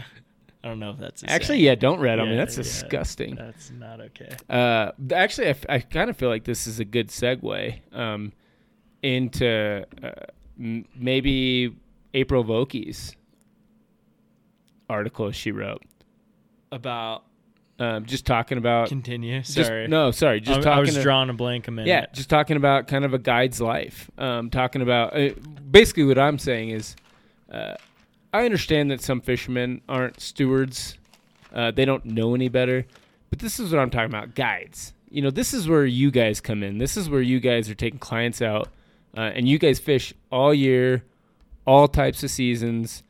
Speaker 3: I don't know if that's a
Speaker 2: Actually,
Speaker 3: saying.
Speaker 2: yeah, don't red on me.
Speaker 3: Yeah,
Speaker 2: That's
Speaker 3: yeah.
Speaker 2: disgusting.
Speaker 3: That's not okay.
Speaker 2: Uh, th- actually, I, kind of feel like this is a good segue um, into uh, m- maybe April Vokey's article she wrote.
Speaker 3: About
Speaker 2: Um, just talking about.
Speaker 3: continue.
Speaker 2: just-
Speaker 3: Sorry.
Speaker 2: no, sorry. Just
Speaker 3: I,
Speaker 2: talking.
Speaker 3: I was
Speaker 2: a-
Speaker 3: drawing a blank a minute.
Speaker 2: yeah, just talking about kind of a guide's life. Um, talking about uh, basically what I'm saying is, uh, I understand that some fishermen aren't stewards; uh, they don't know any better. But this is what I'm talking about: guides. You know, this is where you guys come in. This is where you guys are taking clients out, uh, and you guys fish all year, all types of seasons.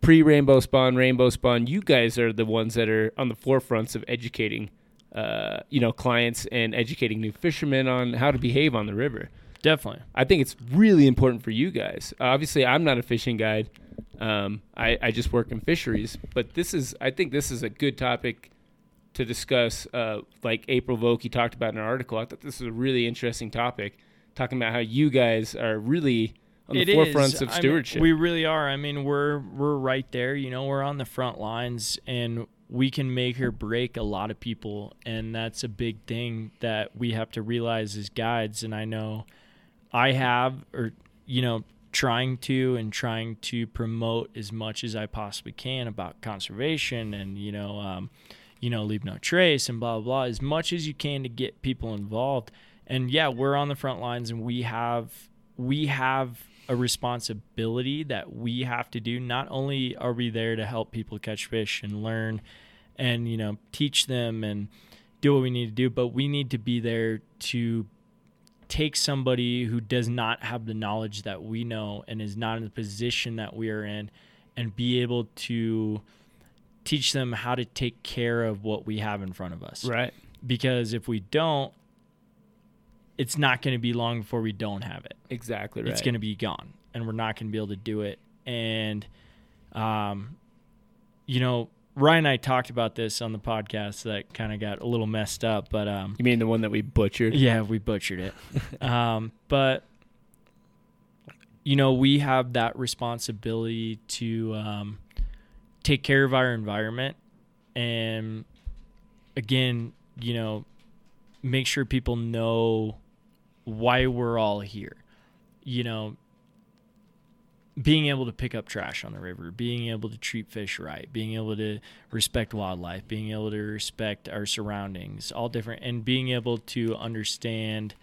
Speaker 2: Pre rainbow spawn, rainbow spawn. You guys are the ones that are on the forefronts of educating uh, you know, clients and educating new fishermen on how to behave on the river.
Speaker 3: Definitely.
Speaker 2: I think it's really important for you guys. Obviously, I'm not a fishing guide. Um, I, I just work in fisheries, but this is I think this is a good topic to discuss. Uh, like April Vokey talked about in an article, I thought this was a really interesting topic, talking about how you guys are really on the
Speaker 3: It
Speaker 2: forefronts
Speaker 3: is.
Speaker 2: of
Speaker 3: I mean,
Speaker 2: stewardship.
Speaker 3: we really are. I mean, we're we're right there. You know, we're on the front lines, and we can make or break a lot of people, and that's a big thing that we have to realize as guides. And I know I have, or you know, trying to and trying to promote as much as I possibly can about conservation and you know, um, you know, leave no trace and blah blah blah as much as you can to get people involved. And yeah, we're on the front lines, and we have we have a responsibility that we have to do. Not only are we there to help people catch fish and learn, and you know, teach them and do what we need to do, but we need to be there to take somebody who does not have the knowledge that we know and is not in the position that we are in and be able to teach them how to take care of what we have in front of us
Speaker 2: right.
Speaker 3: because if we don't it's not going to be long before we don't have it.
Speaker 2: Exactly right.
Speaker 3: It's going to be gone, and we're not going to be able to do it. And, um, you know, Ryan and I talked about this on the podcast that kind of got a little messed up, but um,
Speaker 2: You mean the one that we butchered?
Speaker 3: yeah, we butchered it. um, but you know, we have that responsibility to um, take care of our environment, and again, you know, make sure people know why we're all here. You know, being able to pick up trash on the river, being able to treat fish right, being able to respect wildlife, being able to respect our surroundings, all different, and being able to understand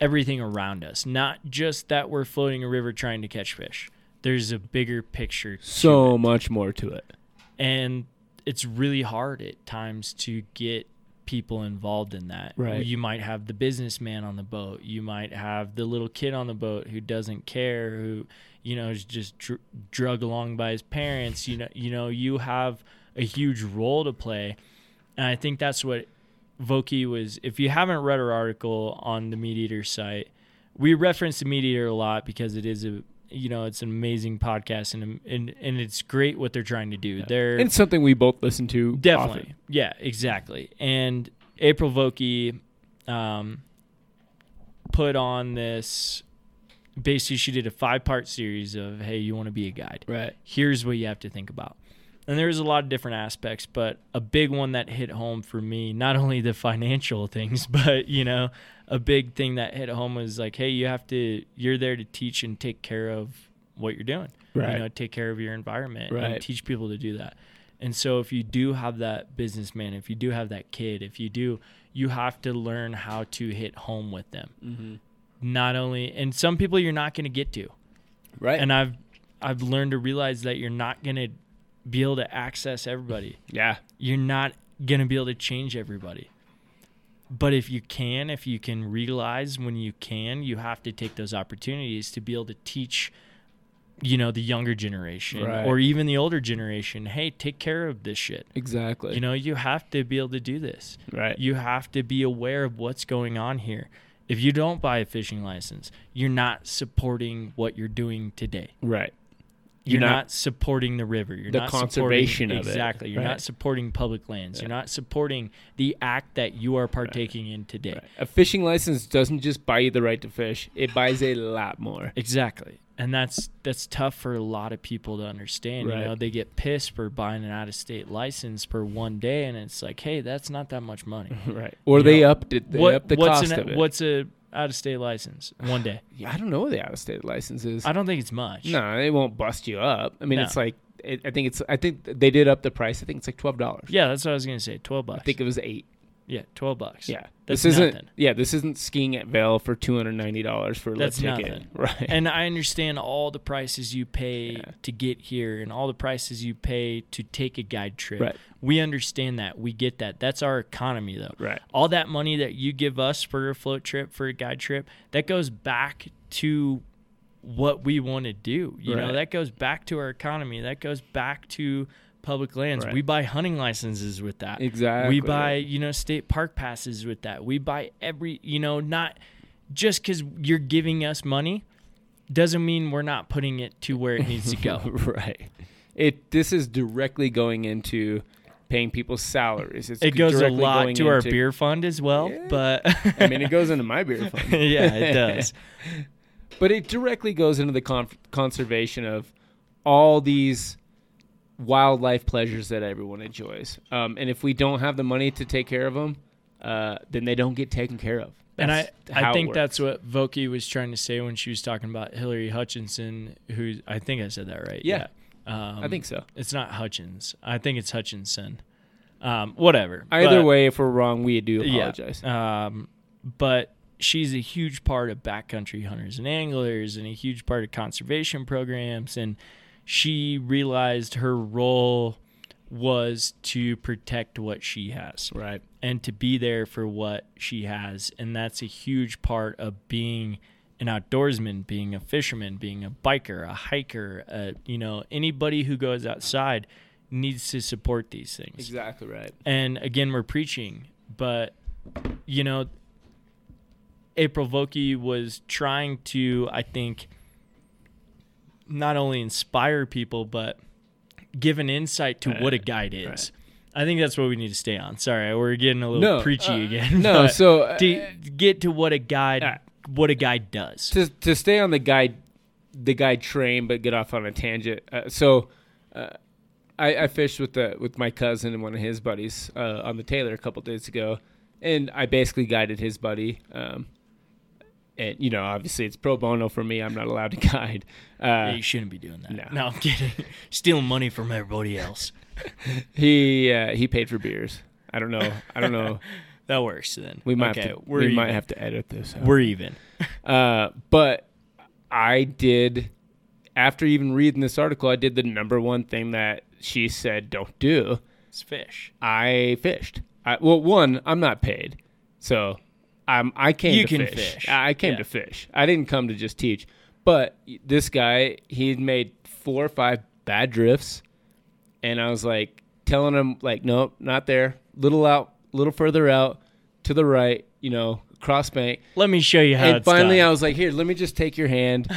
Speaker 3: everything around us, not just that we're floating a river trying to catch fish. There's a bigger picture. to
Speaker 2: So
Speaker 3: it.
Speaker 2: much more to it.
Speaker 3: and it's really hard at times to get people involved in that.
Speaker 2: Right.
Speaker 3: You might have the businessman on the boat. You might have the little kid on the boat who doesn't care, who you know is just dr- drug along by his parents. You know, you know, you have a huge role to play, and I think that's what Voki was. If you haven't read her article on the Meat Eater site, we reference the Meat Eater a lot because it is a you know it's an amazing podcast and and, and it's great what they're trying to do. They're
Speaker 2: And something we both listen to.
Speaker 3: Definitely.
Speaker 2: often.
Speaker 3: Yeah, exactly. And April Vokey um, put on this basically she did a five part series of hey, you want to be a guide.
Speaker 2: Right.
Speaker 3: Here's what you have to think about. And there's a lot of different aspects, but a big one that hit home for me, not only the financial things, but you know, a big thing that hit home was like, hey, you have to you're there to teach and take care of what you're doing
Speaker 2: Right.
Speaker 3: you know take care of your environment
Speaker 2: Right.
Speaker 3: and teach people to do that and so if you do have that businessman if you do have that kid if you do you have to learn how to hit home with them
Speaker 2: Mhm.
Speaker 3: not only and some people you're not going to get to
Speaker 2: Right.
Speaker 3: and i've i've learned to realize that you're not going to be able to access everybody
Speaker 2: yeah.
Speaker 3: you're not going to be able to change everybody but if you can if you can realize when you can you have to take those opportunities to be able to teach you know the younger generation
Speaker 2: Right.
Speaker 3: or even the older generation hey take care of this shit
Speaker 2: Exactly.
Speaker 3: you know you have to be able to do this
Speaker 2: right.
Speaker 3: you have to be aware of what's going on here if you don't buy a fishing license you're not supporting what you're doing today
Speaker 2: right.
Speaker 3: you're,
Speaker 2: You're
Speaker 3: not,
Speaker 2: not-
Speaker 3: supporting the river. You're
Speaker 2: The
Speaker 3: not supporting-
Speaker 2: conservation of it,
Speaker 3: Exactly. You're not
Speaker 2: right.
Speaker 3: supporting public lands. You're not supporting the act that you are partaking in today.
Speaker 2: Right. A fishing license doesn't just buy you the right to fish; it buys a lot more.
Speaker 3: Exactly. And that's that's tough for a lot of people to understand. You
Speaker 2: Right.
Speaker 3: know, they get pissed for buying an out of state license for one day and it's like, hey, that's not that much money.
Speaker 2: Right. Or
Speaker 3: You
Speaker 2: they
Speaker 3: know,
Speaker 2: upped it. They upped the
Speaker 3: what's
Speaker 2: cost
Speaker 3: an,
Speaker 2: of it.
Speaker 3: what's a out of state license? One day.
Speaker 2: Yeah, I don't know what the out-of-state license is.
Speaker 3: I don't think it's much.
Speaker 2: No, they won't bust you up. I mean,
Speaker 3: No.
Speaker 2: it's like it, I think it's. I think they did up the price. I think it's like twelve dollars.
Speaker 3: Yeah, that's what I was gonna say. Twelve bucks.
Speaker 2: I think it was eight.
Speaker 3: yeah, twelve bucks.
Speaker 2: Yeah,
Speaker 3: That's
Speaker 2: this isn't.
Speaker 3: nothing.
Speaker 2: Yeah, this isn't skiing at Vail for two hundred ninety dollars for a lift
Speaker 3: That's
Speaker 2: ticket.
Speaker 3: nothing.
Speaker 2: Right.
Speaker 3: and I understand all the prices you pay
Speaker 2: Yeah.
Speaker 3: to get here and all the prices you pay to take a guide trip.
Speaker 2: Right.
Speaker 3: We understand that. We get that. That's our economy though.
Speaker 2: right.
Speaker 3: All that money that you give us for a float trip, for a guide trip, that goes back to what we want to do. You know,
Speaker 2: Right.
Speaker 3: that goes back to our economy. That goes back to public lands.
Speaker 2: Right.
Speaker 3: We buy hunting licenses with that.
Speaker 2: Exactly.
Speaker 3: We buy, you know, state park passes with that. We buy every, you know, not just because you're giving us money doesn't mean we're not putting it to where it needs to go.
Speaker 2: right. It. This is directly going into paying people's salaries. It's
Speaker 3: it goes a
Speaker 2: directly
Speaker 3: lot
Speaker 2: going
Speaker 3: to our
Speaker 2: into-
Speaker 3: beer fund as well,
Speaker 2: Yeah.
Speaker 3: but
Speaker 2: I mean, it goes into my beer fund.
Speaker 3: yeah, it does.
Speaker 2: But it directly goes into the con- conservation of all these wildlife pleasures that everyone enjoys. Um, and if we don't have the money to take care of them, uh, then they don't get taken care of.
Speaker 3: and I,
Speaker 2: how
Speaker 3: I
Speaker 2: it
Speaker 3: think
Speaker 2: works.
Speaker 3: that's what Voki was trying to say when she was talking about Hillary Hutchinson, who I think I said that right.
Speaker 2: Yeah.
Speaker 3: Um,
Speaker 2: I think so.
Speaker 3: It's not Hutchins. I think it's Hutchinson. Um, whatever.
Speaker 2: Either
Speaker 3: But-
Speaker 2: way, if we're wrong, we do apologize.
Speaker 3: Yeah. Um, but she's a huge part of backcountry hunters and anglers and a huge part of conservation programs. And she realized her role was to protect what she has
Speaker 2: Right.
Speaker 3: and to be there for what she has. And that's a huge part of being an outdoorsman, being a fisherman, being a biker, a hiker, a, you know, anybody who goes outside needs to support these things
Speaker 2: Exactly right.
Speaker 3: and again we're preaching but you know April Vokey was trying to, I think, not only inspire people, but give an insight to what a
Speaker 2: Right,
Speaker 3: guide is.
Speaker 2: right.
Speaker 3: I think that's what we need to stay on. Sorry, we're getting a little
Speaker 2: No,
Speaker 3: preachy
Speaker 2: uh,
Speaker 3: again.
Speaker 2: no,
Speaker 3: but
Speaker 2: so, uh,
Speaker 3: to get to what a guide,
Speaker 2: uh,
Speaker 3: what a guide does.
Speaker 2: to to stay on the guide the guide train but get off on a tangent uh, so uh, I, I fished with the with my cousin and one of his buddies uh, on the Taylor a couple days ago and I basically guided his buddy um, and you know obviously it's pro bono for me I'm not allowed to guide
Speaker 3: Yeah,
Speaker 2: uh,
Speaker 3: you shouldn't be doing that.
Speaker 2: no.
Speaker 3: No, I'm kidding. Stealing money from everybody else.
Speaker 2: he uh, he paid for beers I don't know I don't know
Speaker 3: That works then.
Speaker 2: we might
Speaker 3: okay,
Speaker 2: have to,
Speaker 3: we're
Speaker 2: we
Speaker 3: even.
Speaker 2: might have to edit this out.
Speaker 3: we're even.
Speaker 2: Uh, but I did, after even reading this article, I did the number one thing that she said don't do.
Speaker 3: It's fish.
Speaker 2: I fished. I, well, one, I'm not paid, so I'm I came.
Speaker 3: You
Speaker 2: to
Speaker 3: can
Speaker 2: fish.
Speaker 3: fish.
Speaker 2: I I came
Speaker 3: Yeah.
Speaker 2: to fish. I didn't come to just teach. But this guy, he made four or five bad drifts, and I was like telling him like, nope, not there. Little out, little further out, to the right. You know, cross bank
Speaker 3: Let me show you how
Speaker 2: and
Speaker 3: it's
Speaker 2: finally
Speaker 3: done.
Speaker 2: I was like, here, let me just take your hand.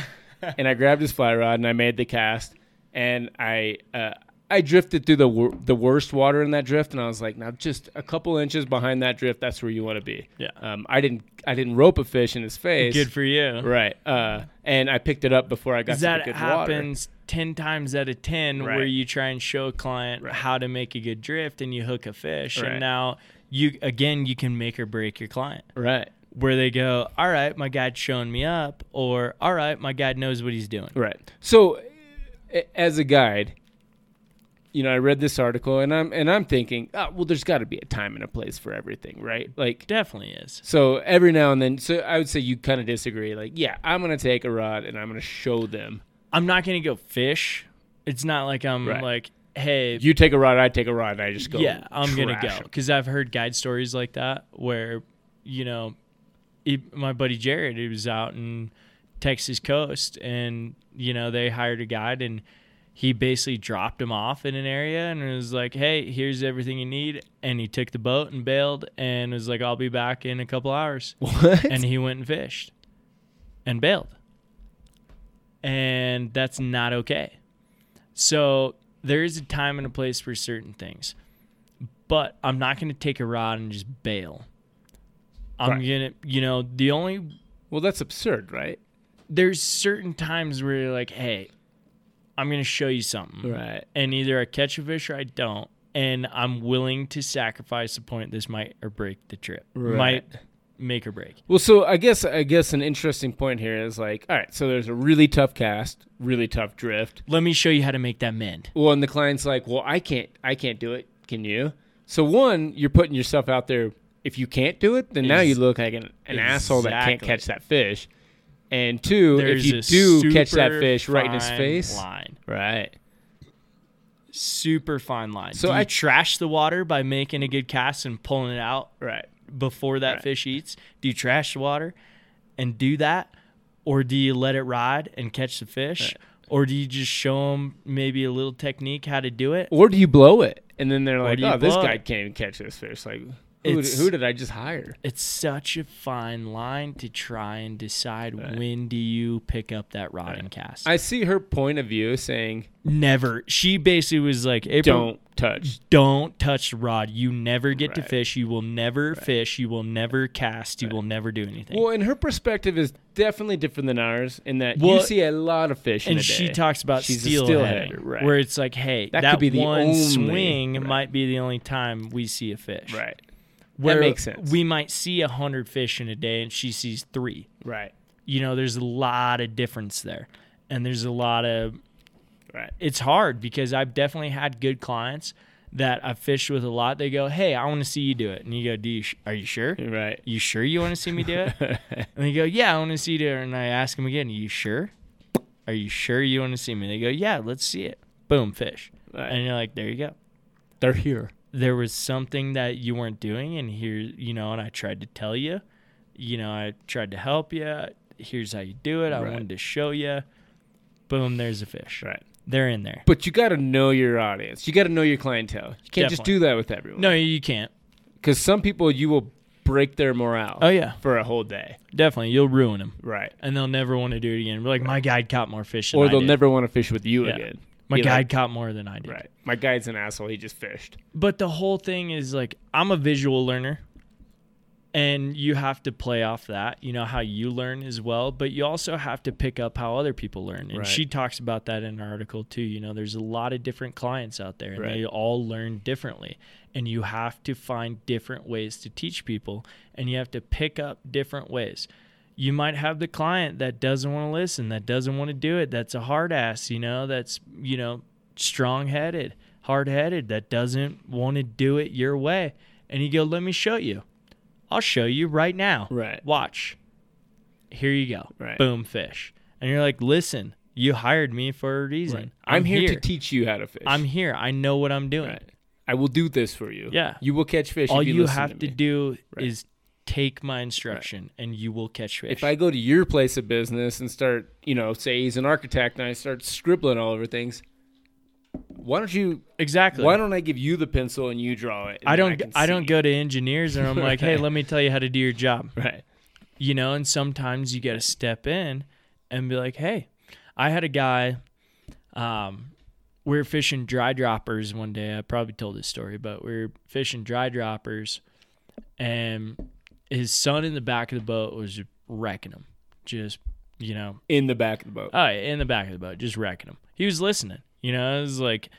Speaker 2: and I grabbed his fly rod and I made the cast and I uh, I drifted through the wor- the worst water in that drift and I was like, now just a couple inches behind that drift, that's where you want to be.
Speaker 3: Yeah.
Speaker 2: Um, I didn't I didn't rope a fish in his face.
Speaker 3: Good for you.
Speaker 2: Right. Uh, and I picked it up before I got
Speaker 3: Because
Speaker 2: to
Speaker 3: that
Speaker 2: the good water.
Speaker 3: happens 10 times out of 10 where
Speaker 2: Right.
Speaker 3: you try and show a client
Speaker 2: Right.
Speaker 3: how to make a good drift and you hook a fish
Speaker 2: Right.
Speaker 3: and now you again you can make or break your client
Speaker 2: Right.
Speaker 3: where they go all right my guide's showing me up or all right my guide knows what he's doing
Speaker 2: Right. So, a- as a guide, you know, I read this article and I'm and I'm thinking, oh, well, there's got to be a time and a place for everything, right? Like,
Speaker 3: definitely is
Speaker 2: So every now and then, so I would say you kind of disagree. Like, yeah, I'm gonna take a rod and I'm gonna show them.
Speaker 3: i'm not gonna go fish it's not like i'm
Speaker 2: Right.
Speaker 3: like hey
Speaker 2: You take a rod, I take a rod, and I just go.
Speaker 3: yeah i'm gonna
Speaker 2: trash
Speaker 3: go
Speaker 2: 'em.
Speaker 3: because i've heard guide stories like that where you know he, my buddy jared he was out in texas coast and you know they hired a guide and he basically dropped him off in an area and was like hey here's everything you need and he took the boat and bailed and was like i'll be back in a couple hours
Speaker 2: What?
Speaker 3: and he went and fished and bailed. And that's not okay. So there is a time and a place for certain things. But I'm not going to take a rod and just bail. I'm
Speaker 2: Right.
Speaker 3: going to, you know, the only,
Speaker 2: well, that's absurd, right?
Speaker 3: there's certain times where you're like, hey, I'm going to show you something.
Speaker 2: Right.
Speaker 3: And either I catch a fish or I don't. And I'm willing to sacrifice a point this might or break the trip.
Speaker 2: Right.
Speaker 3: Might make or break.
Speaker 2: Well, so I guess I guess an interesting point here is like, all right, so there's a really tough cast, really tough drift.
Speaker 3: Let me show you how to make that mend.
Speaker 2: Well, and the client's like, well, I can't, I can't do it. Can you? So one, you're putting yourself out there. If you can't do it, then now
Speaker 3: Ex-
Speaker 2: you look like an, an asshole that can't
Speaker 3: Exactly.
Speaker 2: catch that fish. And two,
Speaker 3: There's
Speaker 2: if you
Speaker 3: a
Speaker 2: do catch that
Speaker 3: super
Speaker 2: fish right in his
Speaker 3: fine
Speaker 2: face,
Speaker 3: line,
Speaker 2: Right.
Speaker 3: super fine line.
Speaker 2: So
Speaker 3: So
Speaker 2: I-
Speaker 3: I trash the water by making a good cast and pulling it out
Speaker 2: Right.
Speaker 3: before that
Speaker 2: Right.
Speaker 3: fish eats. Do you trash the water and do that, or do you let it ride and catch the fish, or do you just show them maybe a little technique how to do it?
Speaker 2: Or do you blow it? And then they're like,
Speaker 3: do you
Speaker 2: oh, this
Speaker 3: blow
Speaker 2: guy
Speaker 3: it?"
Speaker 2: can't even catch this fish. Like, who,
Speaker 3: It's-
Speaker 2: who did I just hire?
Speaker 3: It's such a fine line to try and decide when do you pick up that rod and cast.
Speaker 2: I see her point of view saying,
Speaker 3: Never. She basically was like, April,
Speaker 2: don't touch.
Speaker 3: don't touch the rod. You never get to
Speaker 2: Right.
Speaker 3: fish. You will never fish. You will never cast. You will never do anything.
Speaker 2: Well, and her perspective is definitely different than ours in that you
Speaker 3: Well,
Speaker 2: see a lot of fish. in
Speaker 3: and
Speaker 2: a
Speaker 3: she
Speaker 2: day.
Speaker 3: talks about
Speaker 2: She's a
Speaker 3: steel,
Speaker 2: steelheader,
Speaker 3: heading,
Speaker 2: right.
Speaker 3: where it's like, hey,
Speaker 2: That
Speaker 3: that,
Speaker 2: could be the
Speaker 3: one
Speaker 2: only-
Speaker 3: swing
Speaker 2: right.
Speaker 3: might be the only time we see a fish.
Speaker 2: Right.
Speaker 3: Where
Speaker 2: makes sense.
Speaker 3: We might see a hundred fish in a day, and she sees three.
Speaker 2: Right.
Speaker 3: You know, there's a lot of difference there, and there's a lot of
Speaker 2: Right.
Speaker 3: it's hard because I've definitely had good clients that I've fished with a lot. They go, hey, I want to see you do it, and you go, do you? Sh- are you sure?
Speaker 2: Right.
Speaker 3: you sure you want to see me do it?
Speaker 2: right.
Speaker 3: And they go, yeah, I want to see you do it. And I ask them again, you sure? Are you sure you want to see me? They go, yeah, let's see it. Boom, fish. And you're like, there you go.
Speaker 2: They're here.
Speaker 3: There was something that you weren't doing, and here, you know, and I tried to tell you, you know, I tried to help you. Here's how you do it. I
Speaker 2: Right.
Speaker 3: wanted to show you. Boom, there's a fish.
Speaker 2: Right.
Speaker 3: They're in there.
Speaker 2: But you got to know your audience. You got to know your clientele. You can't just
Speaker 3: Definitely.
Speaker 2: do that with everyone.
Speaker 3: No, you can't.
Speaker 2: Because some people you will break their morale
Speaker 3: Oh yeah,
Speaker 2: for a whole day.
Speaker 3: definitely. You'll ruin them,
Speaker 2: Right.
Speaker 3: and they'll never want to do it again. Be like, my guide caught more fish, than
Speaker 2: Or
Speaker 3: I
Speaker 2: they'll
Speaker 3: did.
Speaker 2: never want to fish with you
Speaker 3: Yeah.
Speaker 2: again.
Speaker 3: My
Speaker 2: be
Speaker 3: guide
Speaker 2: like-
Speaker 3: caught more than I did.
Speaker 2: Right. My guide's an asshole. He just fished.
Speaker 3: But the whole thing is like, I'm a visual learner, and you have to play off that. You know how you learn as well, but you also have to pick up how other people learn. And
Speaker 2: Right.
Speaker 3: she talks about that in her article too. You know, there's a lot of different clients out there, and
Speaker 2: Right.
Speaker 3: they all learn differently. And you have to find different ways to teach people, and you have to pick up different ways. you might have the client that doesn't want to listen, that doesn't want to do it, that's a hard ass, you know, that's, you know, strong headed, hard headed, that doesn't want to do it your way. And you go, let me show you. I'll show you right now.
Speaker 2: Right.
Speaker 3: Watch. Here you go.
Speaker 2: Right.
Speaker 3: Boom, fish. And you're like, listen, you hired me for a reason.
Speaker 2: I'm, here, to teach you how to fish.
Speaker 3: I'm here. I know what I'm doing.
Speaker 2: Right. I will do this for you.
Speaker 3: Yeah.
Speaker 2: You will catch fish.
Speaker 3: All
Speaker 2: if you,
Speaker 3: you
Speaker 2: listen
Speaker 3: have to,
Speaker 2: to, me.
Speaker 3: do
Speaker 2: Right.
Speaker 3: is take my instruction and you will catch fish.
Speaker 2: If I go to your place of business and start, you know, say he's an architect and I start scribbling all over things, why don't you?
Speaker 3: exactly.
Speaker 2: Why don't I give you the pencil and you draw it? and
Speaker 3: I
Speaker 2: then
Speaker 3: don't
Speaker 2: can
Speaker 3: I, don't
Speaker 2: see?
Speaker 3: go to engineers and I'm like, "Hey, let me tell you how to do your job."
Speaker 2: right.
Speaker 3: You know, and sometimes you got to step in and be like, "Hey, I had a guy um we were fishing dry droppers one day. I probably told this story, but we were fishing dry droppers and his son in the back of the boat was wrecking him. Just, you know,
Speaker 2: in the back of the boat.
Speaker 3: Oh, yeah, in the back of the boat, just wrecking him. He was listening. You know, it was like,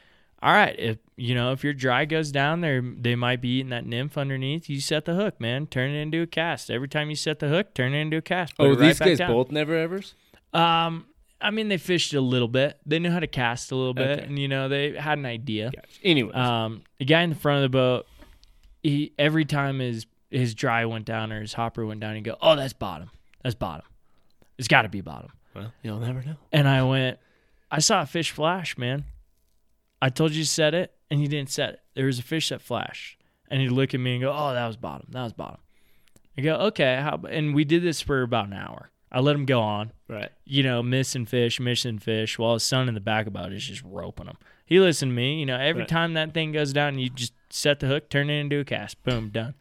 Speaker 3: all right, if you know, if your dry goes down there, they might be eating that nymph underneath. You set the hook, man. Turn it into a cast. Every time you set the hook, turn it into a cast. Put
Speaker 2: oh,
Speaker 3: it right
Speaker 2: these
Speaker 3: back
Speaker 2: guys
Speaker 3: down.
Speaker 2: both never evers.
Speaker 3: Um, I mean, they fished a little bit. They knew how to cast a little bit,
Speaker 2: Okay.
Speaker 3: and you know, they had an idea.
Speaker 2: Anyways,
Speaker 3: Um, the guy in the front of the boat, he every time his his dry went down or his hopper went down, he'd go, "Oh, that's bottom. That's bottom. It's got to be bottom."
Speaker 2: well, you'll never know.
Speaker 3: And I went, I saw a fish flash, man. I told you to set it, and you didn't set it. There was a fish that flashed. And he'd look at me and go, Oh, that was bottom. That was bottom. I go, Okay. How, ab-" and we did this for about an hour. I let him go on,
Speaker 2: Right.
Speaker 3: you know, missing fish, missing fish, while his son in the back about is just roping him. He listened to me. You know, every
Speaker 2: Right.
Speaker 3: time that thing goes down, you just set the hook, turn it into a cast. Boom, done.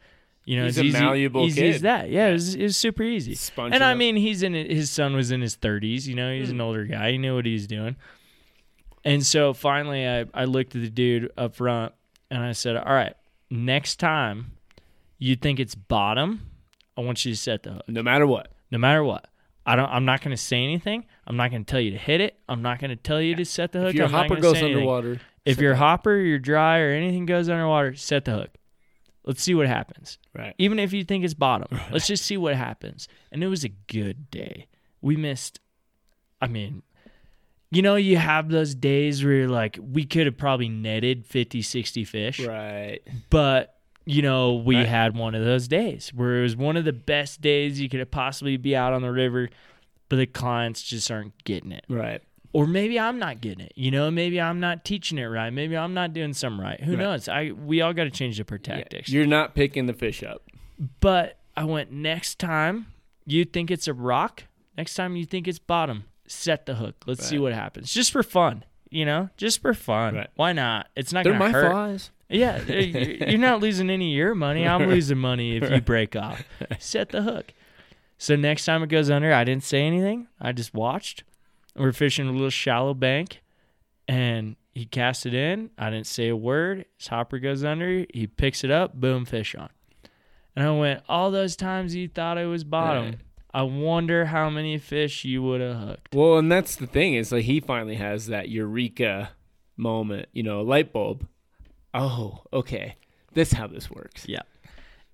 Speaker 3: You know,
Speaker 2: He's
Speaker 3: it's
Speaker 2: a
Speaker 3: easy,
Speaker 2: malleable
Speaker 3: easy as
Speaker 2: kid.
Speaker 3: that. Yeah, it was, it was super easy
Speaker 2: Sponge
Speaker 3: and
Speaker 2: it
Speaker 3: I
Speaker 2: up.
Speaker 3: mean, he's in his son was in his 30s. You know,
Speaker 2: Hmm.
Speaker 3: he's an older guy. He knew what he was doing. And so finally, I, I looked at the dude up front and I said, "All right, next time you think it's bottom, I want you to set the hook,
Speaker 2: no matter what.
Speaker 3: no matter what." I don't. I'm not going to say anything. I'm not going to tell you to hit it. I'm not going to tell you to set the hook.
Speaker 2: If your
Speaker 3: I'm not
Speaker 2: hopper
Speaker 3: gonna
Speaker 2: goes
Speaker 3: say anything.
Speaker 2: underwater,
Speaker 3: if your hopper, your dry, or anything goes underwater, set the hook. Let's see what happens
Speaker 2: right.
Speaker 3: even if you think it's bottom. Let's just see what happens. And it was a good day. We missed, I mean, you know, you have those days where you're like, we could have probably netted 50, 60 fish,
Speaker 2: Right.
Speaker 3: but. You know, we
Speaker 2: Right.
Speaker 3: had one of those days where it was one of the best days you could have possibly be out on the river, but the clients just aren't getting it.
Speaker 2: Right.
Speaker 3: Or maybe I'm not getting it. You know, maybe I'm not teaching it right. Maybe I'm not doing something right. Who
Speaker 2: Right.
Speaker 3: knows? I we all got to change up our
Speaker 2: Yeah.
Speaker 3: tactics.
Speaker 2: You're not picking the fish up.
Speaker 3: But I went next time you think it's a rock, next time you think it's bottom, set the hook. Let's see
Speaker 2: Right.
Speaker 3: what happens. Just for fun, you know? Just for fun.
Speaker 2: Right.
Speaker 3: Why not? It's not
Speaker 2: They're
Speaker 3: gonna
Speaker 2: my
Speaker 3: hurt.
Speaker 2: flies.
Speaker 3: Yeah, y- y- you're not losing any of your money. I'm losing money if you break off. Set the hook. So next time it goes under, I didn't say anything. I just watched. We're fishing a little shallow bank, and he cast it in. I didn't say a word. His hopper goes under. He picks it up. Boom, fish on. And I went all those times you thought it was bottom.
Speaker 2: Right.
Speaker 3: I wonder how many fish you would have hooked.
Speaker 2: Well, and that's the thing is like he finally has that eureka moment, you know, light bulb. Oh, okay. This how this works.
Speaker 3: Yeah.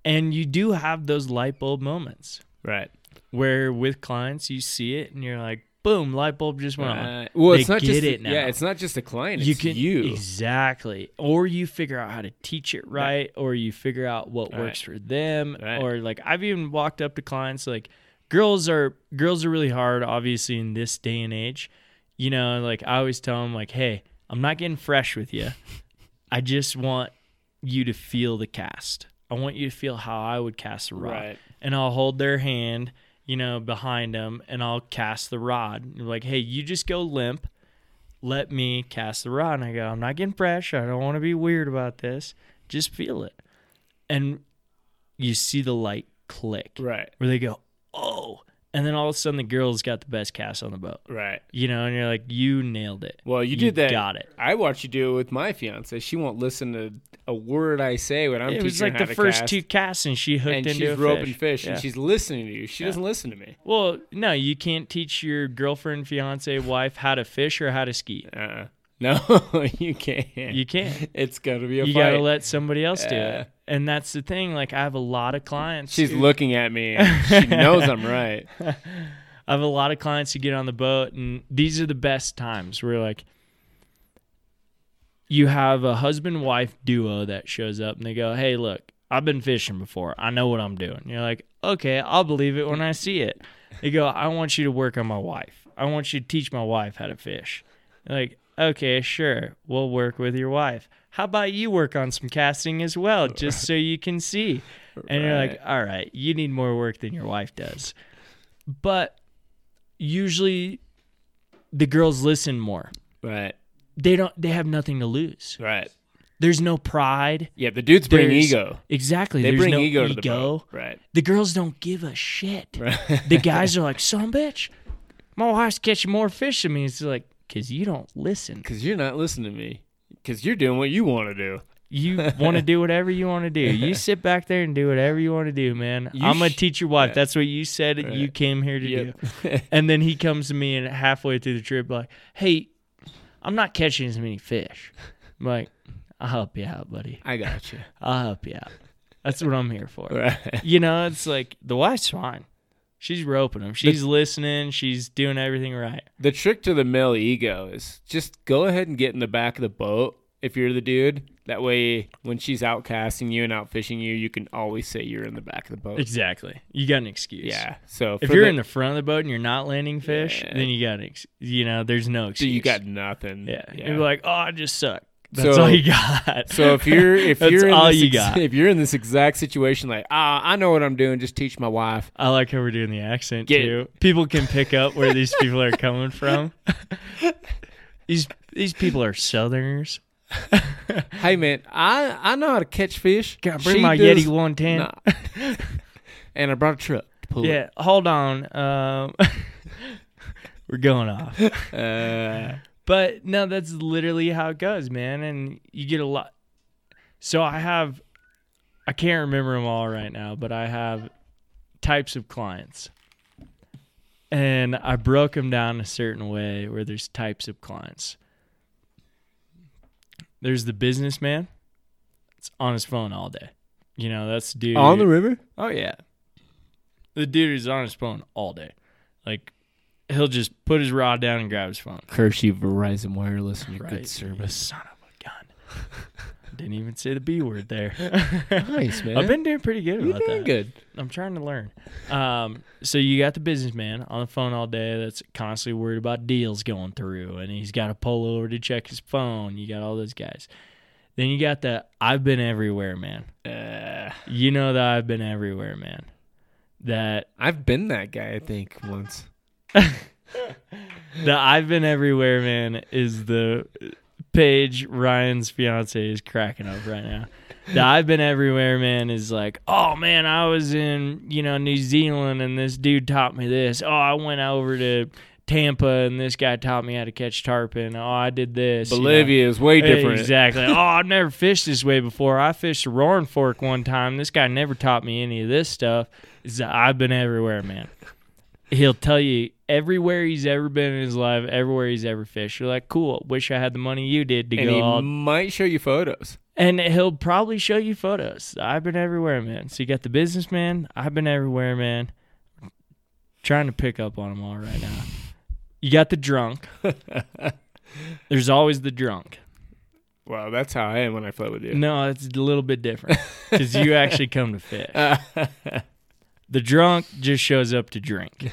Speaker 3: And you do have those light bulb moments.
Speaker 2: Right.
Speaker 3: where with clients you see it and you're like, boom, light bulb just went on.
Speaker 2: Uh, well,
Speaker 3: They
Speaker 2: it's not
Speaker 3: get
Speaker 2: just
Speaker 3: it now.
Speaker 2: yeah, it's not just the client. It's
Speaker 3: you can
Speaker 2: you.
Speaker 3: exactly, or you figure out how to teach it right, or you figure out what
Speaker 2: Right.
Speaker 3: works for them,
Speaker 2: Right.
Speaker 3: or like I've even walked up to clients like, girls are girls are really hard, obviously in this day and age. You know, like I always tell them like, hey, I'm not getting fresh with you. I just want you to feel the cast. I want you to feel how I would cast a rod
Speaker 2: Right.
Speaker 3: and I'll hold their hand, you know, behind them, and I'll cast the rod. And you're like, hey, you just go limp. Let me cast the rod. And I go, I'm not getting fresh. I don't want to be weird about this. Just feel it. And you see the light click
Speaker 2: Right.
Speaker 3: where they go, oh, and then all of a sudden the girl's got the best cast on the boat.
Speaker 2: Right.
Speaker 3: You know, and you're like, you nailed it.
Speaker 2: Well, you, did that.
Speaker 3: Got it.
Speaker 2: I watched you do it with my fiance. She won't listen to a word I say when I'm
Speaker 3: it
Speaker 2: teaching
Speaker 3: was
Speaker 2: her
Speaker 3: like
Speaker 2: how
Speaker 3: the
Speaker 2: to
Speaker 3: first
Speaker 2: cast,
Speaker 3: two casts, and she hooked
Speaker 2: and
Speaker 3: into
Speaker 2: she's
Speaker 3: a
Speaker 2: roping
Speaker 3: fish.
Speaker 2: fish,
Speaker 3: Yeah.
Speaker 2: and she's listening to you. She doesn't listen to me.
Speaker 3: well, no, you can't teach your girlfriend, fiance, wife how to fish or how to ski.
Speaker 2: Uh, no, you can't.
Speaker 3: You can't.
Speaker 2: it's gotta be a
Speaker 3: You
Speaker 2: fight.
Speaker 3: gotta let somebody else do
Speaker 2: Yeah.
Speaker 3: it. And that's the thing. Like I have a lot of clients.
Speaker 2: she's
Speaker 3: who-
Speaker 2: looking at me. and She knows I'm right.
Speaker 3: I have a lot of clients who get on the boat, and these are the best times where like you have a husband wife duo that shows up and they go, Hey, look, I've been fishing before. I know what I'm doing. You're like, Okay, I'll believe it when I see it. They go, I want you to work on my wife. I want you to teach my wife how to fish. You're like, okay, sure. We'll work with your wife. How about you work on some casting as well, just so you can see? And you're like, all right, you need more work than your wife does. But usually the girls listen more.
Speaker 2: Right.
Speaker 3: They don't they have nothing to lose.
Speaker 2: Right.
Speaker 3: There's no pride.
Speaker 2: Yeah, the dudes bring
Speaker 3: There's-
Speaker 2: ego.
Speaker 3: Exactly.
Speaker 2: They
Speaker 3: There's
Speaker 2: bring
Speaker 3: no
Speaker 2: ego, to the boat. Right.
Speaker 3: The girls don't give a shit.
Speaker 2: Right.
Speaker 3: The guys are like, son of a bitch, my wife's catching more fish than me. It's like, cause you don't listen.
Speaker 2: Because you're not listening to me. Because you're doing what you want to do.
Speaker 3: You want to do whatever you want to do. You sit back there and do whatever you want to do, man.
Speaker 2: You
Speaker 3: I'm gonna
Speaker 2: sh-
Speaker 3: teach your wife. That's what you said you came here to do. And then he comes to me and halfway through the trip, like, hey, I'm not catching as many fish. I'm like, I'll help you out, buddy.
Speaker 2: I got you.
Speaker 3: I'll help you out. That's what I'm here for.
Speaker 2: Right.
Speaker 3: You know, it's like the wife's fine. She's roping him. She's listening. She's doing everything right.
Speaker 2: The trick to the male ego is just go ahead and get in the back of the boat if you're the dude. That way, when she's out casting you and out fishing you, you can always say you're in the back of the boat.
Speaker 3: Exactly. You got an excuse.
Speaker 2: Yeah. So
Speaker 3: If
Speaker 2: for
Speaker 3: you're
Speaker 2: the-
Speaker 3: in the front of the boat and you're not landing fish,
Speaker 2: Yeah.
Speaker 3: then you got an ex- you know, there's no
Speaker 2: so
Speaker 3: excuse.
Speaker 2: you got nothing.
Speaker 3: yeah. You're like, oh, I just suck. That's
Speaker 2: So-
Speaker 3: all you got.
Speaker 2: so if you're if
Speaker 3: That's
Speaker 2: you're in
Speaker 3: all
Speaker 2: this
Speaker 3: you
Speaker 2: ex-
Speaker 3: got.
Speaker 2: if you're in this exact situation, like ah, I know what I'm doing. Just teach my wife.
Speaker 3: I like how we're doing the accent
Speaker 2: Get-
Speaker 3: too. People can pick up where these people are coming from. these these people are Southerners.
Speaker 2: Hey man, I I know how to catch fish.
Speaker 3: Gotta bring
Speaker 2: She
Speaker 3: my
Speaker 2: does
Speaker 3: Yeti 110.
Speaker 2: not. and I brought a truck to pull
Speaker 3: Yeah, hold on. Um, we're going off.
Speaker 2: it. Uh,
Speaker 3: But no, that's literally how it goes, man. And you get a lot. So I have, I can't remember them all right now, but I have types of clients. And I broke them down a certain way where there's types of clients. There's the businessman. It's on his phone all day. You know, that's the dude.
Speaker 2: on the river.
Speaker 3: Oh yeah. The dude is on his phone all day. Like he'll just put his rod down and grab his phone.
Speaker 2: Curse you, Verizon Wireless, and your
Speaker 3: Right.
Speaker 2: good service.
Speaker 3: Son of a gun. Didn't even say the B word there.
Speaker 2: Nice man.
Speaker 3: I've been doing pretty good
Speaker 2: You're
Speaker 3: about
Speaker 2: doing
Speaker 3: that.
Speaker 2: good.
Speaker 3: I'm trying to learn. Um, so you got the businessman on the phone all day that's constantly worried about deals going through, and he's got to pull over to check his phone. You got all those guys. Then you got the I've been everywhere, man.
Speaker 2: Uh,
Speaker 3: You know that I've been everywhere, man. That
Speaker 2: I've been that guy, I think, once.
Speaker 3: the I've been everywhere man is the page Ryan's fiance is cracking up right now. The I've been everywhere man is like, oh man, I was in you know New Zealand and this dude taught me this. Oh, I went over to Tampa and this guy taught me how to catch tarpon. Oh, I did this. you know.
Speaker 2: Bolivia is way different.
Speaker 3: Exactly. oh, I've never fished this way before. I fished a roaring fork one time. This guy never taught me any of this stuff. It's the I've been everywhere, man. He'll tell you everywhere he's ever been in his life, everywhere he's ever fished. You're like, cool. Wish I had the money you did to
Speaker 2: And
Speaker 3: go
Speaker 2: he
Speaker 3: all.
Speaker 2: might show you photos.
Speaker 3: and he'll probably show you photos. I've been everywhere, man. So you got the businessman. I've been everywhere, man. Trying to pick up on them all right now. You got the drunk. There's always the drunk.
Speaker 2: Well, that's how I am when I float with you.
Speaker 3: No, it's a little bit different because you actually come to fish.
Speaker 2: Uh,
Speaker 3: The drunk just shows up to drink.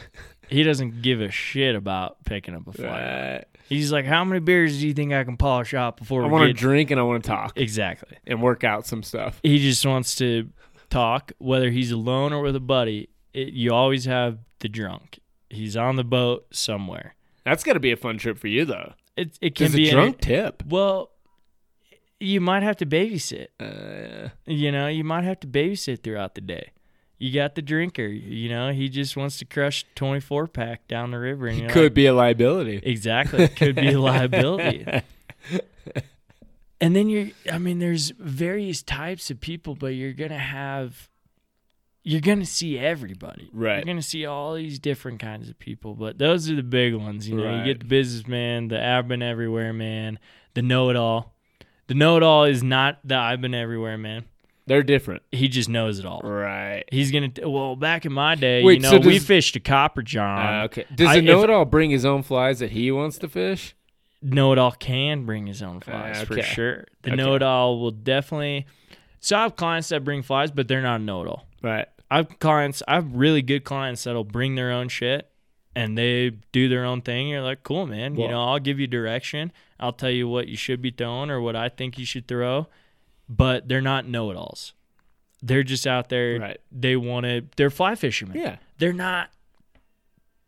Speaker 3: He doesn't give a shit about picking up a fly.
Speaker 2: right.
Speaker 3: He's like, "How many beers do you think I can polish off before
Speaker 2: I
Speaker 3: we
Speaker 2: want to
Speaker 3: get?"
Speaker 2: drink and I want to talk
Speaker 3: exactly.
Speaker 2: and work out some stuff.
Speaker 3: He just wants to talk, whether he's alone or with a buddy. It, you always have the drunk. He's on the boat somewhere.
Speaker 2: That's got to be a fun trip for you, though.
Speaker 3: It it can
Speaker 2: Because
Speaker 3: be
Speaker 2: a
Speaker 3: any-
Speaker 2: drunk tip.
Speaker 3: Well, you might have to babysit.
Speaker 2: Uh,
Speaker 3: You know, you might have to babysit throughout the day. You got the drinker, you know, he just wants to crush 24 pack down the river. And
Speaker 2: he
Speaker 3: you're
Speaker 2: could
Speaker 3: like,
Speaker 2: be a liability.
Speaker 3: Exactly. It could be a liability. And then you're, I mean, there's various types of people, but you're going to have, you're going to see everybody. You're
Speaker 2: Right.
Speaker 3: going to see all these different kinds of people, but those are the big ones. You know, you
Speaker 2: Right.
Speaker 3: get the businessman, the I've been everywhere man, the know it all. The know it all is not the I've been everywhere man.
Speaker 2: They're different.
Speaker 3: He just knows it all.
Speaker 2: Right.
Speaker 3: He's going to, well, back in my day,
Speaker 2: Wait,
Speaker 3: you know,
Speaker 2: so
Speaker 3: we
Speaker 2: does-
Speaker 3: fished a copper john.
Speaker 2: Uh, okay. Does the
Speaker 3: I- if-
Speaker 2: know-it-all bring his own flies that he wants to fish?
Speaker 3: know it all can bring his own flies for
Speaker 2: okay.
Speaker 3: sure. The
Speaker 2: Okay.
Speaker 3: know it all will definitely. So I have clients that bring flies, but they're not a know it all.
Speaker 2: Right.
Speaker 3: I have clients, I have really good clients that'll bring their own shit and they do their own thing. You're like, cool, man.
Speaker 2: Well-
Speaker 3: you know, I'll give you direction. I'll tell you what you should be throwing or what I think you should throw, but they're not know it alls. They're just out there.
Speaker 2: Right.
Speaker 3: They want to, they're fly fishermen.
Speaker 2: Yeah.
Speaker 3: They're not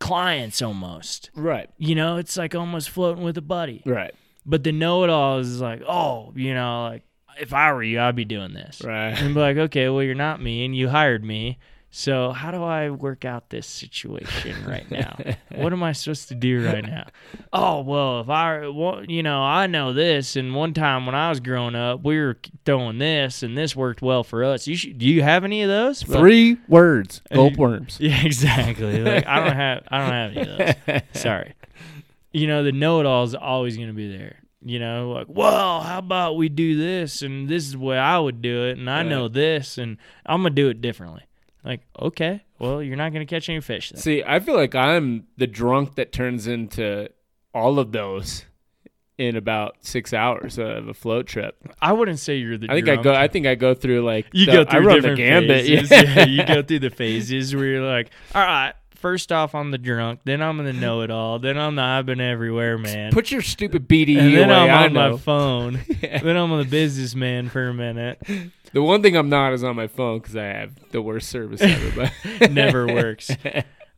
Speaker 3: clients almost.
Speaker 2: Right.
Speaker 3: You know, it's like almost floating with a buddy.
Speaker 2: Right.
Speaker 3: But the know it alls is like, oh, you know, like if I were you, I'd be doing this.
Speaker 2: Right.
Speaker 3: And be like, okay, well, you're not me and you hired me. So how do I work out this situation right now? what am I supposed to do right now? Oh, well, if I, well, you know, I know this. And one time when I was growing up, we were throwing this and this worked well for us. You should, do you have any of those? But-
Speaker 2: Three words.
Speaker 3: Hey.
Speaker 2: Gulp worms.
Speaker 3: yeah, exactly. Like I don't have I don't have any of those. Sorry. You know, the know it all is always gonna be there. You know, like, well, how about we do this and this is the way I would do it and I know this and I'm gonna do it differently. Like, okay, well you're not gonna catch any fish then.
Speaker 2: See, I feel like I'm the drunk that turns into all of those in about six hours of a float trip.
Speaker 3: I wouldn't say you're the
Speaker 2: I think I
Speaker 3: drunk.
Speaker 2: go. I think I go through like
Speaker 3: you
Speaker 2: the-
Speaker 3: go through
Speaker 2: I run the
Speaker 3: different
Speaker 2: gambit.
Speaker 3: phases.
Speaker 2: Yeah.
Speaker 3: Yeah, you go through the phases where you're like, all right, first off I'm the drunk, then I'm the know it all, then I'm the I've been everywhere man.
Speaker 2: Put your stupid BDE
Speaker 3: and then
Speaker 2: away.
Speaker 3: I'm
Speaker 2: I
Speaker 3: on my
Speaker 2: know.
Speaker 3: phone. Then I'm on the businessman for a minute.
Speaker 2: The one thing I'm not is on my phone because I have the worst service ever. But
Speaker 3: Never works.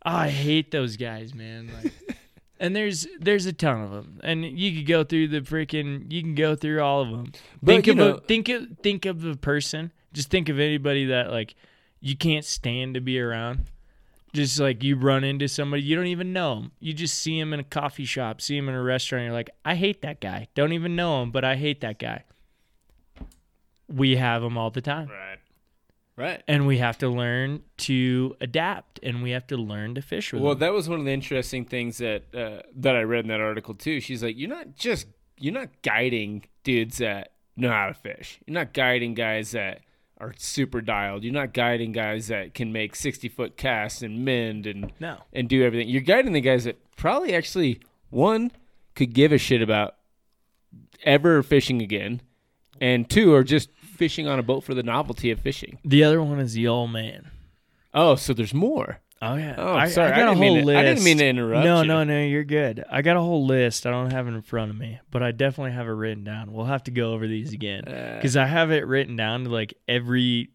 Speaker 3: I hate those guys, man. Like, and there's there's a ton of them, and you could go through the freaking you can go through all of them.
Speaker 2: But,
Speaker 3: think
Speaker 2: you
Speaker 3: of
Speaker 2: know-
Speaker 3: a, think of think of the person. Just think of anybody that like you can't stand to be around. Just like you run into somebody you don't even know 'em. You just see him in a coffee shop, see him in a restaurant. You're like, I hate that guy. Don't even know him, but I hate that guy. We have them all the time
Speaker 2: right, right.
Speaker 3: and we have to learn to adapt and we have to learn to fish with
Speaker 2: Well,
Speaker 3: them.
Speaker 2: that was one of the interesting things that uh, that I read in that article too. She's like, you're not just you're not guiding dudes that know how to fish. You're not guiding guys that are super dialed. You're not guiding guys that can make sixty foot casts and mend and
Speaker 3: no
Speaker 2: and do everything. You're guiding the guys that probably actually one could give a shit about ever fishing again, and two are just fishing on a boat for the novelty of fishing.
Speaker 3: the other one is the old man
Speaker 2: Oh, so there's more.
Speaker 3: oh yeah
Speaker 2: Oh,
Speaker 3: I,
Speaker 2: sorry.
Speaker 3: I
Speaker 2: I
Speaker 3: got a
Speaker 2: didn't mean
Speaker 3: whole
Speaker 2: to-
Speaker 3: list
Speaker 2: I didn't mean to interrupt
Speaker 3: no
Speaker 2: you.
Speaker 3: no no you're good i got a whole list i don't have it in front of me but i definitely have it written down we'll have to go over these again
Speaker 2: Uh,
Speaker 3: because i have it written down to like every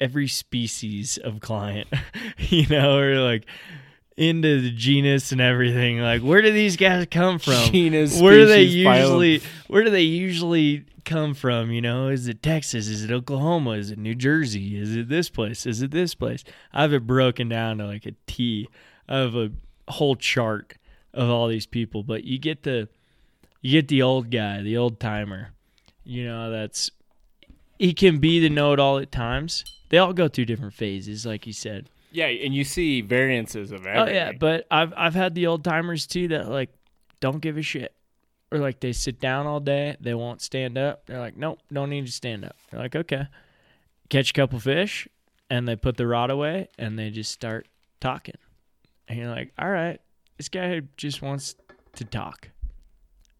Speaker 3: every species of client you know or like into the genus and everything like where do these guys come from
Speaker 2: Gina's
Speaker 3: where do they
Speaker 2: species phylum.
Speaker 3: usually where do they usually come from you know is it texas is it oklahoma is it new jersey is it this place is it this place i have it broken down to like a t of a whole chart of all these people but you get the you get the old guy the old timer you know that's he can be the know-it-all at times they all go through different phases like you said
Speaker 2: Yeah, and you see variances of everything.
Speaker 3: Oh yeah, but I've I've had the old timers too that like don't give a shit. Or like they sit down all day, they won't stand up. They're like, Nope, don't need to stand up. They're like, Okay. Catch a couple fish and they put the rod away and they just start talking. And you're like, All right, this guy just wants to talk.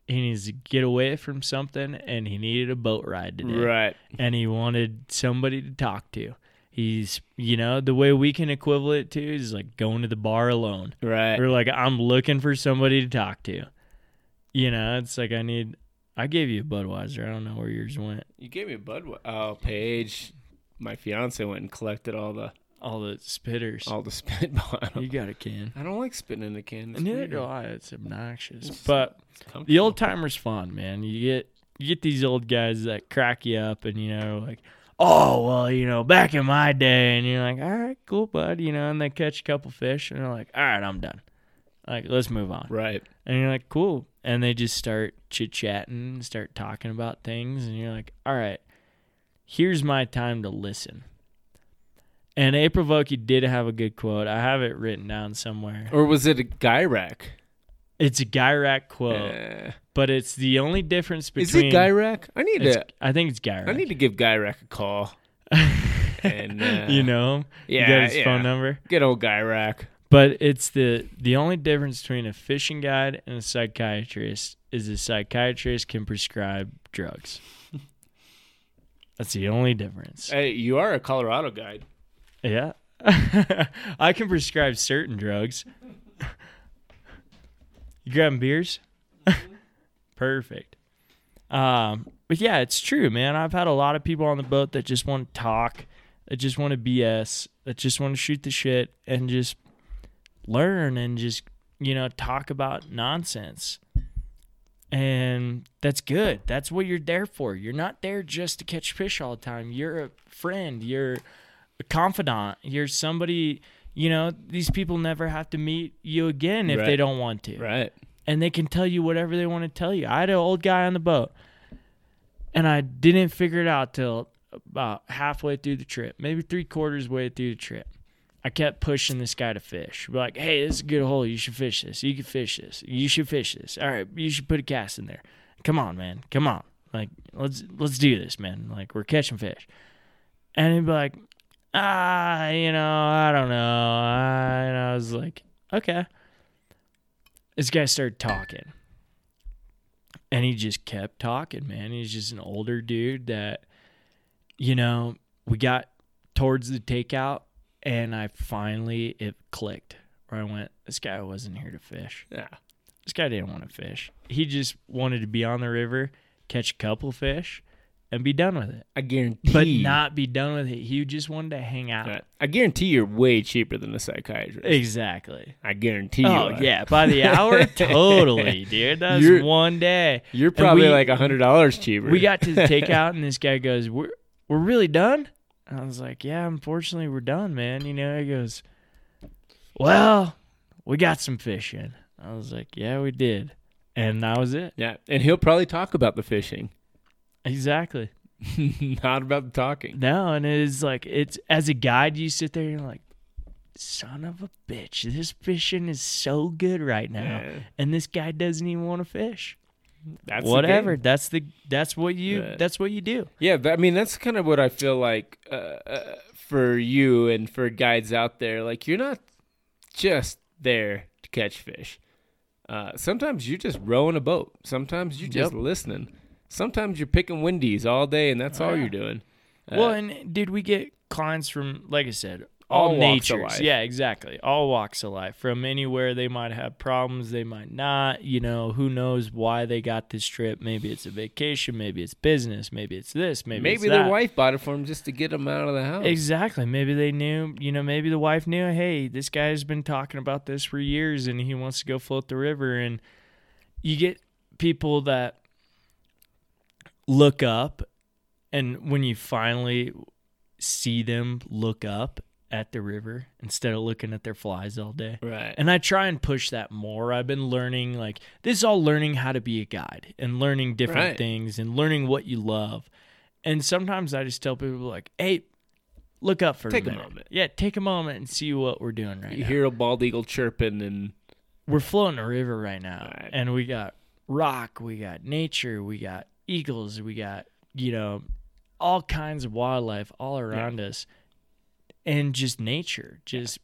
Speaker 3: He needs to get away from something and he needed a boat ride today
Speaker 2: right.
Speaker 3: and he wanted somebody to talk to. He's, you know, the way we can equivalent it to is like going to the bar alone.
Speaker 2: Right.
Speaker 3: Or like, I'm looking for somebody to talk to. You know, it's like I need. I gave you a Budweiser. I don't know where yours went.
Speaker 2: You gave me a bud. Oh, Paige, my fiance went and collected all the
Speaker 3: All the spitters.
Speaker 2: all the spit bottle.
Speaker 3: You got a can.
Speaker 2: I don't like spitting in a can. It's
Speaker 3: Oh. Neither
Speaker 2: weird.
Speaker 3: do I. It's obnoxious. But
Speaker 2: It's comfortable.
Speaker 3: the old timer's fun, man. You get you get these old guys that crack you up and you know like oh well you know back in my day and you're like all right cool bud you know and they catch a couple fish and they're like all right i'm done like let's move on
Speaker 2: Right.
Speaker 3: and you're like cool and they just start chit-chatting start talking about things and you're like all right here's my time to listen and april Vokey did have a good quote i have it written down somewhere
Speaker 2: Or was it a guy rack?
Speaker 3: it's a gyrac quote
Speaker 2: Eh.
Speaker 3: but it's the only difference between
Speaker 2: is it guy rack? I need
Speaker 3: It's-
Speaker 2: to.
Speaker 3: I think it's Gyrac.
Speaker 2: I need to give guy rack a call. and, uh,
Speaker 3: you know him.
Speaker 2: Yeah.
Speaker 3: you got his
Speaker 2: yeah.
Speaker 3: phone number.
Speaker 2: Good old guy rack.
Speaker 3: But it's the the only difference between a fishing guide and a psychiatrist is a psychiatrist can prescribe drugs. That's the only difference.
Speaker 2: Hey, you are a Colorado guide.
Speaker 3: Yeah. I can prescribe certain drugs. you grabbing beers? Perfect. Um, but yeah, it's true, man. I've had a lot of people on the boat that just want to talk, that just want to BS, that just want to shoot the shit and just learn and just, you know, talk about nonsense. And that's good. That's what you're there for. You're not there just to catch fish all the time. You're a friend. You're a confidant. You're somebody, you know, these people never have to meet you again if
Speaker 2: Right.
Speaker 3: they don't want to
Speaker 2: Right.
Speaker 3: and they can tell you whatever they want to tell you. I had an old guy on the boat, and I didn't figure it out till about halfway through the trip, maybe three quarters way through the trip. I kept pushing this guy to fish. Be like, hey, this is a good hole. You should fish this. You can fish this. You should fish this. All right, you should put a cast in there. Come on, man. Come on. Like, let's let's do this, man. Like, we're catching fish. And he'd be like, ah, you know, I don't know. I, and I was like, okay this guy started talking and he just kept talking man he's just an older dude that you know we got towards the takeout and i finally it clicked where i went this guy wasn't here to fish
Speaker 2: Yeah.
Speaker 3: this guy didn't want to fish he just wanted to be on the river catch a couple fish and be done with it
Speaker 2: I guarantee.
Speaker 3: but not be done with it he just wanted to hang out
Speaker 2: Right. I guarantee you're way cheaper than a psychiatrist.
Speaker 3: exactly
Speaker 2: I guarantee you.
Speaker 3: oh
Speaker 2: are.
Speaker 3: yeah by the hour totally dude that's
Speaker 2: You're-
Speaker 3: one day
Speaker 2: You're probably
Speaker 3: we-
Speaker 2: like a hundred dollars cheaper.
Speaker 3: we got to the takeout and this guy goes we're we're really done and i was like yeah unfortunately we're done man you know he goes well we got some fish in i was like yeah we did and that was it
Speaker 2: Yeah, and he'll probably talk about the fishing,
Speaker 3: exactly
Speaker 2: not about the talking.
Speaker 3: no and it is like it's as a guide you sit there and you're like son of a bitch this fishing is so good right now
Speaker 2: Yeah,
Speaker 3: and this guy doesn't even want to fish
Speaker 2: that's the
Speaker 3: whatever
Speaker 2: game.
Speaker 3: that's the that's what you
Speaker 2: Yeah.
Speaker 3: that's what you do
Speaker 2: Yeah, but, I mean that's kind of what I feel like uh, uh, for you and for guides out there. Like you're not just there to catch fish. Uh, sometimes you're just rowing a boat. Sometimes you're just
Speaker 3: Yep.
Speaker 2: listening. Sometimes you're picking Wendy's all day, and that's
Speaker 3: Oh,
Speaker 2: all
Speaker 3: yeah.
Speaker 2: you're doing. Uh,
Speaker 3: Well, and did we get clients from, like I said,
Speaker 2: All
Speaker 3: all,
Speaker 2: walks of
Speaker 3: natures?
Speaker 2: life.
Speaker 3: Yeah, exactly. All walks of life. From anywhere they might have problems, they might not. You know, who knows why they got this trip? Maybe it's a vacation. Maybe it's business. Maybe it's this. Maybe,
Speaker 2: maybe
Speaker 3: it's
Speaker 2: their
Speaker 3: that.
Speaker 2: wife bought it for them just to get them out of the house.
Speaker 3: Exactly. Maybe they knew, you know, maybe the wife knew, hey, this guy's been talking about this for years and he wants to go float the river. And you get people that look up, and when you finally see them look up at the river instead of looking at their flies all day.
Speaker 2: Right.
Speaker 3: And I try and push that more. I've been learning, like, this is all learning how to be a guide and learning different
Speaker 2: Right.
Speaker 3: things and learning what you love. And sometimes I just tell people, like, hey, look up for
Speaker 2: Take a
Speaker 3: minute.
Speaker 2: moment.
Speaker 3: Yeah, take a moment and see what we're doing right
Speaker 2: you
Speaker 3: now.
Speaker 2: hear a bald eagle chirping, and
Speaker 3: we're floating a river right now,
Speaker 2: Right.
Speaker 3: and we got rock, we got nature, we got eagles, we got, you know, all kinds of wildlife all around us, and just nature, just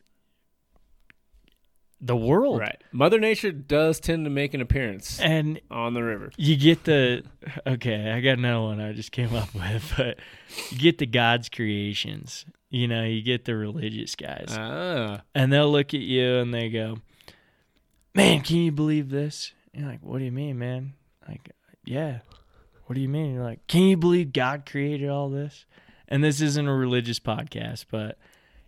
Speaker 3: the world.
Speaker 2: right, Mother Nature does tend to make an appearance.
Speaker 3: And
Speaker 2: on the river.
Speaker 3: you get the okay i got another one i just came up with but you get the god's creations you know you get the religious guys
Speaker 2: Ah,
Speaker 3: and they'll look at you and they go man can you believe this and you're like what do you mean man like yeah what do you mean you're like can you believe god created all this and this isn't a religious podcast but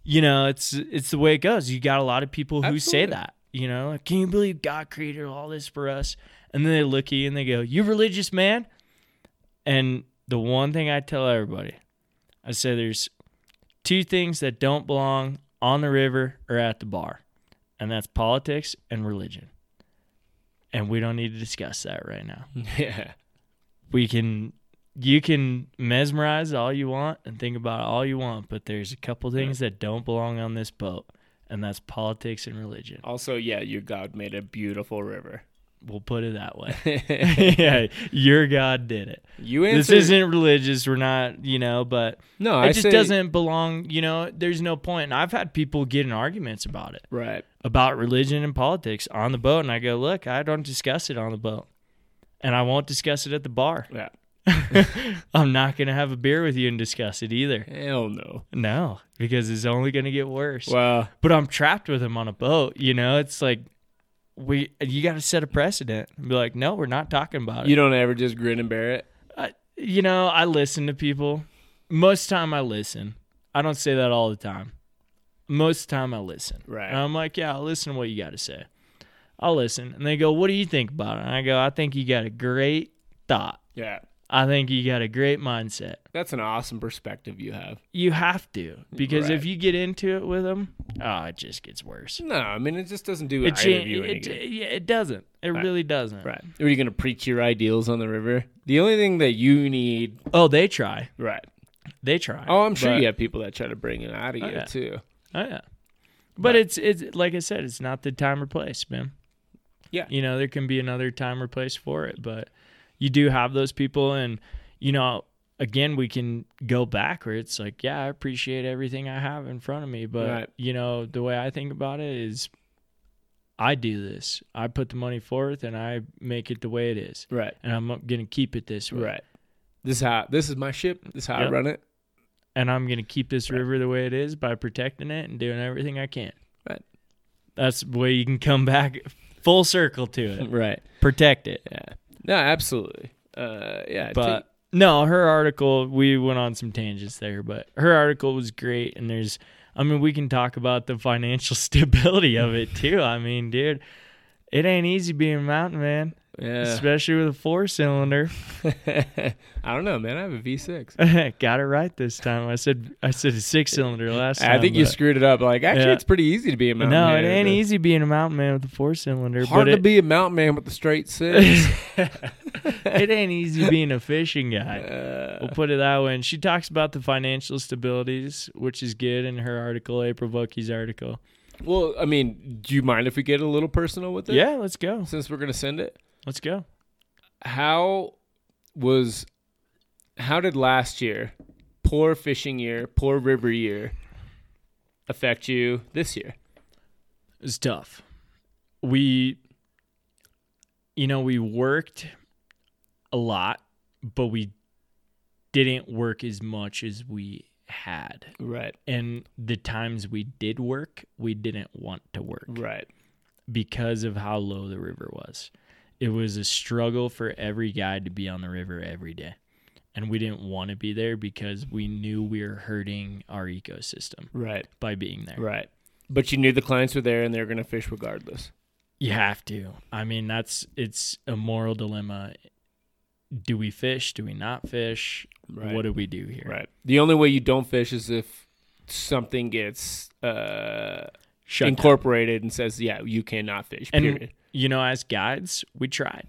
Speaker 3: you know it's it's the way it goes you got a lot of people who say
Speaker 2: Absolutely.
Speaker 3: that you know like, can you believe god created all this for us and then they look at you and they go you religious man And the one thing I tell everybody, I say there's two things that don't belong on the river or at the bar, and that's politics and religion. And we don't need to discuss that right now.
Speaker 2: Yeah.
Speaker 3: We can you can mesmerize all you want and think about it all you want, but there's a couple things that don't belong on this boat, and that's politics and religion.
Speaker 2: Also, yeah, your God made a beautiful river.
Speaker 3: We'll put it that way. yeah, your God did it.
Speaker 2: you answered.
Speaker 3: This isn't religious. We're not, you know, but
Speaker 2: no,
Speaker 3: it
Speaker 2: I
Speaker 3: just
Speaker 2: say-
Speaker 3: doesn't belong. You know, there's no point. And I've had people get in arguments about it,
Speaker 2: Right.
Speaker 3: about religion and politics on the boat. And I go, look, I don't discuss it on the boat. And I won't discuss it at the bar.
Speaker 2: Yeah.
Speaker 3: I'm not going to have a beer with you and discuss it either.
Speaker 2: Hell no.
Speaker 3: No, because it's only going to get worse.
Speaker 2: Well,
Speaker 3: But I'm trapped with him on a boat. You know, it's like, we you got to set a precedent and be like, no, we're not talking about it.
Speaker 2: you don't ever just grin and bear it.
Speaker 3: I, you know, I listen to people. Most time I listen. I don't say that all the time. Most time I listen.
Speaker 2: Right.
Speaker 3: And I'm like, yeah, I'll listen to what you got to say. I'll listen. And they go, what do you think about it? And I go, I think you got a great thought.
Speaker 2: Yeah.
Speaker 3: I think you got a great mindset.
Speaker 2: That's an awesome perspective you have.
Speaker 3: You have to because if
Speaker 2: Right.
Speaker 3: you get into it with them, oh, it just gets worse.
Speaker 2: No, I mean it just doesn't do
Speaker 3: It,
Speaker 2: either
Speaker 3: cha-
Speaker 2: of you any
Speaker 3: it,
Speaker 2: good.
Speaker 3: yeah, it doesn't. It really doesn't.
Speaker 2: Right. Are you gonna preach your ideals on the river? The only thing that you need.
Speaker 3: Oh, they try.
Speaker 2: Right.
Speaker 3: They try.
Speaker 2: Oh, I'm sure
Speaker 3: But-
Speaker 2: you have people that try to bring it out of you
Speaker 3: yeah.
Speaker 2: too.
Speaker 3: Oh yeah. But, it's it's like I said, it's not the time or place, man.
Speaker 2: Yeah.
Speaker 3: You know, there can be another time or place for it, but you do have those people and you know, again we can go back where it's like, yeah, I appreciate everything I have in front of me, but
Speaker 2: Right.
Speaker 3: you know, the way I think about it is I do this. I put the money forth and I make it the way it is.
Speaker 2: Right.
Speaker 3: And I'm going to keep it this way.
Speaker 2: Right. This is how. This is my ship. This is how
Speaker 3: Yep.
Speaker 2: I run it.
Speaker 3: and I'm gonna keep this river the way it is by protecting it and doing everything I can.
Speaker 2: Right.
Speaker 3: That's the way you can come back full circle to it.
Speaker 2: Right.
Speaker 3: Protect it.
Speaker 2: Yeah. No, absolutely. Uh, yeah.
Speaker 3: But no, her article we went on some tangents there, but her article was great and there's I mean we can talk about the financial stability of it too. I mean, dude, it ain't easy being a mountain man,
Speaker 2: take- yeah.
Speaker 3: especially with a four cylinder.
Speaker 2: I don't know, man. I have a V6.
Speaker 3: Got it right this time. I said I said a six cylinder last time.
Speaker 2: I think you
Speaker 3: but-
Speaker 2: screwed it up. Like, actually,
Speaker 3: Yeah.
Speaker 2: it's pretty easy to be a mountain
Speaker 3: No,
Speaker 2: man.
Speaker 3: it ain't
Speaker 2: but
Speaker 3: easy being a mountain man with a four cylinder.
Speaker 2: Hard
Speaker 3: but
Speaker 2: to
Speaker 3: it,
Speaker 2: be a mountain man with the straight six.
Speaker 3: it ain't easy being a fishing guy.
Speaker 2: Uh,
Speaker 3: We'll put it that way. And she talks about the financial stabilities, which is good in her article, April Bucky's article.
Speaker 2: well, I mean, do you mind if we get a little personal with it?
Speaker 3: Yeah, let's go.
Speaker 2: Since we're gonna send it,
Speaker 3: Let's go.
Speaker 2: how was, how did last year, poor fishing year, poor river year, affect you this year?
Speaker 3: It's tough. We, you know, we worked a lot, but we didn't work as much as we had.
Speaker 2: Right.
Speaker 3: And the times we did work, we didn't want to work.
Speaker 2: Right.
Speaker 3: because of how low the river was. It was a struggle for every guy to be on the river every day. And we didn't want to be there because we knew we were hurting our ecosystem
Speaker 2: Right.
Speaker 3: by being there.
Speaker 2: Right. But you knew the clients were there and they were gonna fish regardless.
Speaker 3: You have to. I mean, that's it's a moral dilemma. Do we fish? Do we not fish?
Speaker 2: Right.
Speaker 3: What do we do here?
Speaker 2: Right. The only way you don't fish is if something gets uh,
Speaker 3: Shut down.
Speaker 2: incorporated and says, "Yeah, you cannot fish."
Speaker 3: And-
Speaker 2: Period.
Speaker 3: You know, as guides, we tried.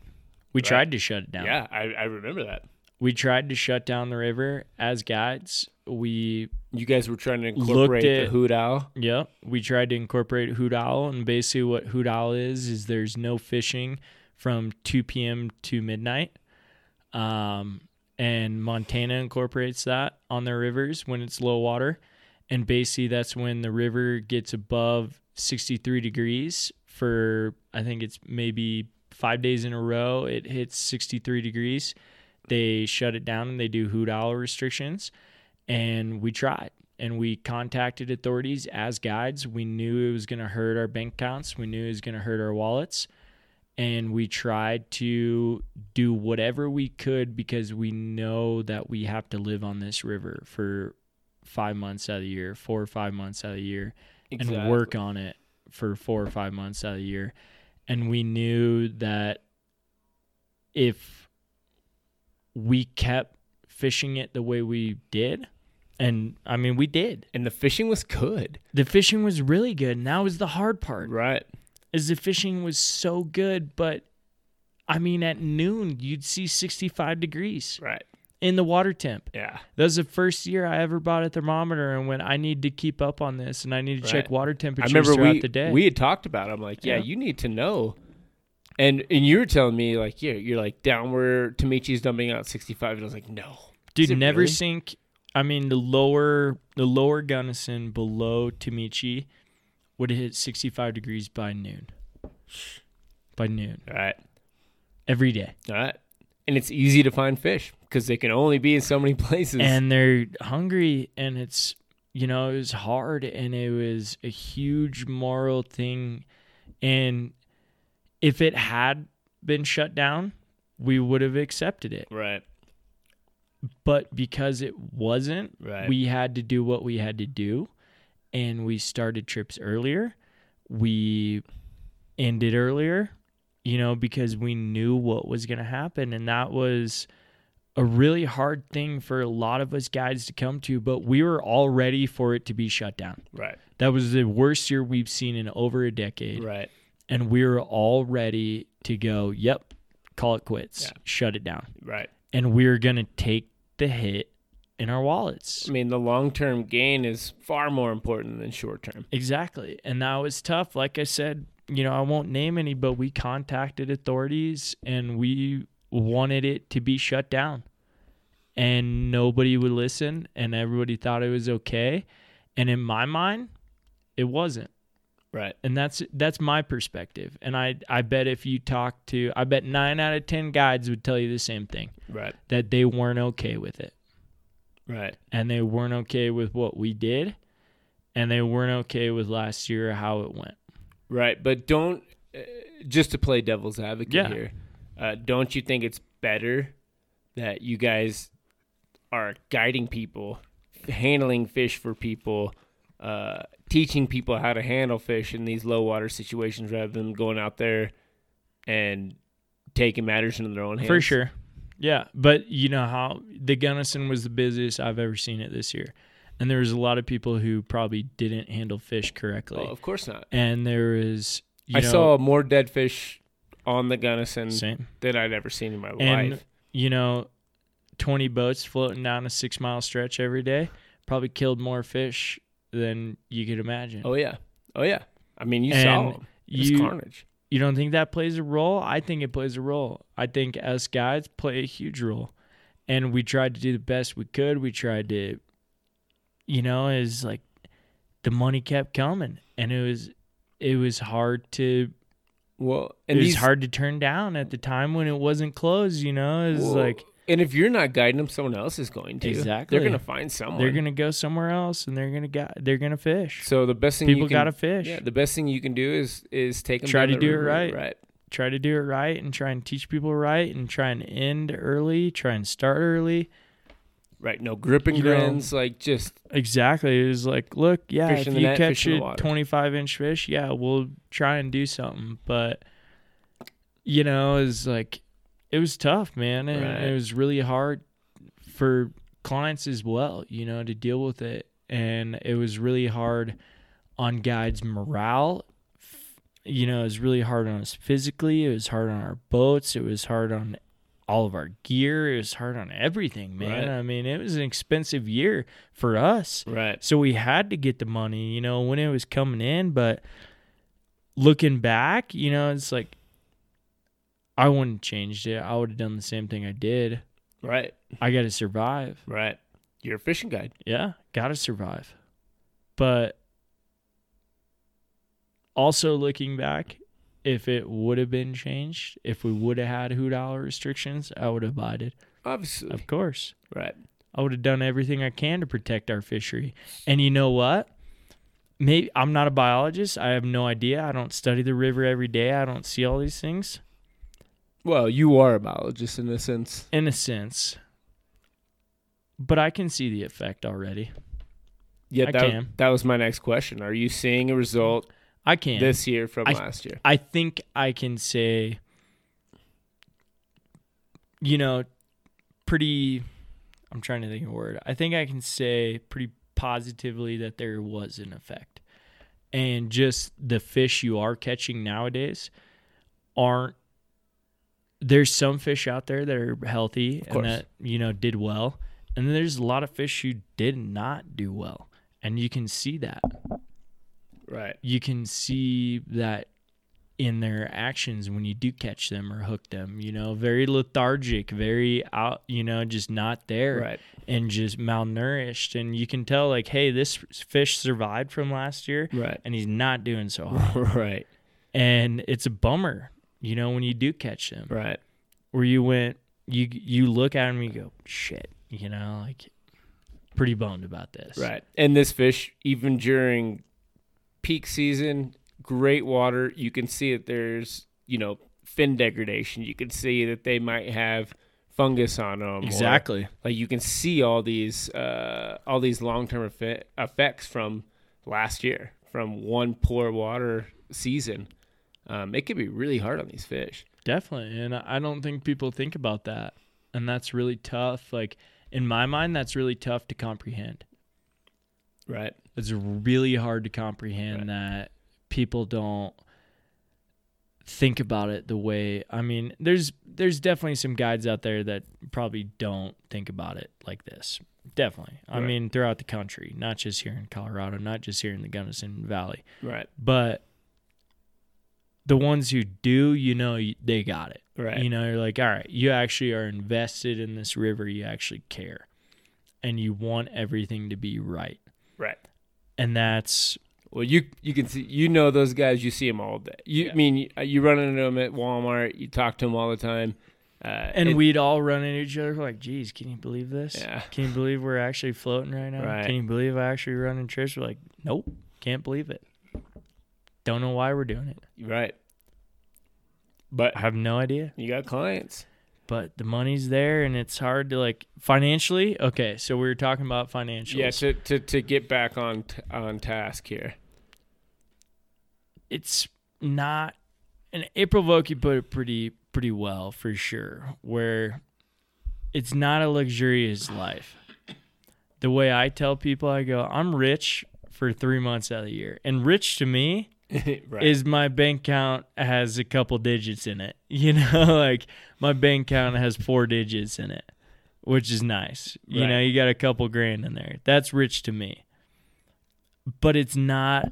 Speaker 3: We
Speaker 2: Right.
Speaker 3: tried to shut it down.
Speaker 2: yeah, I, I remember that.
Speaker 3: We tried to shut down the river as guides. We
Speaker 2: You guys were trying to incorporate
Speaker 3: at-
Speaker 2: the hoot owl.
Speaker 3: Yeah, we tried to incorporate hoot owl, and basically what hoot owl is is there's no fishing from 2 p.m. to midnight. Um, and Montana incorporates that on their rivers when it's low water, and basically that's when the river gets above 63 degrees for I think it's maybe five days in a row it hits 63 degrees. They shut it down and they do hoot owl restrictions, and we tried and we contacted authorities as guides. We knew it was going to hurt our bank accounts. We knew it was going to hurt our wallets. And we tried to do whatever we could because we know that we have to live on this river for five months out of the year, four or five months out of the year and work on it for four or five months out of the year. And we knew that if we kept fishing it the way we did. And I mean, we did.
Speaker 2: And the fishing was good.
Speaker 3: The fishing was really good. And that was the hard part
Speaker 2: Right.
Speaker 3: is the fishing was so good. But I mean, at noon, you'd see 65 degrees
Speaker 2: Right.
Speaker 3: in the water temp.
Speaker 2: Yeah.
Speaker 3: That was the first year I ever bought a thermometer and went, I need to keep up on this and I need to check
Speaker 2: Right.
Speaker 3: water temperatures
Speaker 2: I remember
Speaker 3: throughout
Speaker 2: we,
Speaker 3: the day.
Speaker 2: We had talked about. It. I'm like, yeah,
Speaker 3: Yeah.
Speaker 2: you need to know. And and you were telling me like, yeah, you're like down where Tamichi's dumping out 65, and I was like, no, Is
Speaker 3: Dude,
Speaker 2: it
Speaker 3: never
Speaker 2: really?
Speaker 3: sink. I mean, the lower the lower Gunnison below Tamichi would hit 65 degrees by noon. By noon
Speaker 2: all right,
Speaker 3: every day,
Speaker 2: all right. And it's easy to find fish because they can only be in so many places.
Speaker 3: and they're hungry, and it's you know it was hard, and it was a huge moral thing, and if it had been shut down, we would have accepted it,
Speaker 2: right,
Speaker 3: but because it wasn't,
Speaker 2: right,
Speaker 3: we had to do what we had to do and we started trips earlier we ended earlier you know because we knew what was going to happen and that was a really hard thing for a lot of us guys to come to but we were all ready for it to be shut down
Speaker 2: right,
Speaker 3: that was the worst year we've seen in over a decade
Speaker 2: right,
Speaker 3: and we were all ready to go yep call it quits
Speaker 2: Yeah.
Speaker 3: shut it down
Speaker 2: right.
Speaker 3: and we are going to take the hit in our wallets
Speaker 2: I mean, the long term gain is far more important than short term.
Speaker 3: Exactly. And that was tough. Like I said, you know, I won't name any, but we contacted authorities and we wanted it to be shut down. And nobody would listen and everybody thought it was okay. And in my mind, it wasn't.
Speaker 2: Right,
Speaker 3: And that's that's my perspective. And I I bet if you talk to I bet 9 out of 10 guides would tell you the same thing
Speaker 2: right,
Speaker 3: that they weren't okay with it
Speaker 2: right,
Speaker 3: and they weren't okay with what we did and they weren't okay with last year how it went.
Speaker 2: right. But don't uh, just to play devil's advocate
Speaker 3: Yeah.
Speaker 2: here. Uh, don't you think it's better that you guys are guiding people, handling fish for people, uh, teaching people how to handle fish in these low water situations rather than going out there and taking matters into their own hands?
Speaker 3: For sure. Yeah. But you know how the Gunnison was the busiest I've ever seen it this year. And there was a lot of people who probably didn't handle fish
Speaker 2: Oh,
Speaker 3: correctly.
Speaker 2: of course not.
Speaker 3: And there is you
Speaker 2: I
Speaker 3: know,
Speaker 2: saw um, more dead fish on the Gunnison
Speaker 3: same.
Speaker 2: than I'd ever seen in my
Speaker 3: And
Speaker 2: life.
Speaker 3: you know, twenty boats floating down a six mile stretch every day probably killed more fish than you could imagine.
Speaker 2: Oh yeah, oh yeah. I mean, you saw
Speaker 3: And
Speaker 2: 'em. It was
Speaker 3: you
Speaker 2: carnage.
Speaker 3: you don't think that plays a role? I think it plays a role. I think us guys play a huge role. And we tried to do the best we could. We tried to, you know, is like the money kept coming, and it was it was hard to
Speaker 2: Well,
Speaker 3: it was hard to turn down at the time when it wasn't closed. You know, it's
Speaker 2: Well,
Speaker 3: like
Speaker 2: and if you're not guiding them, someone else is going to.
Speaker 3: Exactly.
Speaker 2: They're going to find someone.
Speaker 3: they're gonna go somewhere else, and they're gonna go, they're gonna fish.
Speaker 2: So the best thing
Speaker 3: People
Speaker 2: you can,
Speaker 3: gotta fish.
Speaker 2: Yeah, the best thing you can do is is take them
Speaker 3: Try
Speaker 2: down
Speaker 3: to
Speaker 2: the
Speaker 3: do it
Speaker 2: river,
Speaker 3: right.
Speaker 2: Right.
Speaker 3: try to do it right and try and teach people right and try and end early, try and start early.
Speaker 2: Right. No gripping
Speaker 3: You know,
Speaker 2: grins. Like just
Speaker 3: Exactly. It was like, look, yeah,
Speaker 2: Fish
Speaker 3: if
Speaker 2: in the
Speaker 3: you
Speaker 2: net,
Speaker 3: catch
Speaker 2: fish in the
Speaker 3: a
Speaker 2: water.
Speaker 3: 25 inch fish, yeah, we'll try and do something. But, you know, it's like, it was tough, man. And
Speaker 2: Right.
Speaker 3: it was really hard for clients as well, you know, to deal with it. And it was really hard on guides' morale. F- You know, it was really hard on us physically. It was hard on our boats. It was hard on all of our gear. It was hard on everything, man.
Speaker 2: Right.
Speaker 3: I mean, it was an expensive year for us.
Speaker 2: right.
Speaker 3: So we had to get the money, you know, when it was coming in. But looking back, you know, it's like I wouldn't have changed it. I would have done the same thing I did.
Speaker 2: Right.
Speaker 3: I got to survive.
Speaker 2: Right. You're a fishing guide.
Speaker 3: Yeah, got to survive. But also looking back, if it would have been changed, if we would have had hoot owl restrictions, I would have abided.
Speaker 2: Obviously.
Speaker 3: Of course.
Speaker 2: Right.
Speaker 3: I would have done everything I can to protect our fishery. And you know what? Maybe I'm not a biologist. I have no idea. I don't study the river every day. I don't see all these things.
Speaker 2: Well, you are a biologist in a sense.
Speaker 3: In a sense. But I can see the effect already.
Speaker 2: Yeah,
Speaker 3: I
Speaker 2: that,
Speaker 3: can.
Speaker 2: that was my next question. Are you seeing a result
Speaker 3: I can.
Speaker 2: this year from
Speaker 3: I-
Speaker 2: last year?
Speaker 3: I think I can say, you know, pretty I'm trying to think of a word. I think I can say pretty positively that there was an effect. And just the fish you are catching nowadays aren't there's some fish out there that are healthy and
Speaker 2: course.
Speaker 3: that, you know, did well. And then there's a lot of fish who did not do well. And you can see that
Speaker 2: Right.
Speaker 3: you can see that in their actions when you do catch them or hook them you know very lethargic very out you know just not there
Speaker 2: Right.
Speaker 3: and just malnourished and you can tell like hey this fish survived from last year
Speaker 2: Right.
Speaker 3: and he's not doing so hot
Speaker 2: right.
Speaker 3: and it's a bummer you know when you do catch them
Speaker 2: Right.
Speaker 3: where you went you you look at him and you go shit you know like pretty boned about this
Speaker 2: Right. And this fish, even during peak season, great water, you can see that there's, you know, fin degradation. You can see that they might have fungus on them.
Speaker 3: exactly
Speaker 2: like you can see all these uh, all these long term effects from last year from one poor water season. Um, it could be really hard on these fish.
Speaker 3: Definitely. And I I don't think people think about that. And that's really tough. Like, in my mind, that's really tough to comprehend.
Speaker 2: Right.
Speaker 3: It's really hard to comprehend
Speaker 2: Right.
Speaker 3: that people don't think about it the way I mean, there's there's definitely some guides out there that probably don't think about it like this. Definitely. I
Speaker 2: Right.
Speaker 3: mean, throughout the country, not just here in Colorado, not just here in the Gunnison Valley
Speaker 2: Right.
Speaker 3: but the ones who do, you know, y- they got it.
Speaker 2: Right.
Speaker 3: You know, you're like, all right, you actually are invested in this river. You actually care, and you want everything to be right.
Speaker 2: Right.
Speaker 3: And that's
Speaker 2: Well, you you can see you know those guys. You see them all day. You I mean you, you run into them at Walmart. You talk to them all the time. Uh,
Speaker 3: and
Speaker 2: it-
Speaker 3: we'd all run into each other like, geez, can you believe this?
Speaker 2: Yeah.
Speaker 3: Can you believe we're actually floating right now?
Speaker 2: Right.
Speaker 3: Can you believe I actually run in trips? We're like, nope, can't believe it. Don't know why we're doing it.
Speaker 2: right. But
Speaker 3: I have no idea.
Speaker 2: you got clients.
Speaker 3: But the money's there, and it's hard to like financially. Okay, so we were talking about financials.
Speaker 2: Yeah. To, to to get back on t- on task here.
Speaker 3: it's not and April Vokey put it pretty pretty well for sure, where it's not a luxurious life. The way I tell people, I go, I'm rich for three months out of the year. And rich to me
Speaker 2: right.
Speaker 3: is my bank account has a couple digits in it. You know, like my bank account has four digits in it, which is nice. You
Speaker 2: Right.
Speaker 3: know, you got a couple grand in there. That's rich to me. But it's not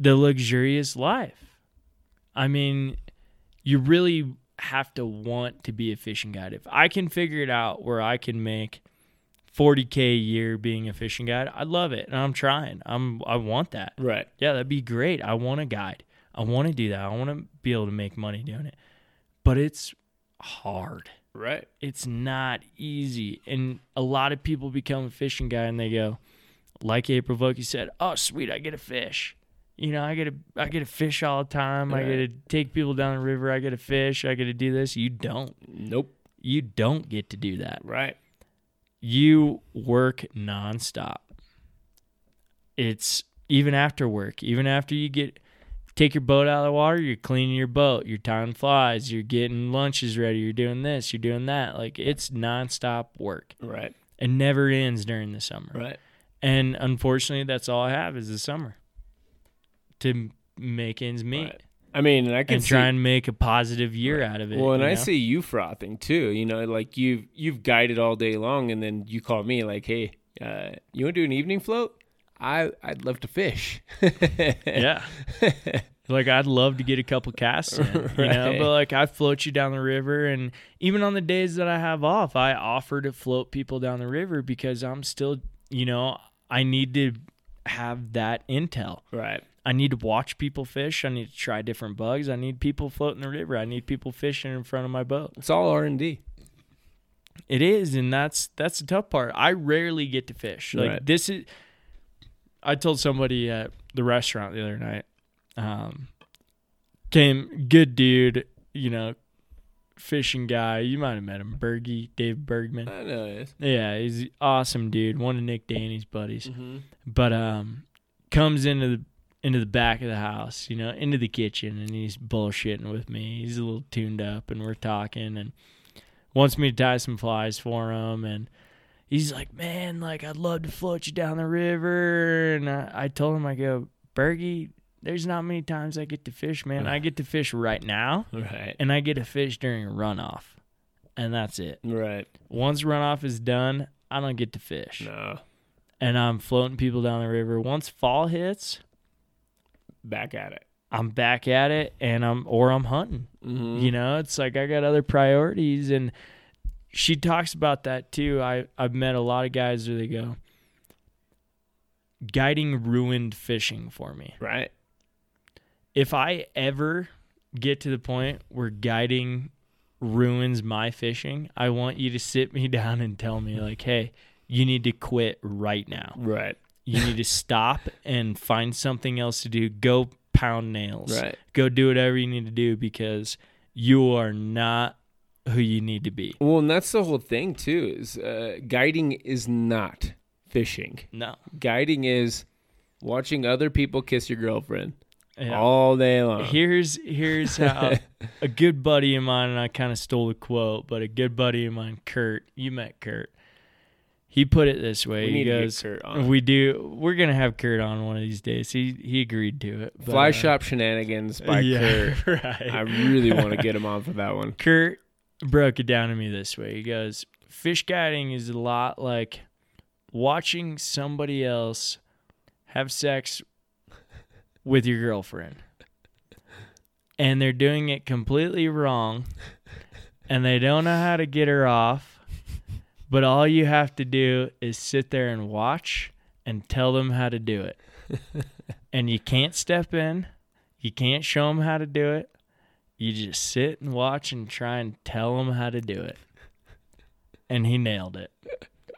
Speaker 3: the luxurious life. I mean, you really have to want to be a fishing guide. If I can figure it out where I can make 40k a year being a fishing guide, I love it and I'm trying. I'm I want that.
Speaker 2: right.
Speaker 3: Yeah, that'd be great. I want a guide. I want to do that. I want to be able to make money doing it. But it's hard.
Speaker 2: Right.
Speaker 3: It's not easy. And a lot of people become a fishing guy and they go, like April Vokey said, "Oh, sweet, I get a fish." You know, I get a I get a fish all the time. I
Speaker 2: Right.
Speaker 3: get to take people down the river. I get a fish. I get to do this. You don't.
Speaker 2: Nope.
Speaker 3: You don't get to do that
Speaker 2: Right.
Speaker 3: you work nonstop. It's even after work, even after you get take your boat out of the water, you're cleaning your boat, you're tying flies, you're getting lunches ready, you're doing this, you're doing that. Like it's nonstop work.
Speaker 2: Right.
Speaker 3: It never ends during the summer.
Speaker 2: Right.
Speaker 3: And unfortunately, that's all I have is the summer to m- make ends meet
Speaker 2: Right. I mean, and I can
Speaker 3: and
Speaker 2: see,
Speaker 3: try and make a positive year out of it.
Speaker 2: Well, and
Speaker 3: you
Speaker 2: I
Speaker 3: know?
Speaker 2: see you frothing too. You know, like you've you've guided all day long, and then you call me like, "Hey, uh, you want to do an evening float? I I'd love to fish."
Speaker 3: yeah. like I'd love to get a couple casts in, you know,
Speaker 2: Right.
Speaker 3: but like I float you down the river and even on the days that I have off, I offer to float people down the river because I'm still, you know, I need to have that intel.
Speaker 2: Right.
Speaker 3: I need to watch people fish, I need to try different bugs, I need people floating the river, I need people fishing in front of my boat.
Speaker 2: It's all R and D.
Speaker 3: It is, and that's that's the tough part. I rarely get to fish. Like
Speaker 2: Right.
Speaker 3: this is. I told somebody at the restaurant the other night. Um, came good dude, you know, fishing guy. You might have met him, Bergie, Dave Bergman.
Speaker 2: I know it is.
Speaker 3: Yeah, he's awesome dude. One of Nick Danny's buddies
Speaker 2: Mm-hmm.
Speaker 3: but um comes into the into the back of the house, you know, into the kitchen and he's bullshitting with me. He's a little tuned up and we're talking and wants me to tie some flies for him and he's like man like i'd love to float you down the river and i, I told him i go bergie there's not many times i get to fish man i get to fish right now
Speaker 2: Right.
Speaker 3: and i get to fish during runoff and that's it
Speaker 2: Right.
Speaker 3: once runoff is done i don't get to fish
Speaker 2: No.
Speaker 3: and i'm floating people down the river once fall hits
Speaker 2: Back at it.
Speaker 3: i'm back at it and i'm or i'm hunting
Speaker 2: Mm-hmm.
Speaker 3: you know it's like i got other priorities and she talks about that too i i've met a lot of guys where they go guiding ruined fishing for me
Speaker 2: Right.
Speaker 3: if i ever get to the point where guiding ruins my fishing i want you to sit me down and tell me like hey you need to quit right now
Speaker 2: Right.
Speaker 3: you need to stop and find something else to do go pound nails
Speaker 2: Right.
Speaker 3: go do whatever you need to do because you are not who you need to be.
Speaker 2: Well, and that's the whole thing too. Is uh, guiding is not fishing.
Speaker 3: No.
Speaker 2: Guiding is watching other people kiss your girlfriend
Speaker 3: Yeah.
Speaker 2: all day long.
Speaker 3: here's here's how a good buddy of mine and I kind of stole the quote, but a good buddy of mine, Kurt, you met Kurt. He put it this way.
Speaker 2: We
Speaker 3: he
Speaker 2: need to get
Speaker 3: goes,
Speaker 2: Kurt on.
Speaker 3: "We do. We're gonna have Kurt on one of these days." He he agreed to it. but,
Speaker 2: Fly
Speaker 3: uh,
Speaker 2: shop shenanigans by
Speaker 3: yeah,
Speaker 2: Kurt.
Speaker 3: right.
Speaker 2: I really want to get him on for that one.
Speaker 3: Kurt broke it down to me this way. He goes, Fish guiding is a lot like watching somebody else have sex with your girlfriend. And they're doing it completely wrong. And they don't know how to get her off. But all you have to do is sit there and watch and tell them how to do it. and you can't step in, you can't show them how to do it you just sit and watch and try and tell him how to do it. And he nailed it.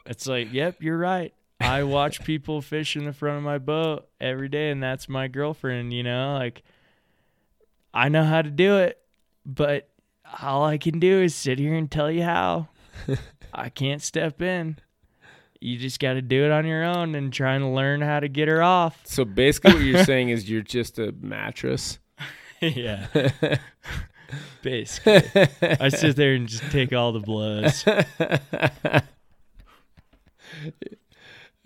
Speaker 3: It's like, yep, you're right. I watch people fish in the front of my boat every day, and that's my girlfriend, you know? Like, I know how to do it, but all I can do is sit here and tell you how. I can't step in. You just got to do it on your own and try and learn how to get her off.
Speaker 2: So basically, what you're saying is you're just a mattress. Uh,
Speaker 3: yeah. Basically. I sit there and just take all the blows. I'm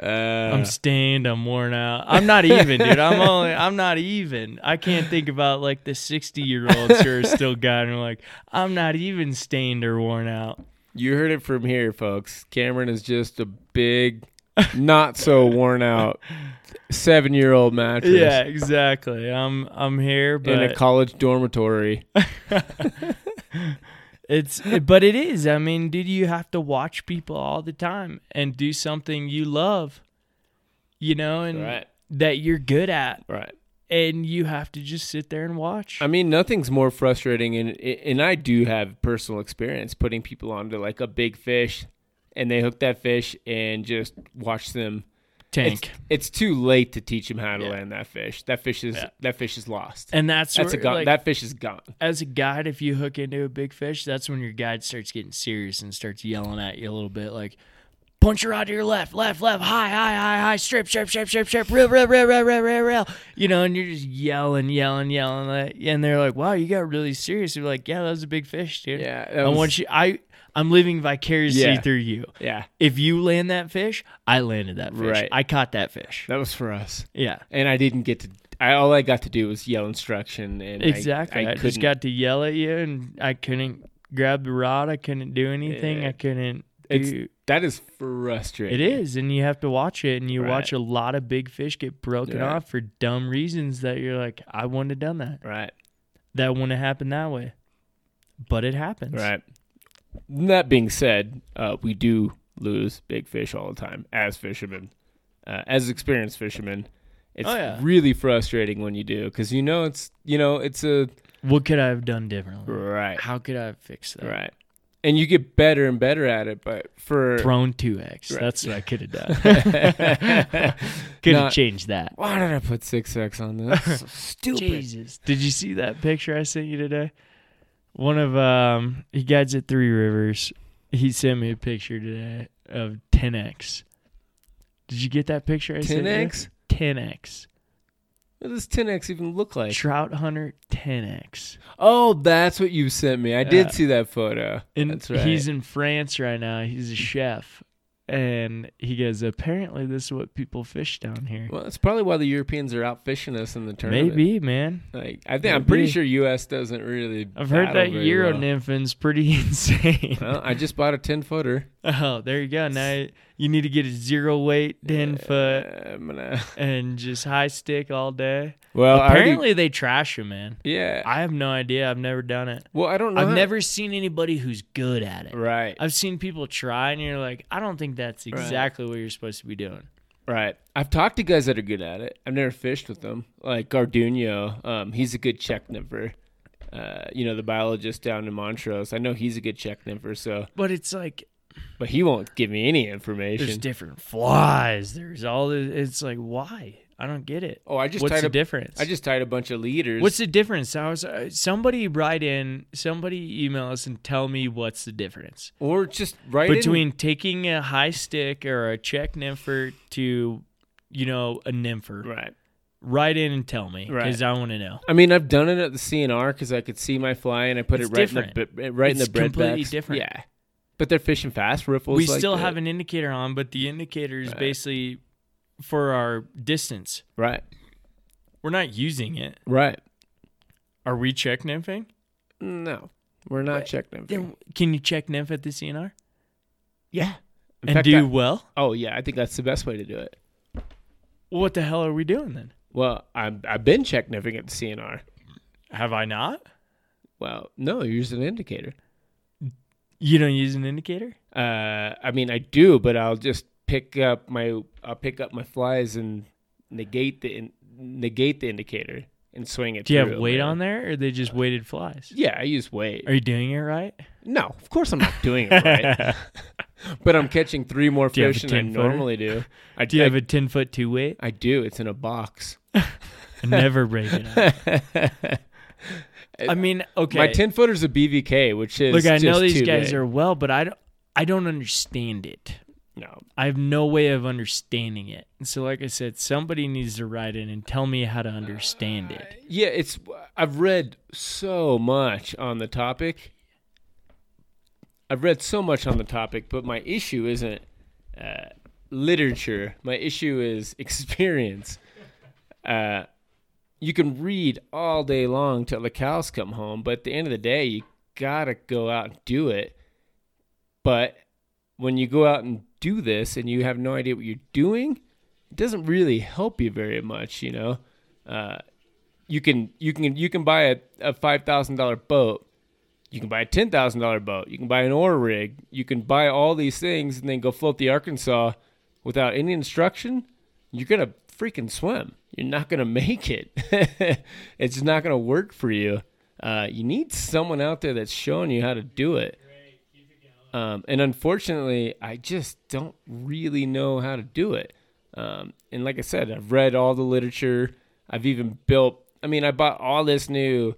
Speaker 2: Uh,
Speaker 3: stained, I'm worn out. I'm not even, dude. I'm only I'm not even. I can't think about like the 60 year olds who are still guiding like, I'm not even stained or worn out.
Speaker 2: you heard it from here, folks. Cameron is just a big, not so worn out seven year old mattress
Speaker 3: Yeah, exactly. I'm I'm here,
Speaker 2: in a
Speaker 3: but
Speaker 2: college dormitory.
Speaker 3: it's but it is. I mean, dude, you have to watch people all the time and do something you love, you know, and that you're good at.
Speaker 2: right.
Speaker 3: and you have to just sit there and watch.
Speaker 2: I mean, nothing's more frustrating, and and I do have personal experience putting people onto like a big fish, and they hook that fish and just watch them
Speaker 3: Tank,
Speaker 2: It's, it's too late to teach them how to
Speaker 3: Yeah.
Speaker 2: land that fish. That fish is
Speaker 3: Yeah.
Speaker 2: that fish is lost.
Speaker 3: and that's,
Speaker 2: That's a
Speaker 3: where,
Speaker 2: gone.
Speaker 3: like,
Speaker 2: that fish is gone.
Speaker 3: as a guide, if you hook into a big fish, that's when your guide starts getting serious and starts yelling at you a little bit, like punch your rod to your left, left, left, high, high, high, high, strip, strip, strip, strip, strip, reel, reel, reel, reel, reel, reel, reel. You know, and you're just yelling, yelling, yelling, at- and they're like, "Wow, you got really serious." You're like, "Yeah, that was a big fish, dude."
Speaker 2: Yeah, that
Speaker 3: I
Speaker 2: was-
Speaker 3: want you. I I'm living vicariously
Speaker 2: Yeah.
Speaker 3: through you.
Speaker 2: Yeah,
Speaker 3: If you land that fish, I landed that fish.
Speaker 2: Right.
Speaker 3: I caught that fish.
Speaker 2: that was for us.
Speaker 3: Yeah.
Speaker 2: And I didn't get to. I all I got to do was yell instruction, and I-
Speaker 3: Exactly. I,
Speaker 2: I,
Speaker 3: just
Speaker 2: couldn't-
Speaker 3: got to yell at you, and I couldn't grab the rod. I couldn't do anything.
Speaker 2: Yeah.
Speaker 3: I couldn't.
Speaker 2: It's-
Speaker 3: do-
Speaker 2: That is frustrating.
Speaker 3: it is, and you have to watch it, and you
Speaker 2: Right.
Speaker 3: watch a lot of big fish get broken
Speaker 2: Yeah.
Speaker 3: off for dumb reasons that you're like, I wouldn't have done that.
Speaker 2: Right.
Speaker 3: That wouldn't have happened that way, but it happens.
Speaker 2: Right. That being said, uh, we do lose big fish all the time as fishermen, uh, as experienced fishermen. It's
Speaker 3: Oh, yeah.
Speaker 2: really frustrating when you do because you know it's you know it's a
Speaker 3: What could I have done differently?
Speaker 2: right
Speaker 3: How could I have fixed that?
Speaker 2: right, and you get better and better at it. But for
Speaker 3: Thrown two X.
Speaker 2: Right.
Speaker 3: That's what I could have done. could have
Speaker 2: Not-
Speaker 3: changed that.
Speaker 2: why did I put six X on this? That's so stupid.
Speaker 3: Jesus. Did you see that picture I sent you today? One of um he guides at Three Rivers. He sent me a picture today of 10x. Did you get that picture I sent you?
Speaker 2: 10x.
Speaker 3: 10x.
Speaker 2: What does 10x even look like?
Speaker 3: Trout Hunter 10X.
Speaker 2: Oh, that's what you sent me. I
Speaker 3: Yeah.
Speaker 2: did see that photo.
Speaker 3: And
Speaker 2: that's right.
Speaker 3: he's in France right now. He's a chef. And he goes, apparently, this is what people fish down here.
Speaker 2: well, that's probably why the Europeans are out fishing us in the tournament.
Speaker 3: Maybe, man.
Speaker 2: Like I think I'm pretty
Speaker 3: Maybe.
Speaker 2: sure U.S. doesn't really.
Speaker 3: I've heard
Speaker 2: battle
Speaker 3: that
Speaker 2: very
Speaker 3: Euro
Speaker 2: well.
Speaker 3: nymphin's pretty insane.
Speaker 2: Well, I just bought a ten footer.
Speaker 3: oh, there you go. Now you- you need to get a zero weight, 10 foot,
Speaker 2: Uh, I'm gonna.
Speaker 3: and just high stick all day.
Speaker 2: Well, I already-
Speaker 3: Apparently, they trash you, man.
Speaker 2: yeah.
Speaker 3: I have no idea. I've never done it.
Speaker 2: well, I don't know.
Speaker 3: I've
Speaker 2: how-
Speaker 3: never seen anybody who's good at it.
Speaker 2: Right.
Speaker 3: I've seen people try, and you're like, I don't think that's exactly what you're supposed to be doing.
Speaker 2: Right. I've talked to guys that are good at it. I've never fished with them. Like Garduno, um, he's a good check nipper. Uh, you know, the biologist down in Montrose. I know he's a good check nipper, so
Speaker 3: But it's like
Speaker 2: but he won't give me any
Speaker 3: there's
Speaker 2: information.
Speaker 3: different flies. There's all this. It's like why? I don't get it.
Speaker 2: oh, I just
Speaker 3: What's
Speaker 2: tied
Speaker 3: the
Speaker 2: a,
Speaker 3: difference?
Speaker 2: I just tied a bunch of leaders.
Speaker 3: What's the difference? I was uh, somebody write in, somebody email us and tell me what's the difference
Speaker 2: or just right
Speaker 3: between taking a high stick or a check nympher to, you know, a nympher.
Speaker 2: right.
Speaker 3: Write in and tell me because
Speaker 2: Right.
Speaker 3: I want to know.
Speaker 2: I mean, I've done it at the CNR because I could see my fly and I put
Speaker 3: It's
Speaker 2: it right in
Speaker 3: different.
Speaker 2: the bi- right in
Speaker 3: It's
Speaker 2: the bread
Speaker 3: completely
Speaker 2: backs.
Speaker 3: different.
Speaker 2: Yeah, but they're fishing fast ripples.
Speaker 3: we
Speaker 2: like
Speaker 3: still
Speaker 2: that.
Speaker 3: have an indicator on, but the indicator is
Speaker 2: Right.
Speaker 3: basically for our distance.
Speaker 2: right,
Speaker 3: We're not using it.
Speaker 2: right.
Speaker 3: Are we check nymphing?
Speaker 2: No, we're not check nymphing.
Speaker 3: Then can you check nymph at the CNR
Speaker 2: yeah, In
Speaker 3: and
Speaker 2: fact,
Speaker 3: do
Speaker 2: I-
Speaker 3: well?
Speaker 2: Oh yeah, I think that's the best way to do it.
Speaker 3: What the hell are we doing then?
Speaker 2: Well, I'm, I've been check nipping at the CNR.
Speaker 3: Have I not?
Speaker 2: Well, no, you're just an indicator.
Speaker 3: You don't use an indicator?
Speaker 2: Uh, I mean, I do, but I'll just pick up my I'll pick up my flies and negate the in, negate the indicator and swing it.
Speaker 3: Do you have
Speaker 2: through,
Speaker 3: weight
Speaker 2: man.
Speaker 3: on there, or they
Speaker 2: Uh,
Speaker 3: just weighted flies?
Speaker 2: Yeah, I use weight.
Speaker 3: Are you doing it right?
Speaker 2: No, of course I'm not doing it right. but I'm catching three more
Speaker 3: Do you have
Speaker 2: fish
Speaker 3: a
Speaker 2: than I
Speaker 3: 10-footer?
Speaker 2: normally do. I
Speaker 3: Do you
Speaker 2: I,
Speaker 3: have a ten foot two weight?
Speaker 2: I do. It's in a box.
Speaker 3: I never break it. Up. I mean, okay.
Speaker 2: My ten footer's a BVK, which is
Speaker 3: Look, I know
Speaker 2: just
Speaker 3: these
Speaker 2: too
Speaker 3: guys
Speaker 2: big.
Speaker 3: are well, but I don't. I don't understand it.
Speaker 2: no.
Speaker 3: I have no way of understanding it. And so, like I said, somebody needs to write in and tell me how to understand it.
Speaker 2: Yeah, it's I've read so much on the topic. I've read so much on the topic, but my issue isn't uh, literature. My issue is experience. Uh, you can read all day long till the cows come home, but at the end of the day, you gotta go out and do it. But when you go out and do this and you have no idea what you're doing, it doesn't really help you very much, you know. Uh, you can you can you can buy a, a five thousand dollar boat you can buy a ten thousand dollar boat you can buy an oar rig you can buy all these things and then go float the arkansas without any instruction you're gonna freaking swim you're not gonna make it it's just not gonna work for you uh, you need someone out there that's showing you how to do it um, and unfortunately, I just don't really know how to do it. Um, and like I said, I've read all the literature. I've even built, I mean, I bought all this new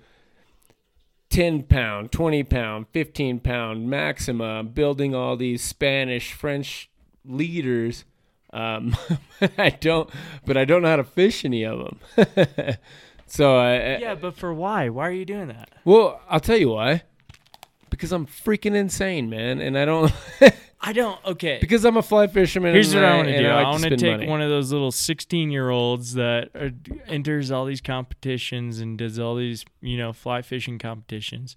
Speaker 2: 10 pound, 20 pound, 15 pound Maxima. I'm building all these Spanish, French leaders. Um, I don't, but I don't know how to fish any of them. so I,
Speaker 3: Yeah, but for why? Why are you doing that?
Speaker 2: well, I'll tell you why. Because I'm freaking insane, man, and I don't.
Speaker 3: I don't. Okay.
Speaker 2: because I'm a fly fisherman.
Speaker 3: Here's
Speaker 2: and
Speaker 3: what I want to
Speaker 2: and
Speaker 3: do. I
Speaker 2: like
Speaker 3: want to
Speaker 2: spend
Speaker 3: take
Speaker 2: money.
Speaker 3: one of those little 16 year olds that are, enters all these competitions and does all these, you know, fly fishing competitions.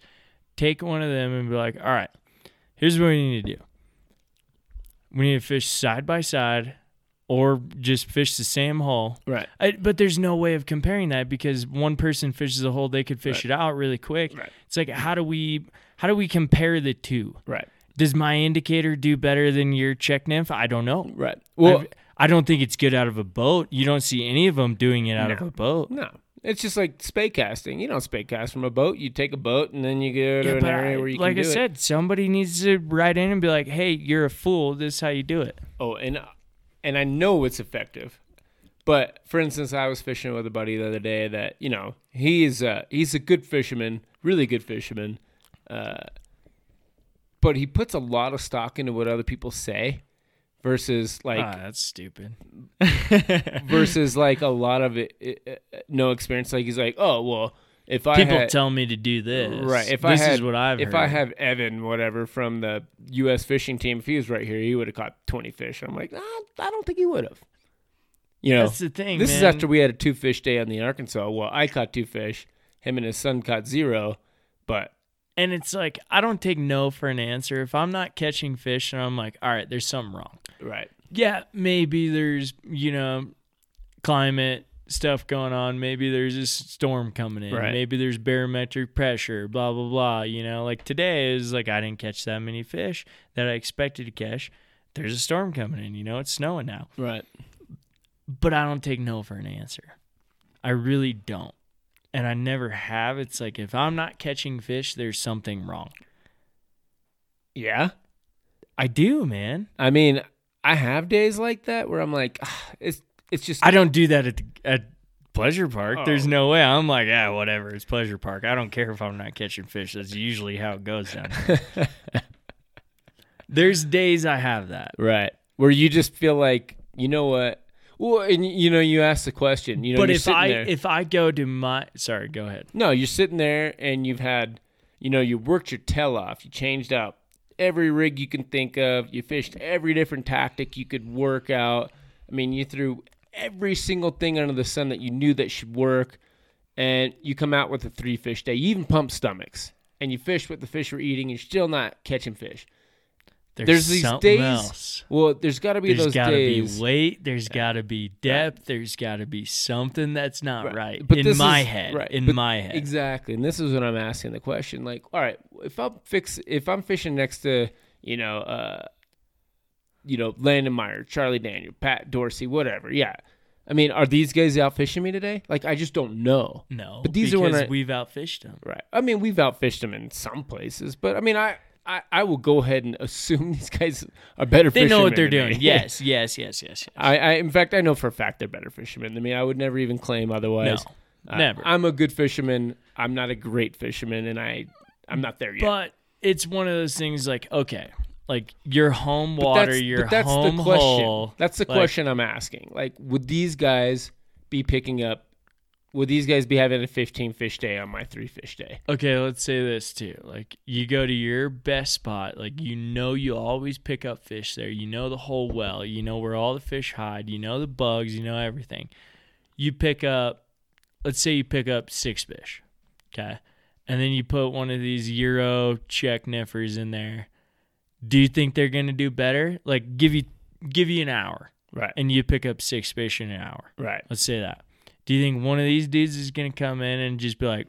Speaker 3: Take one of them and be like, all right, here's what we need to do. We need to fish side by side or just fish the same hole.
Speaker 2: Right.
Speaker 3: I, but there's no way of comparing that because one person fishes a hole, they could fish it out really quick.
Speaker 2: Right.
Speaker 3: It's like, how do we. How do we compare the two?
Speaker 2: Right.
Speaker 3: Does my indicator do better than your check nymph? I don't know.
Speaker 2: Right. Well,
Speaker 3: I've- I don't think it's good out of a boat. You don't see any of them doing it out of a boat.
Speaker 2: no. It's just like spay casting. You don't spay cast from a boat. You take a boat and then you go to
Speaker 3: Yeah,
Speaker 2: an
Speaker 3: but
Speaker 2: area
Speaker 3: I-
Speaker 2: where you
Speaker 3: like
Speaker 2: can
Speaker 3: I
Speaker 2: do it.
Speaker 3: said, somebody needs to write in and be like, "Hey, you're a fool. This is how you do it."
Speaker 2: Oh, and and I know it's effective. But for instance, I was fishing with a buddy the other day that you know he's uh, he's a good fisherman, really good fisherman, uh, but he puts a lot of stock into what other people say. versus like
Speaker 3: Ah, that's stupid.
Speaker 2: versus like a lot of it, it, it- no experience. Like he's like, oh well, if I
Speaker 3: people
Speaker 2: had,
Speaker 3: tell me to do this,
Speaker 2: Right, if I
Speaker 3: this
Speaker 2: had-
Speaker 3: is what I've
Speaker 2: if
Speaker 3: heard.
Speaker 2: I have Evan whatever from the U.S. fishing team, if he was right here, he would have caught twenty fish. I'm like, "Ah, I don't think he would have. You know,
Speaker 3: that's the thing.
Speaker 2: this is
Speaker 3: man.
Speaker 2: after we had a two fish day on the Arkansas. Well, I caught two fish. Him and his son caught zero, but
Speaker 3: and it's like I don't take no for an answer. If I'm not catching fish, and I'm like, all right, there's something wrong.
Speaker 2: right,
Speaker 3: yeah, maybe there's, you know, climate stuff going on. Maybe there's a storm coming in.
Speaker 2: Right.
Speaker 3: Maybe there's barometric pressure, blah, blah, blah. You know, like today is like I didn't catch that many fish that I expected to catch. There's a storm coming in. You know, it's snowing now.
Speaker 2: right,
Speaker 3: But I don't take no for an answer. I really don't. And I never have. It's like if I'm not catching fish, there's something wrong.
Speaker 2: yeah.
Speaker 3: I do, man.
Speaker 2: I mean, I have days like that where I'm like, "Ah, it's it's just
Speaker 3: I don't do that at the, at pleasure park. There's
Speaker 2: Oh.
Speaker 3: no way. I'm like, ah, whatever. It's pleasure park. I don't care if I'm not catching fish. That's usually how it goes down. there. There's days I have that.
Speaker 2: Right. Where you just feel like, you know what? Well, and you know, you ask the question. You know,
Speaker 3: but
Speaker 2: you're
Speaker 3: if
Speaker 2: sitting
Speaker 3: I
Speaker 2: there.
Speaker 3: if I go to my sorry, go ahead.
Speaker 2: no, you're sitting there and you've had, you know, you worked your tail off. You changed out every rig you can think of. You fished every different tactic you could work out. I mean, you threw every single thing under the sun that you knew that should work, and you come out with a three fish day. You even pump stomachs and you fish what the fish were eating. You're still not catching fish.
Speaker 3: There's,
Speaker 2: There's these
Speaker 3: something
Speaker 2: days-
Speaker 3: Else.
Speaker 2: Well, there's got to be
Speaker 3: There's
Speaker 2: those
Speaker 3: gotta
Speaker 2: days.
Speaker 3: be weight. There's gotta be depth. There's gotta be something that's not Uh, right,
Speaker 2: But
Speaker 3: in
Speaker 2: this
Speaker 3: my
Speaker 2: is-
Speaker 3: head.
Speaker 2: right.
Speaker 3: In
Speaker 2: But
Speaker 3: my head.
Speaker 2: Exactly. And this is what I'm asking the question. Like, all right, if I'm fix if I'm fishing next to, you know, uh you know, Landon Meyer, Charlie Daniel, Pat Dorsey, whatever. Yeah. I mean, are these guys out fishing me today? Like I just don't know.
Speaker 3: No,
Speaker 2: But these are when
Speaker 3: because
Speaker 2: I-
Speaker 3: we've outfished them.
Speaker 2: Right. I mean, we've outfished them in some places, but I mean, I I, I will go ahead and assume these guys are better
Speaker 3: They know what they're
Speaker 2: fishermen than
Speaker 3: doing.
Speaker 2: me.
Speaker 3: Yes, yes, yes, yes, yes.
Speaker 2: I, I in fact I know for a fact they're better fishermen than me. I would never even claim
Speaker 3: No,
Speaker 2: otherwise. I-
Speaker 3: never.
Speaker 2: I'm a good fisherman. I'm not a great fisherman, and I I'm not there yet.
Speaker 3: But it's one of those things like, okay, like your home
Speaker 2: But
Speaker 3: water,
Speaker 2: that's,
Speaker 3: your
Speaker 2: but that's
Speaker 3: home
Speaker 2: the question.
Speaker 3: hole.
Speaker 2: That's the
Speaker 3: like-
Speaker 2: question I'm asking. Like, would these guys be picking up? Would these guys be having a 15 fish day on my three fish day?
Speaker 3: Okay, let's say this too. Like you go to your best spot, like you know you always pick up fish there. You know the whole well, you know where all the fish hide, you know the bugs, you know everything. You pick up let's say you pick up six fish. Okay. And then you put one of these Euro check niffers in there. Do you think they're gonna do better? Like give you give you an hour.
Speaker 2: Right.
Speaker 3: and you pick up six fish in an hour.
Speaker 2: Right.
Speaker 3: Let's say that. Do you think one of these dudes is going to come in and just be like,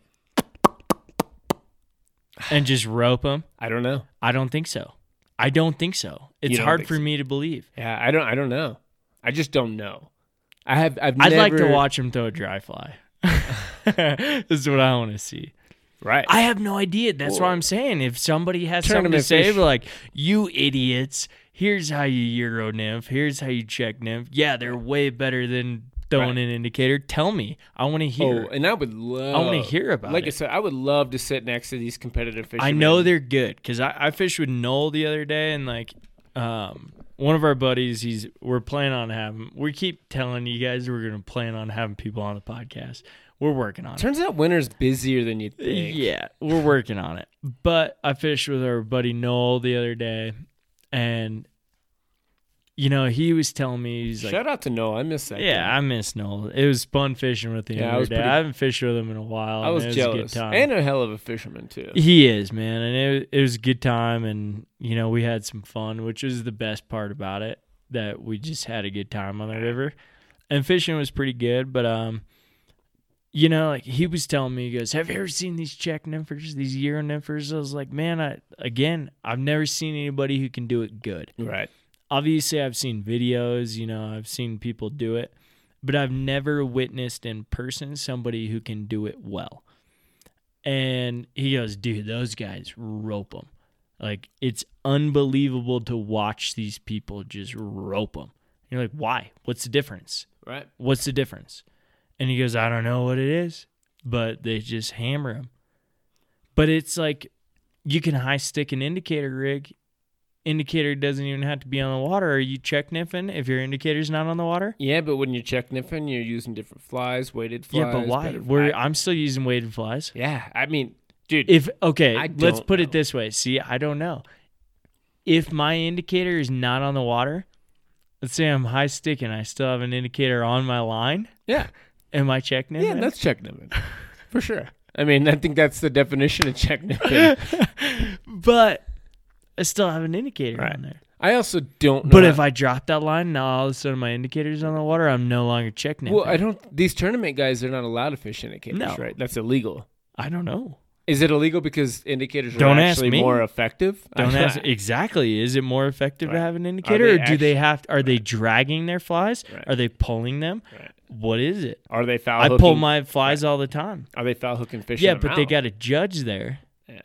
Speaker 3: and just rope them?
Speaker 2: I don't know.
Speaker 3: I don't think so. I don't think so. It's
Speaker 2: don't
Speaker 3: hard
Speaker 2: think
Speaker 3: for
Speaker 2: so.
Speaker 3: me to believe.
Speaker 2: Yeah, I don't. I don't know. I just don't know. I have. I've.
Speaker 3: I'd like to
Speaker 2: never-
Speaker 3: watch him throw a dry fly. this is what I want to see.
Speaker 2: Right.
Speaker 3: I have no idea. That's what
Speaker 2: Well,
Speaker 3: I'm saying. If somebody has something to
Speaker 2: tournament
Speaker 3: say,
Speaker 2: fish-
Speaker 3: they're like, you idiots, here's how you Euro nymph, here's how you check nymph. Yeah, they're way better than throwing
Speaker 2: Right.
Speaker 3: an indicator. Tell me. I want to hear.
Speaker 2: Oh, and I would love.
Speaker 3: I want to hear about
Speaker 2: Like I
Speaker 3: it.
Speaker 2: said, I would love to sit next to these competitive fishermen.
Speaker 3: I know they're good because I, I fished with Noel the other day and like um one of our buddies he's we're planning on having we keep telling you guys we're gonna plan on having people on the podcast. We're working on it.
Speaker 2: Turns out winter's busier than you think.
Speaker 3: Yeah, we're working on it. But I fished with our buddy Noel the other day and you know, he was telling me he's like
Speaker 2: Shout out to Noah. I miss that.
Speaker 3: Yeah,
Speaker 2: guy.
Speaker 3: I miss Noel. It was fun fishing with him
Speaker 2: Yeah, I
Speaker 3: the other
Speaker 2: was
Speaker 3: day.
Speaker 2: pretty-
Speaker 3: I haven't fished with him in a while.
Speaker 2: I
Speaker 3: and
Speaker 2: was,
Speaker 3: it was a good
Speaker 2: jealous.
Speaker 3: time.
Speaker 2: And a hell of a fisherman too.
Speaker 3: He is, man, and it it was a good time, and you know we had some fun, which was the best part about it. That we just had a good time on the river, and fishing was pretty good. But um, you know, like he was telling me, he goes, "Have you ever seen these check nymphers, these euro nymphers?" I was like, "Man, I again, I've never seen anybody who can do it good."
Speaker 2: Right.
Speaker 3: obviously I've seen videos, you know, I've seen people do it, but I've never witnessed in person somebody who can do it well. And he goes, dude, those guys rope them. Like it's unbelievable to watch these people just rope them. You're like, why? What's the difference?
Speaker 2: Right.
Speaker 3: What's the difference? And he goes, I don't know what it is, but they just hammer him. But it's like you can high stick an indicator rig indicator doesn't even have to be on the water. Are you check niffing if your indicator's not on the water?
Speaker 2: Yeah, but when you're check niffing, you're using different flies, weighted flies.
Speaker 3: yeah, but why?
Speaker 2: better-
Speaker 3: We're,
Speaker 2: I-
Speaker 3: I'm still using weighted flies.
Speaker 2: yeah, I mean, dude,
Speaker 3: If okay,
Speaker 2: I
Speaker 3: let's
Speaker 2: don't
Speaker 3: put
Speaker 2: know.
Speaker 3: it this way. See, I don't know. If my indicator is not on the water, let's say I'm high stick and I still have an indicator on my line,
Speaker 2: yeah,
Speaker 3: am I check niffing?
Speaker 2: yeah, that's check niffing for sure. I mean, I think that's the definition of check niffing.
Speaker 3: but I still have an indicator
Speaker 2: Right.
Speaker 3: on there.
Speaker 2: I also don't. Know
Speaker 3: But
Speaker 2: how-
Speaker 3: if I drop that line, now all of a sudden my indicator's on the water, I'm no longer check niffing.
Speaker 2: well, I don't. These tournament guys, they're not allowed to fish indicators,
Speaker 3: No.
Speaker 2: right? That's illegal.
Speaker 3: I don't know.
Speaker 2: Is it illegal because indicators
Speaker 3: Don't
Speaker 2: are
Speaker 3: ask
Speaker 2: actually
Speaker 3: me.
Speaker 2: more effective?
Speaker 3: Don't ask exactly. Is it more effective
Speaker 2: Right.
Speaker 3: to have an indicator,
Speaker 2: they
Speaker 3: or do they
Speaker 2: actu-
Speaker 3: have? Are they dragging their flies?
Speaker 2: Right.
Speaker 3: Are they pulling them?
Speaker 2: Right.
Speaker 3: What is it?
Speaker 2: Are they foul?
Speaker 3: I
Speaker 2: hooking,
Speaker 3: pull my flies all the time.
Speaker 2: Are they foul hooking fish?
Speaker 3: yeah,
Speaker 2: in the
Speaker 3: but they
Speaker 2: mouth?
Speaker 3: got a judge there
Speaker 2: Yeah.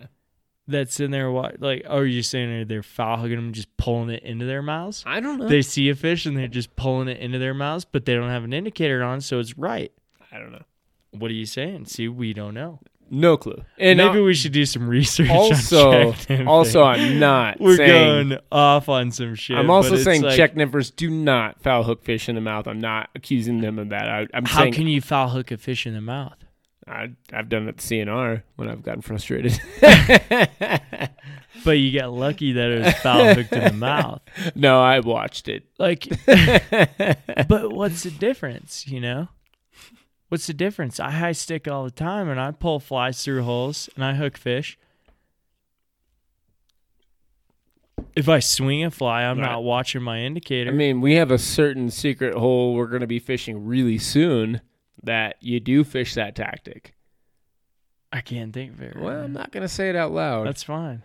Speaker 3: that's in there. wa- Like, oh, you're saying they're foul hooking them, just pulling it into their mouths?
Speaker 2: I don't know.
Speaker 3: They see a fish and they're just pulling it into their mouths, but they don't have an indicator on, so it's right.
Speaker 2: I don't know.
Speaker 3: What are you saying? See, we don't know.
Speaker 2: No clue. And
Speaker 3: Maybe
Speaker 2: I'll-
Speaker 3: we should do some research. on
Speaker 2: also,
Speaker 3: check niffing.
Speaker 2: also, I'm not.
Speaker 3: we're
Speaker 2: saying,
Speaker 3: going off on some shit.
Speaker 2: I'm also
Speaker 3: but it's
Speaker 2: saying
Speaker 3: like,
Speaker 2: check nippers do not foul hook fish in the mouth. I'm not accusing them of that. I, I'm
Speaker 3: How
Speaker 2: saying
Speaker 3: can you foul hook a fish in the mouth?
Speaker 2: I, I've done it at CNR when I've gotten frustrated.
Speaker 3: But you got lucky that it was foul hooked in the mouth.
Speaker 2: no, I watched it.
Speaker 3: Like, but what's the difference? You know, what's the difference? I high stick all the time, and I pull flies through holes, and I hook fish. If I swing a fly, I'm
Speaker 2: Right.
Speaker 3: not watching my indicator.
Speaker 2: I mean, we have a certain secret hole we're going to be fishing really soon that you do fish that tactic.
Speaker 3: I can't think of it. right
Speaker 2: Well, I'm
Speaker 3: now.
Speaker 2: not going to say it out loud.
Speaker 3: That's fine.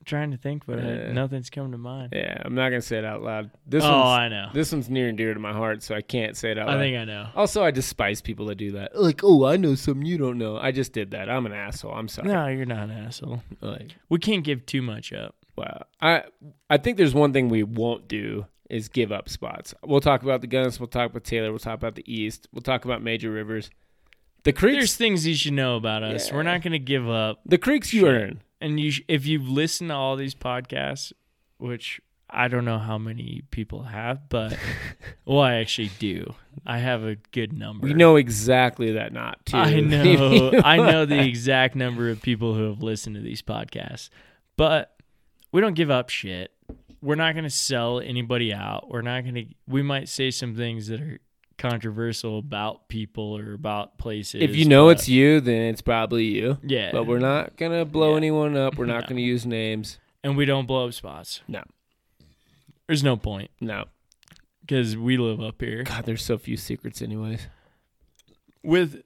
Speaker 3: I'm trying to think, but I-
Speaker 2: Uh,
Speaker 3: nothing's come to mind.
Speaker 2: yeah, I'm not going to say it out loud. This
Speaker 3: oh,
Speaker 2: one's
Speaker 3: I know.
Speaker 2: this one's near and dear to my heart, so I can't say it out
Speaker 3: I
Speaker 2: loud.
Speaker 3: think I know.
Speaker 2: also, I despise people that do that. Like, oh, I know something you don't know. I just did that. I'm an asshole. I'm sorry.
Speaker 3: No, you're not an asshole.
Speaker 2: Like,
Speaker 3: We can't give too much up.
Speaker 2: Wow. I I think there's one thing we won't do is give up spots. We'll talk about the guns. We'll talk about Taylor. We'll talk about the East. We'll talk about major rivers. The creeks.
Speaker 3: There's things you should know about us. We're
Speaker 2: Yeah.
Speaker 3: not going to give up.
Speaker 2: the creeks you
Speaker 3: Shit.
Speaker 2: earn.
Speaker 3: And you, sh- if you've listened to all these podcasts, which I don't know how many people have, but well, I actually do. I have a good number.
Speaker 2: We know exactly that not too.
Speaker 3: I know. I know the exact number of people who have listened to these podcasts, but we don't give up shit. We're not going to sell anybody out. We're not going to. We might say some things that are controversial about people or about places.
Speaker 2: If you know
Speaker 3: but-
Speaker 2: it's you, then it's probably you.
Speaker 3: yeah,
Speaker 2: But we're not gonna blow
Speaker 3: Yeah.
Speaker 2: anyone up. We're not
Speaker 3: No.
Speaker 2: gonna use names.
Speaker 3: and we don't blow up spots.
Speaker 2: No.
Speaker 3: there's no point
Speaker 2: No.
Speaker 3: because we live up here
Speaker 2: God, there's so few secrets, anyways.
Speaker 3: with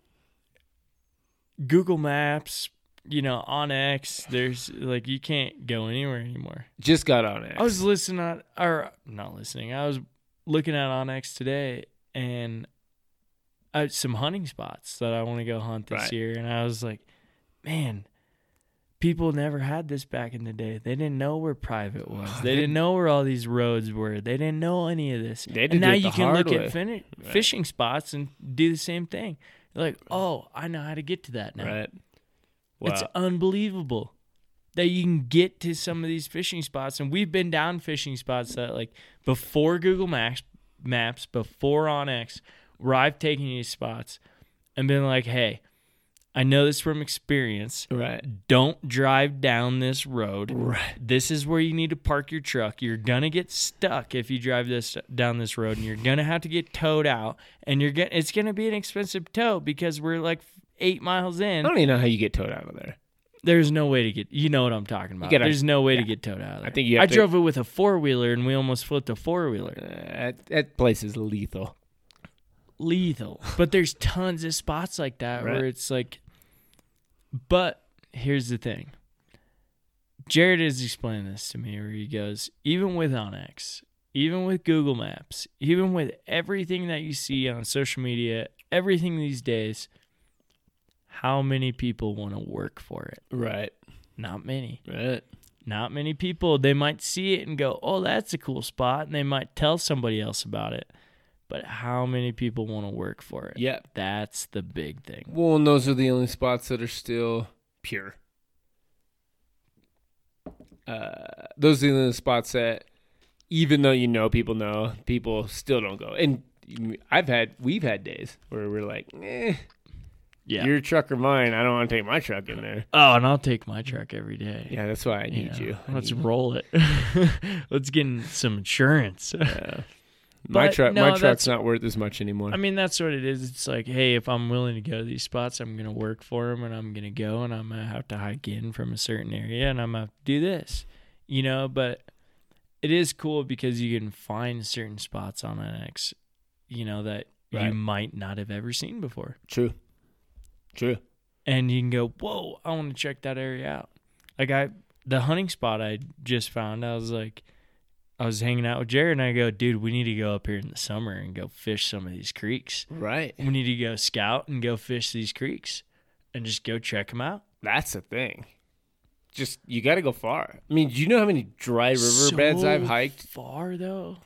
Speaker 3: Google Maps. You know, on X, there's like you can't go anywhere anymore.
Speaker 2: Just got on it.
Speaker 3: I was listening on or not listening. I was looking at Onyx today and I, some hunting spots that I want to go hunt this
Speaker 2: Right.
Speaker 3: year and I was like, man, people never had this back in the day. They didn't know where private was.
Speaker 2: Oh, they-
Speaker 3: They didn't know where all these roads were. They didn't know any of this.
Speaker 2: They had to
Speaker 3: and
Speaker 2: do
Speaker 3: now
Speaker 2: it the
Speaker 3: you can look
Speaker 2: hard way.
Speaker 3: at fin-
Speaker 2: Right.
Speaker 3: fishing spots and do the same thing. You're like, "Oh, I know how to get to that now."
Speaker 2: right.
Speaker 3: It's
Speaker 2: Wow.
Speaker 3: unbelievable that you can get to some of these fishing spots. And we've been down fishing spots that, like, before Google Maps, maps before OnX, where I've taken these spots and been like, hey, I know this from experience.
Speaker 2: right.
Speaker 3: Don't drive down this road.
Speaker 2: Right.
Speaker 3: This is where you need to park your truck. You're gonna get stuck if you drive this down this road, and you're gonna have to get towed out. And you're gonna it's gonna be an expensive tow because we're like eight miles in
Speaker 2: I don't even know how you get towed out of there.
Speaker 3: there's no way to get. You know what I'm talking about.
Speaker 2: gotta-
Speaker 3: there's no way
Speaker 2: yeah.
Speaker 3: to get towed out of
Speaker 2: I
Speaker 3: there.
Speaker 2: think you have
Speaker 3: I
Speaker 2: to-
Speaker 3: drove it with a four wheeler and we almost flipped a four wheeler.
Speaker 2: Uh, that, that place is lethal.
Speaker 3: Lethal. But there's tons of spots like that
Speaker 2: Right.
Speaker 3: where it's like. But here's the thing. Jared has explained this to me where he goes, even with Onyx, even with Google Maps, even with everything that you see on social media, everything these days, how many people want to work for it?
Speaker 2: Right.
Speaker 3: Not many.
Speaker 2: Right.
Speaker 3: not many people they might see it and go oh that's a cool spot and they might tell somebody else about it but how many people want to work for it
Speaker 2: Yep.
Speaker 3: that's the big thing
Speaker 2: Well, and those are the only spots that are still pure. uh, those are the spots that even though you know people know people still don't go and i've had we've had days where we're like eh,
Speaker 3: Yeah.
Speaker 2: your truck or mine i don't want to take my truck in there
Speaker 3: oh, and I'll take my truck every day.
Speaker 2: yeah that's why i
Speaker 3: You
Speaker 2: need
Speaker 3: know,
Speaker 2: you I
Speaker 3: Let's
Speaker 2: need-
Speaker 3: roll it. let's get in some insurance.
Speaker 2: yeah. my
Speaker 3: But
Speaker 2: truck
Speaker 3: no,
Speaker 2: my truck's
Speaker 3: that's-
Speaker 2: not worth as much anymore
Speaker 3: I mean, that's what it is. It's like, hey, if I'm willing to go to these spots, I'm going to work for them and I'm going to go and I'm going to have to hike in from a certain area and I'm going to do this, you know? But it is cool because you can find certain spots on NX, you know, that you
Speaker 2: Right.
Speaker 3: might not have ever seen before.
Speaker 2: true true
Speaker 3: And you can go, whoa, I want to check that area out. Like, I, the hunting spot I just found, I was like, I was hanging out with Jared and I go, dude, we need to go up here in the summer and go fish some of these creeks
Speaker 2: right
Speaker 3: we need to go scout and go fish these creeks and just go check them out.
Speaker 2: that's the thing just you got to go far i mean do you know how many dry riverbeds i've
Speaker 3: So
Speaker 2: hiked
Speaker 3: far though.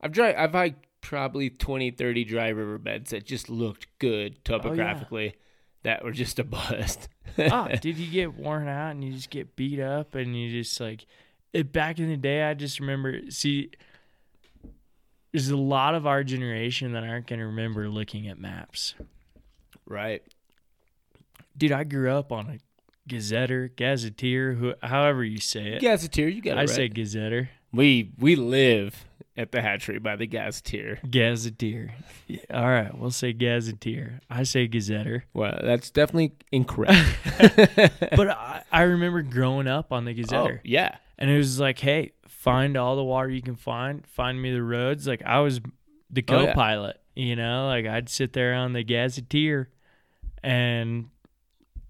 Speaker 2: I've dry, I've hiked probably 20, 30 dry riverbeds that just looked
Speaker 3: Oh,
Speaker 2: good topographically that were just a bust.
Speaker 3: Ah, did you get worn out and you just get beat up and you just like it, back in the day? I just remember see. There's a lot of our generation that aren't gonna remember looking at maps.
Speaker 2: right.
Speaker 3: Dude, I grew up on a gazetteer, gazetteer, who, however you say it.
Speaker 2: Gazetteer, you got it
Speaker 3: I
Speaker 2: right.
Speaker 3: say gazetteer,
Speaker 2: we we live at the hatchery by the gazetteer.
Speaker 3: gazetteer. Yeah, all right, we'll say gazetteer. I say gazetteer.
Speaker 2: Well, that's definitely incorrect.
Speaker 3: but I, I remember growing up on the
Speaker 2: oh,
Speaker 3: Gazetter,
Speaker 2: yeah.
Speaker 3: and it was like, hey, find all the water you can find. Find me the roads. Like I was the
Speaker 2: Oh, yeah.
Speaker 3: co-pilot, you know. Like I'd sit there on the Gazetteer and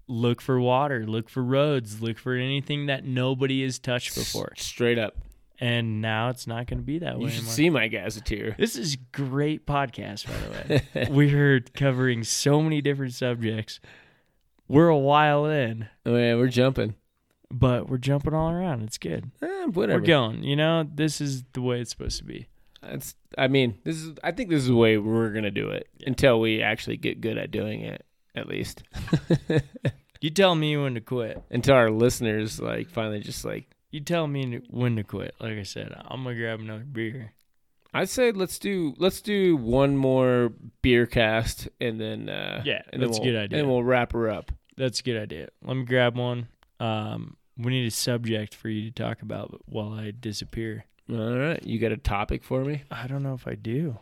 Speaker 3: look for water, look for roads, look for anything that nobody has touched before.
Speaker 2: S- Straight up.
Speaker 3: And now it's not going to be that
Speaker 2: You
Speaker 3: way
Speaker 2: should
Speaker 3: anymore.
Speaker 2: see my gazetteer.
Speaker 3: this is great podcast, by the way. We're covering so many different subjects. We're a while in,
Speaker 2: Oh, yeah, we're jumping.
Speaker 3: but we're jumping all around. It's good.
Speaker 2: Eh, whatever.
Speaker 3: We're going. You know, this is the way it's supposed to be.
Speaker 2: That's I mean, this is I think this is the way we're gonna do it until we actually get good at doing it, at least.
Speaker 3: You tell me when to quit.
Speaker 2: until our listeners like finally just like
Speaker 3: You tell me when to quit. Like I said, I'm gonna grab another beer.
Speaker 2: I'd say let's do let's do one more beer cast and then uh
Speaker 3: Yeah,
Speaker 2: and then
Speaker 3: that's a
Speaker 2: we'll-
Speaker 3: good idea.
Speaker 2: And we'll wrap her up.
Speaker 3: That's a good idea. Let me grab one. Um, we need a subject for you to talk about while I disappear.
Speaker 2: All right, you got a topic for me?
Speaker 3: I don't know if I do.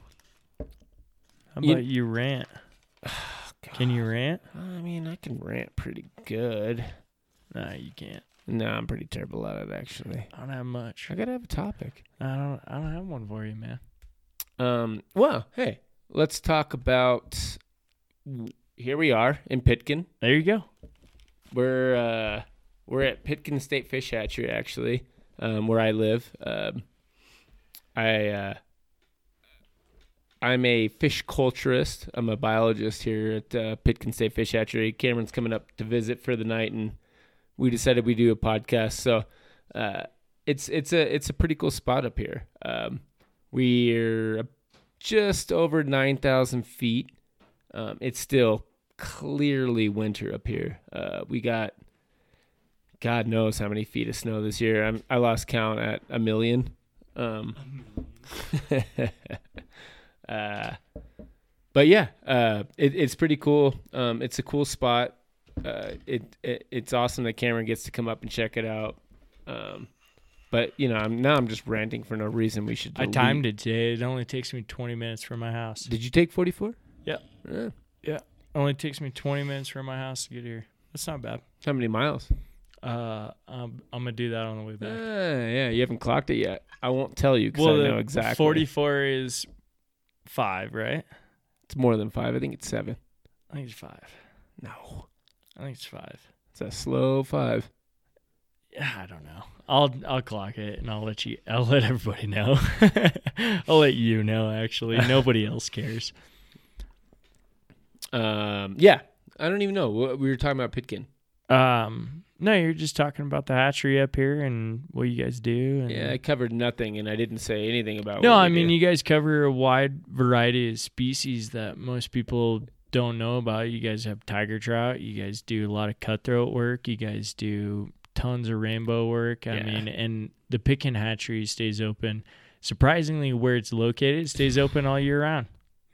Speaker 3: How
Speaker 2: You-
Speaker 3: about you Oh, rant? Can you rant?
Speaker 2: I mean, I can rant pretty good.
Speaker 3: No, you can't.
Speaker 2: No, I'm pretty terrible at it actually.
Speaker 3: I don't have much.
Speaker 2: I gotta have a topic.
Speaker 3: I don't. I don't have one for you, man.
Speaker 2: Um, well, hey, let's talk about. Here we are in Pitkin.
Speaker 3: There you go.
Speaker 2: We're uh, we're at Pitkin State Fish Hatchery, actually, um, where I live. Um, I uh, I'm a fish culturist. I'm a biologist here at uh, Pitkin State Fish Hatchery. Cameron's coming up to visit for the night, and we decided we do a podcast. So uh, it's it's a it's a pretty cool spot up here. Um, we're just over nine thousand feet. Um, it's still clearly winter up here. Uh, we got God knows how many feet of snow this year. I'm, I lost count at a million. Um, uh, but yeah, uh, it, it's pretty cool. Um, it's a cool spot. Uh, it, it it's awesome that Cameron gets to come up and check it out. Um, but you know, I'm now I'm just ranting for no reason. We should.
Speaker 3: I timed it today. It only takes me 20 minutes from my house.
Speaker 2: Did you take 44?
Speaker 3: Yeah.
Speaker 2: Eh,
Speaker 3: Only takes me 20 minutes from my house to get here. That's not bad.
Speaker 2: how many miles?
Speaker 3: Uh, I'm, I'm gonna do that on the way back.
Speaker 2: Ah, yeah, you haven't clocked it yet. I won't tell you because
Speaker 3: well,
Speaker 2: I
Speaker 3: the
Speaker 2: know exactly.
Speaker 3: 44 is five, right?
Speaker 2: It's more than five. I think it's seven.
Speaker 3: I think it's five.
Speaker 2: No,
Speaker 3: I think it's five.
Speaker 2: it's a slow five.
Speaker 3: Yeah, I don't know. I'll I'll clock it and I'll let you. I'll let everybody know. I'll let you know. Actually, nobody else cares.
Speaker 2: Um, yeah, I don't even know. We we were talking about Pitkin.
Speaker 3: Um, no, you're just talking about the hatchery up here and what you guys do. And
Speaker 2: Yeah, I covered nothing, and I didn't say anything about.
Speaker 3: No,
Speaker 2: what we
Speaker 3: I mean
Speaker 2: do.
Speaker 3: you guys cover a wide variety of species that most people don't know about. You guys have tiger trout. You guys do a lot of cutthroat work. You guys do tons of rainbow work. I
Speaker 2: Yeah.
Speaker 3: mean, and the Pitkin hatchery stays open. Surprisingly, where it's located, it stays open all year round.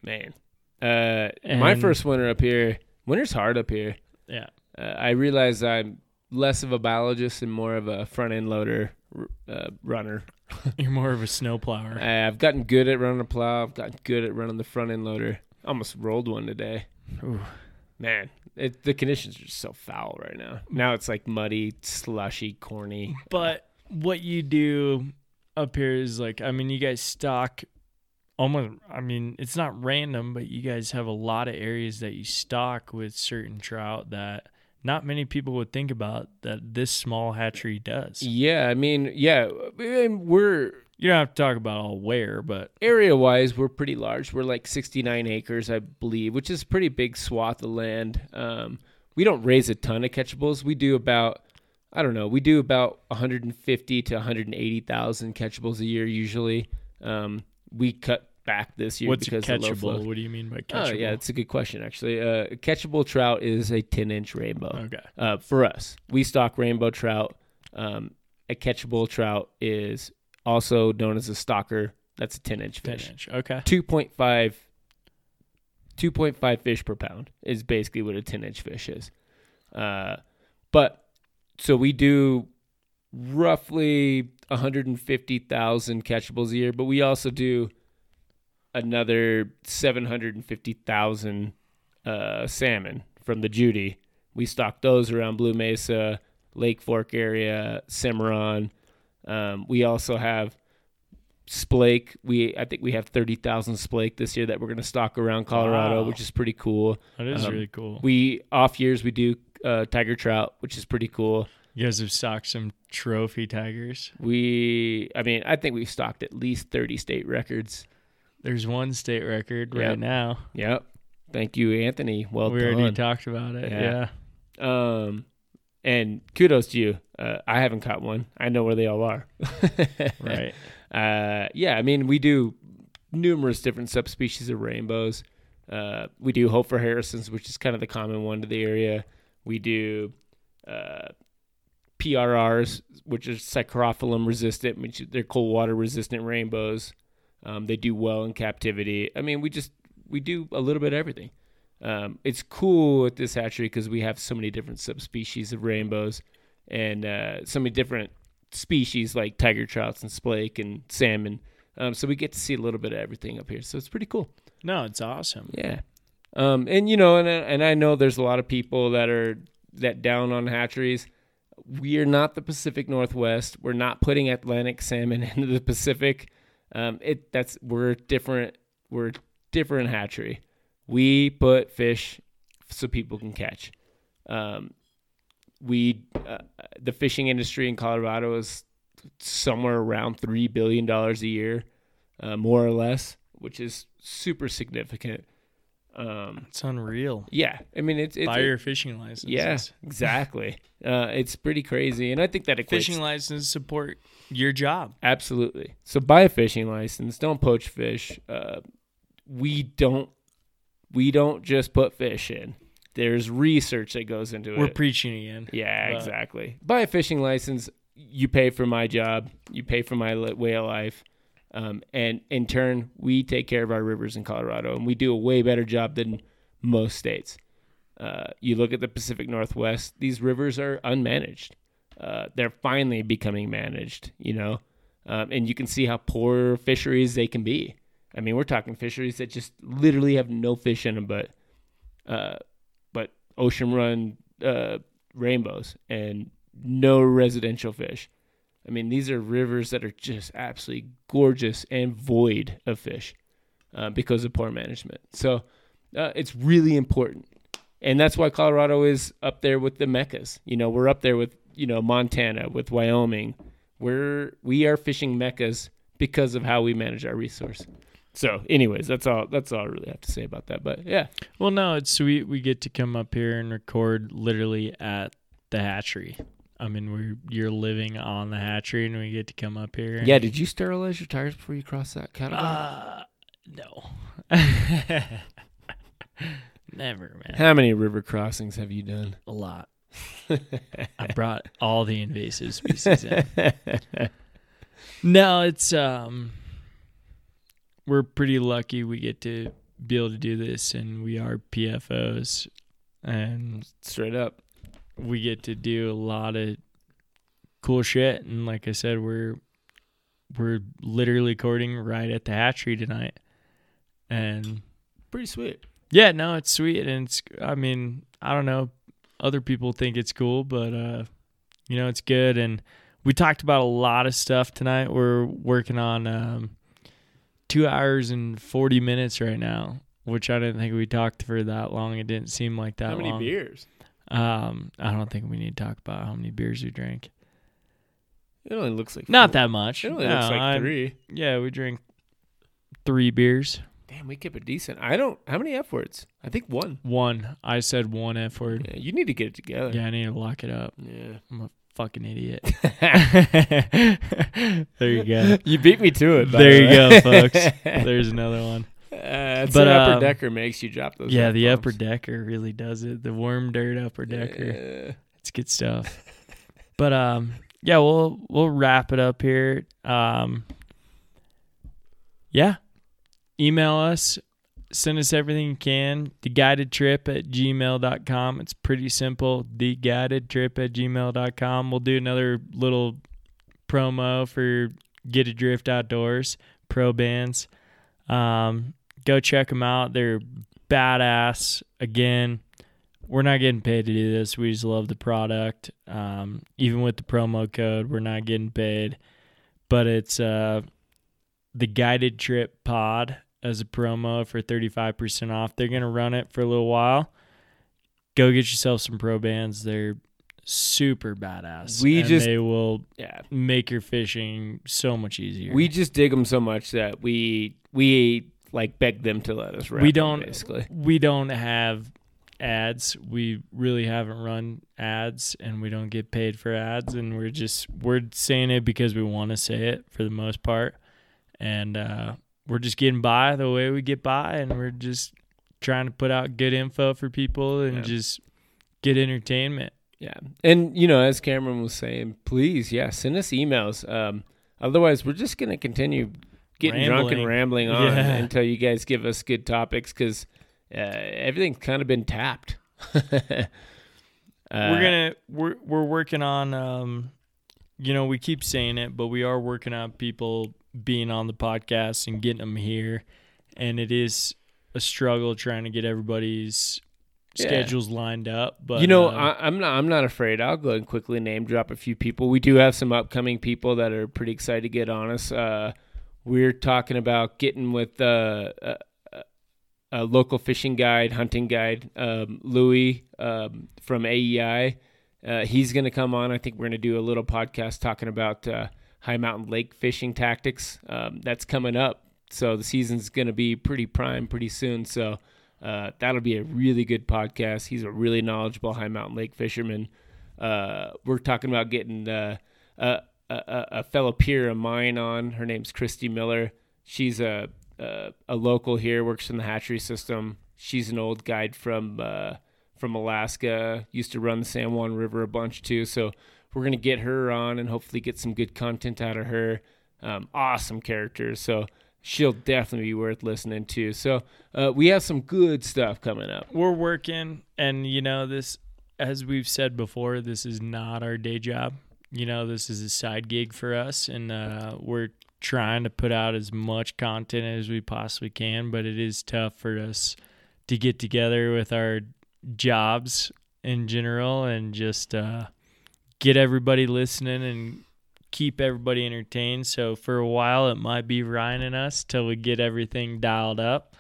Speaker 2: man. Uh, my
Speaker 3: And-
Speaker 2: first winter up here. Winter's hard up here.
Speaker 3: Yeah.
Speaker 2: Uh, I realize I'm less of a biologist and more of a front end loader r- uh, runner.
Speaker 3: You're more of a snowplower.
Speaker 2: I, I've gotten good at running a plow. I've gotten good at running the front end loader. Almost rolled one today.
Speaker 3: Ooh.
Speaker 2: Man, it, the conditions are just so foul right now. Now it's like muddy, slushy, corny.
Speaker 3: But what you do up here is like, I mean, you guys stock almost, I mean, it's not random, but you guys have a lot of areas that you stock with certain trout that not many people would think about that this small hatchery does.
Speaker 2: Yeah, I mean, yeah, and we're
Speaker 3: You don't have to talk about all where, but
Speaker 2: area wise, we're pretty large. We're like 69 acres, I believe, which is a pretty big swath of land. Um, we don't raise a ton of catchables. We do about, I don't know, we do about 150 to 180,000 catchables a year usually. Um, we cut back this year
Speaker 3: what's a
Speaker 2: because of low
Speaker 3: catchable?
Speaker 2: flow.
Speaker 3: What do you mean by catchable?
Speaker 2: Oh yeah, it's a good question actually. Uh, a catchable trout is a 10 inch rainbow
Speaker 3: okay.
Speaker 2: uh, for us. We stock rainbow trout. Um, a catchable trout is also known as a stalker. That's a 10 inch
Speaker 3: 10
Speaker 2: fish.
Speaker 3: inch. Okay.
Speaker 2: 2.5 2.5 fish per pound is basically what a 10 inch fish is. Uh, but so we do roughly 150,000 catchables a year, but we also do another 750,000 uh, salmon from the Judy. We stock those around Blue Mesa, Lake Fork area, Cimarron. Um, we also have splake. We I think we have thirty thousand splake this year that we're going to stock around Colorado,
Speaker 3: Wow.
Speaker 2: which is pretty cool.
Speaker 3: That is
Speaker 2: Um,
Speaker 3: really cool.
Speaker 2: We off years we do uh, tiger trout, which is pretty cool.
Speaker 3: you guys have stocked some trophy tigers.
Speaker 2: We I mean I think we've stocked at least thirty state records.
Speaker 3: There's one state record
Speaker 2: Yep.
Speaker 3: right now.
Speaker 2: Yep. Thank you, Anthony. Well
Speaker 3: we already
Speaker 2: done.
Speaker 3: talked about it.
Speaker 2: Yeah.
Speaker 3: yeah.
Speaker 2: um, and kudos to you. Uh, I haven't caught one. I know where they all are.
Speaker 3: Right.
Speaker 2: uh, yeah, I mean, we do numerous different subspecies of rainbows. Uh, we do Hope for Harrison's, which is kind of the common one to the area. We do uh, PRRs, which are Psychrophyllum resistant, which they're cold water resistant rainbows. Um, they do well in captivity. I mean, we just we do a little bit of everything. Um, it's cool at this hatchery because we have so many different subspecies of rainbows and uh, so many different species like tiger trouts and splake and salmon. Um, so we get to see a little bit of everything up here. So it's pretty cool.
Speaker 3: No, it's awesome.
Speaker 2: Yeah. Um, and you know, and and I know there's a lot of people that are that down on hatcheries. We are not the Pacific Northwest. We're not putting Atlantic salmon into the Pacific. Um, it that's we're different. We're different hatchery. We put fish so people can catch. Um, we uh, the fishing industry in Colorado is somewhere around three billion dollars a year, uh, more or less, which is super significant. Um,
Speaker 3: It's unreal.
Speaker 2: yeah, I mean it's it's
Speaker 3: Buy your fishing license.
Speaker 2: yeah exactly. uh, it's pretty crazy, and I think that equates
Speaker 3: Fishing license support your job.
Speaker 2: Absolutely. So buy a fishing license. Don't poach fish. Uh, we don't. We don't just put fish in. There's research that goes into
Speaker 3: We're
Speaker 2: it.
Speaker 3: preaching again.
Speaker 2: yeah,
Speaker 3: but-
Speaker 2: exactly. Buy a fishing license. You pay for my job. You pay for my li- way of life. Um, and in turn, we take care of our rivers in Colorado, and we do a way better job than most states. Uh, you look at the Pacific Northwest; these rivers are unmanaged. Uh, they're finally becoming managed, you know, um, and you can see how poor fisheries they can be. I mean, we're talking fisheries that just literally have no fish in them, but uh, but ocean run uh, rainbows and no residential fish. I mean, these are rivers that are just absolutely gorgeous and void of fish uh, because of poor management. So uh, it's really important. And that's why Colorado is up there with the meccas. You know, we're up there with, you know, Montana, with Wyoming. We're, we are fishing meccas because of how we manage our resource. So anyways, that's all, that's all I really have to say about that. But yeah,
Speaker 3: Well, no, it's sweet. We get to come up here and record literally at the hatchery. I mean, we're you're living on the hatchery, and we get to come up here. and-
Speaker 2: Yeah, did you sterilize your tires before you crossed that category?
Speaker 3: Uh, no. Never, man.
Speaker 2: How many river crossings have you done?
Speaker 3: A lot. I brought all the invasive species in. No, it's um we're pretty lucky we get to be able to do this and we are PFOs and
Speaker 2: Straight up.
Speaker 3: we get to do a lot of cool shit and like I said we're we're literally recording right at the hatchery tonight. And
Speaker 2: Pretty sweet.
Speaker 3: yeah, no, it's sweet and it's I mean, I don't know, other people think it's cool, but uh you know, it's good and we talked about a lot of stuff tonight. We're working on um 2 hours and 40 minutes right now, which I didn't think we talked for that long. It didn't seem like that
Speaker 2: How many
Speaker 3: long.
Speaker 2: beers?
Speaker 3: Um I don't think we need to talk about how many beers we drink.
Speaker 2: It only looks like
Speaker 3: Not
Speaker 2: four.
Speaker 3: that much.
Speaker 2: It only
Speaker 3: No,
Speaker 2: looks like
Speaker 3: I'm-
Speaker 2: three.
Speaker 3: Yeah, we drink 3 beers.
Speaker 2: Damn, we kept it decent. I don't. How many f words? I think one.
Speaker 3: One. I said one F word.
Speaker 2: Yeah, you need to get it together.
Speaker 3: Yeah, I need to lock it up.
Speaker 2: Yeah.
Speaker 3: I'm a fucking idiot. there you go.
Speaker 2: You beat me to it. by
Speaker 3: There you
Speaker 2: the
Speaker 3: go,
Speaker 2: way.
Speaker 3: folks. There's another one.
Speaker 2: Uh, it's
Speaker 3: But,
Speaker 2: but upper
Speaker 3: um,
Speaker 2: decker makes you drop those.
Speaker 3: Yeah, the
Speaker 2: F
Speaker 3: upper
Speaker 2: bombs.
Speaker 3: decker really does it. The worm dirt upper decker.
Speaker 2: Yeah.
Speaker 3: It's good stuff. but um yeah, we'll we'll wrap it up here. Um Yeah. Email us. Send us everything you can. The guided trip at gmail.com. It's pretty simple. The guided trip at gmail.com. We'll do another little promo for Get Adrift Outdoors, pro bands. Um, go check them out. They're badass. Again, we're not getting paid to do this. We just love the product. Um, even with the promo code, we're not getting paid. But it's uh, the guided trip pod as a promo for 35% off. They're going to run it for a little while. Go get yourself some pro bands. They're super badass.
Speaker 2: We
Speaker 3: and
Speaker 2: just-
Speaker 3: they will
Speaker 2: Yeah.
Speaker 3: make your fishing so much easier.
Speaker 2: We just dig them so much that we we like beg them to let us. Wrap
Speaker 3: we
Speaker 2: 'em,
Speaker 3: don't
Speaker 2: basically.
Speaker 3: we don't have ads. We really haven't run ads, and we don't get paid for ads. And we're just we're saying it because we want to say it for the most part, and uh, we're just getting by the way we get by, and we're just trying to put out good info for people and
Speaker 2: Yeah.
Speaker 3: just get entertainment.
Speaker 2: Yeah. And you know, as Cameron was saying, please, yeah, send us emails. Um, otherwise, we're just gonna continue getting drunk and rambling on
Speaker 3: Yeah.
Speaker 2: until you guys give us good topics because uh, everything's kind of been tapped. Uh,
Speaker 3: we're gonna we're we're working on um you know we keep saying it but we are working on people being on the podcast and getting them here and it is a struggle trying to get everybody's
Speaker 2: Yeah.
Speaker 3: schedules lined up but
Speaker 2: you know,
Speaker 3: uh,
Speaker 2: I, I'm not. I'm not afraid. I'll go and quickly name drop a few people. We do have some upcoming people that are pretty excited to get on us. Uh, we're talking about getting with uh, a, a- a local fishing guide, hunting guide, um, Louis um, from AEI. Uh, he's going to come on. I think we're going to do a little podcast talking about uh, high mountain lake fishing tactics. Um, that's coming up. So the season's going to be pretty prime pretty soon. So uh, that'll be a really good podcast. He's a really knowledgeable high mountain lake fisherman. Uh, we're talking about getting uh, a, a, a a fellow peer of mine on. Her name's Christy Miller. She's a, a a local here, works in the hatchery system. She's an old guide from uh, from Alaska. Used to run the San Juan River a bunch too. So we're gonna get her on and hopefully get some good content out of her. Um, awesome character. So she'll definitely be worth listening to. So uh, we have some good stuff coming up.
Speaker 3: we're working and you know this as we've said before this is not our day job you know this is a side gig for us and uh, we're trying to put out as much content as we possibly can but it is tough for us to get together with our jobs in general and just uh, get everybody listening and keep everybody entertained so for a while it might be ryan and us till we get everything dialed up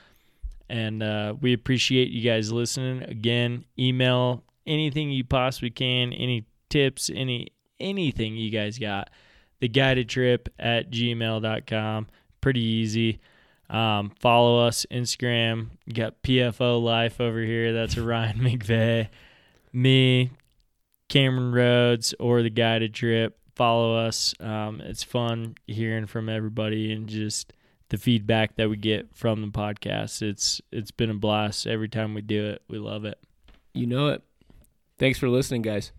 Speaker 3: and uh, we appreciate you guys listening again email anything you possibly can any tips any anything you guys got the guided trip at gmail.com pretty easy um, follow us instagram you got pfo life over here that's ryan mcveigh me cameron rhodes or the guided trip follow us um, it's fun hearing from everybody and just the feedback that we get from the podcast. It's it's been a blast every time we do it. We love it.
Speaker 2: You know it. Thanks for listening, guys.